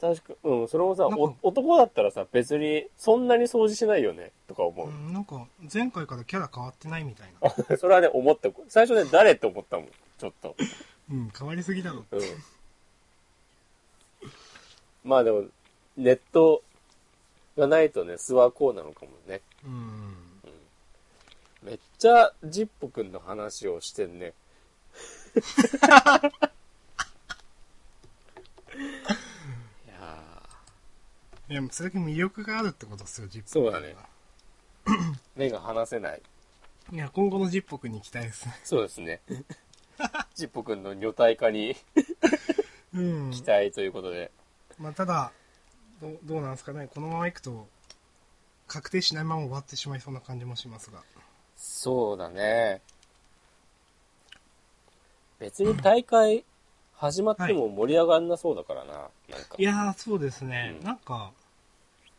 Speaker 1: 確か、うん、それもさ、
Speaker 2: なんか
Speaker 1: お男だったらさ、別に、そんなに掃除しないよね、とか思
Speaker 2: う
Speaker 1: う。
Speaker 2: ん、なんか、前回からキャラ変わってないみたいな。
Speaker 1: それはね、思った。最初ね、誰って思ったもん、ちょっと。
Speaker 2: うん、変わりすぎだろ。
Speaker 1: うん。まあでも、ネットがないとね、諏訪こうなのかもね。
Speaker 2: うん。
Speaker 1: めっちゃ、ジッポくんの話をして んね。いや
Speaker 2: いや、それだけ魅力があるってことですよ、ジップ。
Speaker 1: そうだねー目が離せない。
Speaker 2: いや、今後のジッポ君に期待ですね。
Speaker 1: そうですね。ジッポくんの女体化に
Speaker 2: うん。
Speaker 1: 期待ということで。
Speaker 2: まあ、ただどう、どうなんですかね。このままいくと、確定しないまま終わってしまいそうな感じもしますが。
Speaker 1: そうだね。別に大会始まっても盛り上がんなそうだからな。なんか
Speaker 2: い。やー、そうですね。
Speaker 1: うん
Speaker 2: なんか、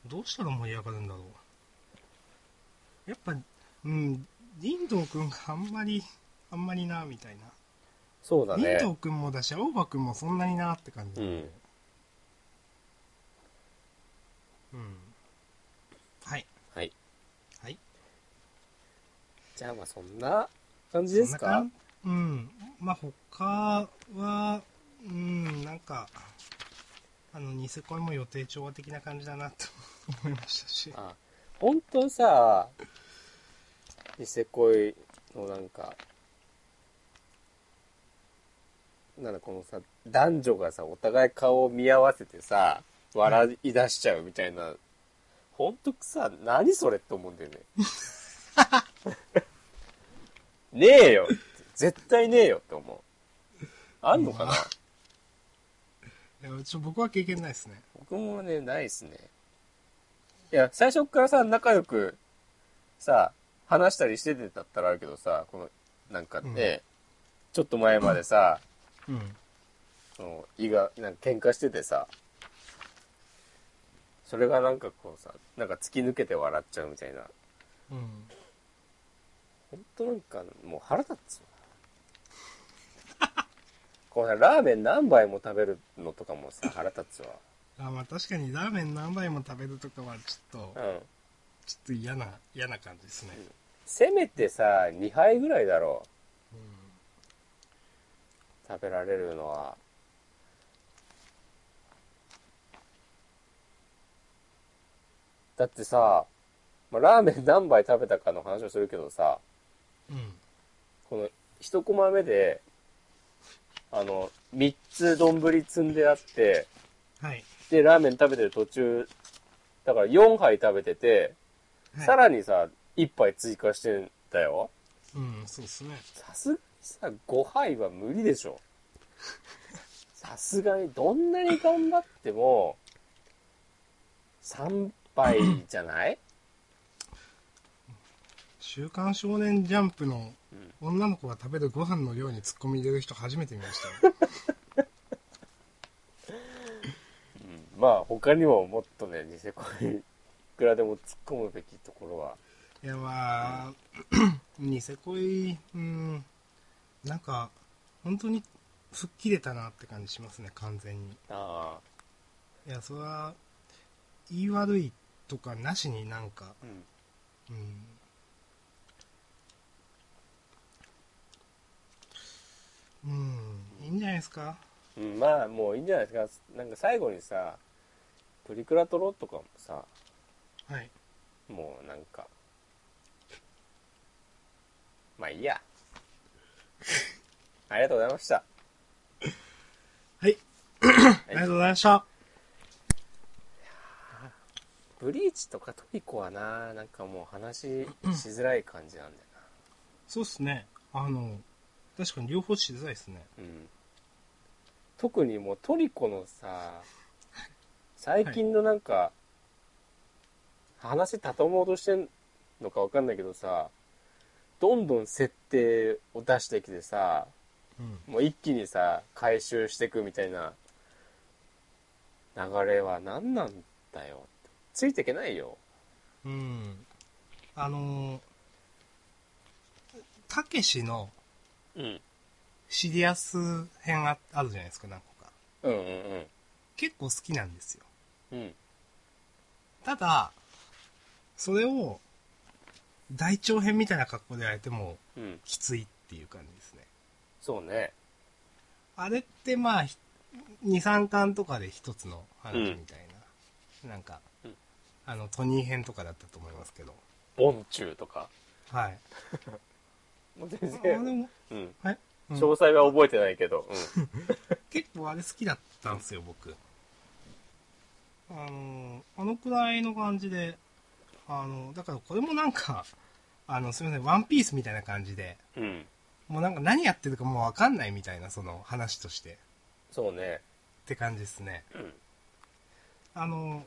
Speaker 2: どうしたら盛り上がるんだろう。やっぱ、うん、林道くんがあんまり、あんまりな、みたいな。
Speaker 1: そうだね
Speaker 2: 林。道くんもだし、青葉くんもそんなになって感じ。
Speaker 1: うん。
Speaker 2: うん。はい。
Speaker 1: はい。
Speaker 2: はい。
Speaker 1: じゃあまあそんな感じですか
Speaker 2: そんな感うん。まあ、他は、うん、なんか、あの、ニセ恋も予定調和的な感じだなと思いましたし。
Speaker 1: あ本当さ、ニセ恋のなんか、なんだこのさ、男女がさ、お互い顔を見合わせてさ、笑い出しちゃうみたいな、ほんとさ、何それって思うんだよね。 ねえよ絶対ねえよって思う。あんのかな、
Speaker 2: いやちょ僕は経験ないですね。
Speaker 1: 僕もね、ないですね。いや、最初っからさ、仲良く、さ、話したりしててだったらあるけどさ、この、なんかね、
Speaker 2: うん
Speaker 1: ちょっと前までさ、
Speaker 2: うん。
Speaker 1: その、胃が、なんか喧嘩しててさ、それがなんかこうさ、なんか突き抜けて笑っちゃうみたいな。
Speaker 2: うん。
Speaker 1: ほんとなんか、もう腹立つわ。こうさ、ラーメン何杯も食べるのとかもさ、腹立つわ。
Speaker 2: あまあ確かにラーメン何杯も食べるとかはちょっと、
Speaker 1: うん。
Speaker 2: ちょっと嫌な、嫌な感じですね。
Speaker 1: せめてさ、2杯ぐらいだろう。食べられるのはだってさ、まあ、ラーメン何杯食べたかの話をするけどさ
Speaker 2: うん。うん。
Speaker 1: この一コマ目であの3つ丼積んであって
Speaker 2: はい。
Speaker 1: でラーメン食べてる途中だから4杯食べてて、
Speaker 2: はい、
Speaker 1: さらにさ1杯追加してんだよ
Speaker 2: うん、そうですね。
Speaker 1: さすがにさ5杯は無理でしょ さすがにどんなに頑張っても3杯じゃない
Speaker 2: 週刊少年ジャンプの
Speaker 1: うん
Speaker 2: 女の子が食べるご飯の量にツッコミ入れる人初めて見 ましたよ。
Speaker 1: まあ他にももっとねニセコにいくらでも突っ込むべきところはい
Speaker 2: や、まあ、 ニセ恋、うん、なんか、本当に吹っ切れたなって感じしますね、完全に。
Speaker 1: ああ
Speaker 2: いや、それは、言い悪いとかなしになんか、
Speaker 1: うん
Speaker 2: うん。うん、いいんじゃないですか
Speaker 1: うんまあもういいんじゃないですかなんか最後にさプリクラ撮ろうとかもさ
Speaker 2: はい。
Speaker 1: もうなんかまあいい やありがとうございました
Speaker 2: はい。ありがとうございました。
Speaker 1: ブリーチとかトリコはな、なんかもう話しづらい感じなんだよ
Speaker 2: そうっすね。あの、確かに両方しづらいですね。
Speaker 1: な。うん。特にもうトリコのさ、最近のなんか、話畳もうとしてんのかわかんないけどさ、どんどん設定を出してきてさ
Speaker 2: うん。
Speaker 1: もう一気にさ回収していくみたいな流れは何なんだよついていけないよ
Speaker 2: うん。あのーたけしの
Speaker 1: うん
Speaker 2: シリアス編ああるじゃないですか、何個か。
Speaker 1: うんうん
Speaker 2: 結構好きなんですよ。
Speaker 1: うんうん
Speaker 2: ただ、それを、大長編みたいな格好でやれても、
Speaker 1: うん
Speaker 2: きついっていう感じですね。
Speaker 1: そうね
Speaker 2: あれってまあ、ひ2、3巻とかで一つの話みたいな。なんか
Speaker 1: うん、
Speaker 2: あの、トニー編とかだったと思いますけど。
Speaker 1: ボンチューとか
Speaker 2: はい。
Speaker 1: もう全
Speaker 2: あで
Speaker 1: 然、
Speaker 2: も、
Speaker 1: うん、
Speaker 2: はい。うん
Speaker 1: 詳細は覚えてないけど、うん、
Speaker 2: 結構あれ好きだったんですよ、僕。あの、あのくらいの感じで、あの、だからこれもなんか、あの、すみません、ワンピースみたいな感じで、
Speaker 1: うん、
Speaker 2: もうなんか何やってるかもうわかんないみたいな、その話として。
Speaker 1: そうね
Speaker 2: って感じですね。
Speaker 1: うん
Speaker 2: あの、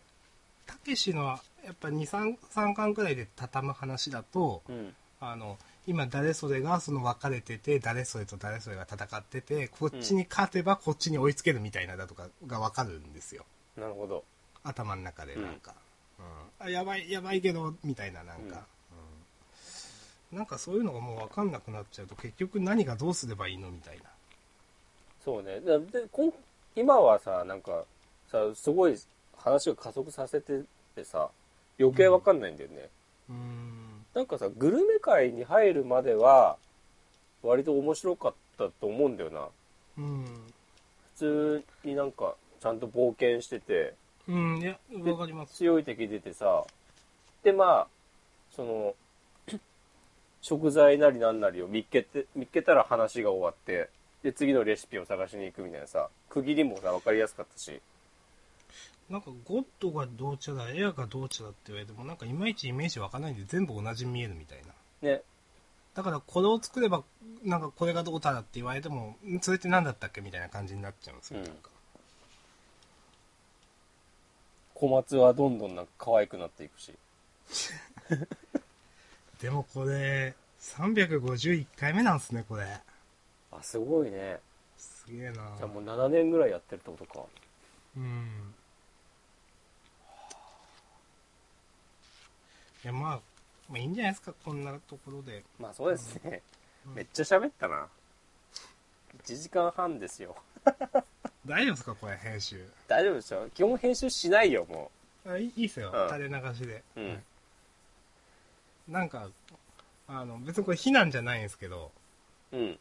Speaker 2: たけしの、やっぱ2、3、3巻くらいで畳む話だと、
Speaker 1: うん
Speaker 2: あの、今誰それがその分かれてて、誰それと誰それが戦ってて、こっちに勝てばこっちに追いつけるみたいなだとかが分かるんですよ。
Speaker 1: なるほど
Speaker 2: 頭の中でなんか、うんあやばいやばいけどみたいななんか、うんなんかそういうのがもう分かんなくなっちゃうと結局何がどうすればいいのみたいな
Speaker 1: そうねだでこん今はさなんかさすごい話を加速させててさ余計わかんないんだよね、
Speaker 2: うーん
Speaker 1: なんかさグルメ界に入るまでは割と面白かったと思うんだよな
Speaker 2: うん
Speaker 1: 普通になんかちゃんと冒険してて
Speaker 2: うんいや分かります
Speaker 1: 強い敵出てさでまあその食材なりなんなりを見っけて見っけたら話が終わってで次のレシピを探しに行くみたいなさ区切りもさ分かりやすかったし
Speaker 2: なんかゴッドがどうちゃだエアがどうちゃだって言われてもなんかいまいちイメージ湧かないんで全部同じに見えるみたいな
Speaker 1: ね
Speaker 2: だからこれを作ればなんかこれがどうたらって言われてもんそれって何だったっけみたいな感じになっちゃうんですよ、
Speaker 1: うん
Speaker 2: なんか
Speaker 1: 小松はどんどんなんか可愛くなっていくし
Speaker 2: でもこれ351回目なんですねこれ
Speaker 1: あすごいね
Speaker 2: すげえな
Speaker 1: じゃあもう7年ぐらいやってるってことか
Speaker 2: うんいやまあ、まあいいんじゃないですかこんなところで
Speaker 1: まあそうですね、
Speaker 2: うん
Speaker 1: めっちゃ喋ったな1時間半ですよ
Speaker 2: 大丈夫ですかこれ編集
Speaker 1: 大丈夫でしょ基本編集しないよも
Speaker 2: あいいいいっすよ、
Speaker 1: うん
Speaker 2: 垂れ流しで、
Speaker 1: ううん、
Speaker 2: はいなんかあの別にこれ非難じゃないんですけど
Speaker 1: うん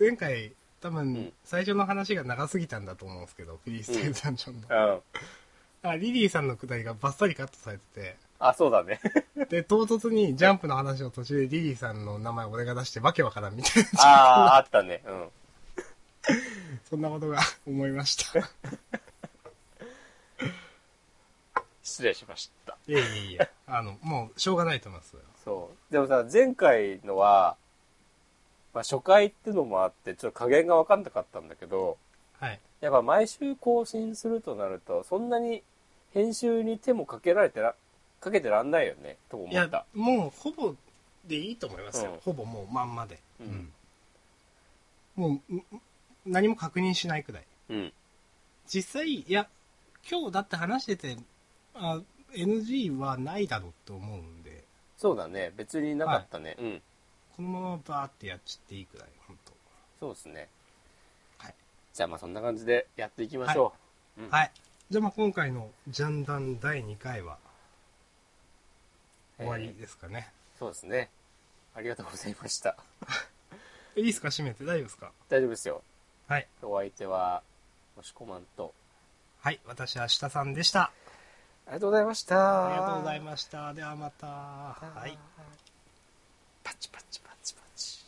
Speaker 2: 前回多
Speaker 1: う
Speaker 2: 分
Speaker 1: ん
Speaker 2: 最初の話が長すぎたんだと思うんですけどフリースタイルダンジョンの、
Speaker 1: うん
Speaker 2: あリリーさんのくだりがバッサリカットされてて
Speaker 1: あそうだね
Speaker 2: で、唐突にジャンプの話を途中でリリーさんの名前俺が出してわけわからんみたいな、
Speaker 1: あ ああったねうん
Speaker 2: そんなことが思い ました。い
Speaker 1: 失礼しました
Speaker 2: やいやいや、あの、もうしょうがないと思います。
Speaker 1: そうでもさ前回のは、まあ、初回ってのもあってちょっと加減が分かんなかったんだけど
Speaker 2: はい。
Speaker 1: やっぱ毎週更新するとなるとそんなに編集に手もかけられてらかけてらんないよねと思
Speaker 2: い
Speaker 1: っ
Speaker 2: や
Speaker 1: た、
Speaker 2: もうほぼでいいと思いますよ。
Speaker 1: うん
Speaker 2: ほぼもうまんまで。
Speaker 1: うん
Speaker 2: もう、ん何も確認しないくらい。
Speaker 1: うん
Speaker 2: 実際、いや、今日だって話してて、あ NG はないだろうと思うんで、
Speaker 1: そうだね別になかったね、うん
Speaker 2: このままバーってやっちゃっていいくらい、本当
Speaker 1: そうですね。
Speaker 2: はい。
Speaker 1: じゃあまあそんな感じでやっていきましょう。
Speaker 2: はい。じゃあまあ今回のジャンダン第2回は
Speaker 1: うん
Speaker 2: 終わ
Speaker 1: え
Speaker 2: り
Speaker 1: ー
Speaker 2: ですかね。
Speaker 1: そうですね。ありがとうございました。
Speaker 2: えいいですか閉めて大丈夫ですか
Speaker 1: 大丈夫ですよ。
Speaker 2: はい。
Speaker 1: お相手は、もしこまんと。
Speaker 2: はい。私は下さんでした。
Speaker 1: ありがとうございました。
Speaker 2: ありがとうござい
Speaker 1: し
Speaker 2: ました。ではまた。
Speaker 1: た
Speaker 2: はい。
Speaker 1: パチパチパチパチ。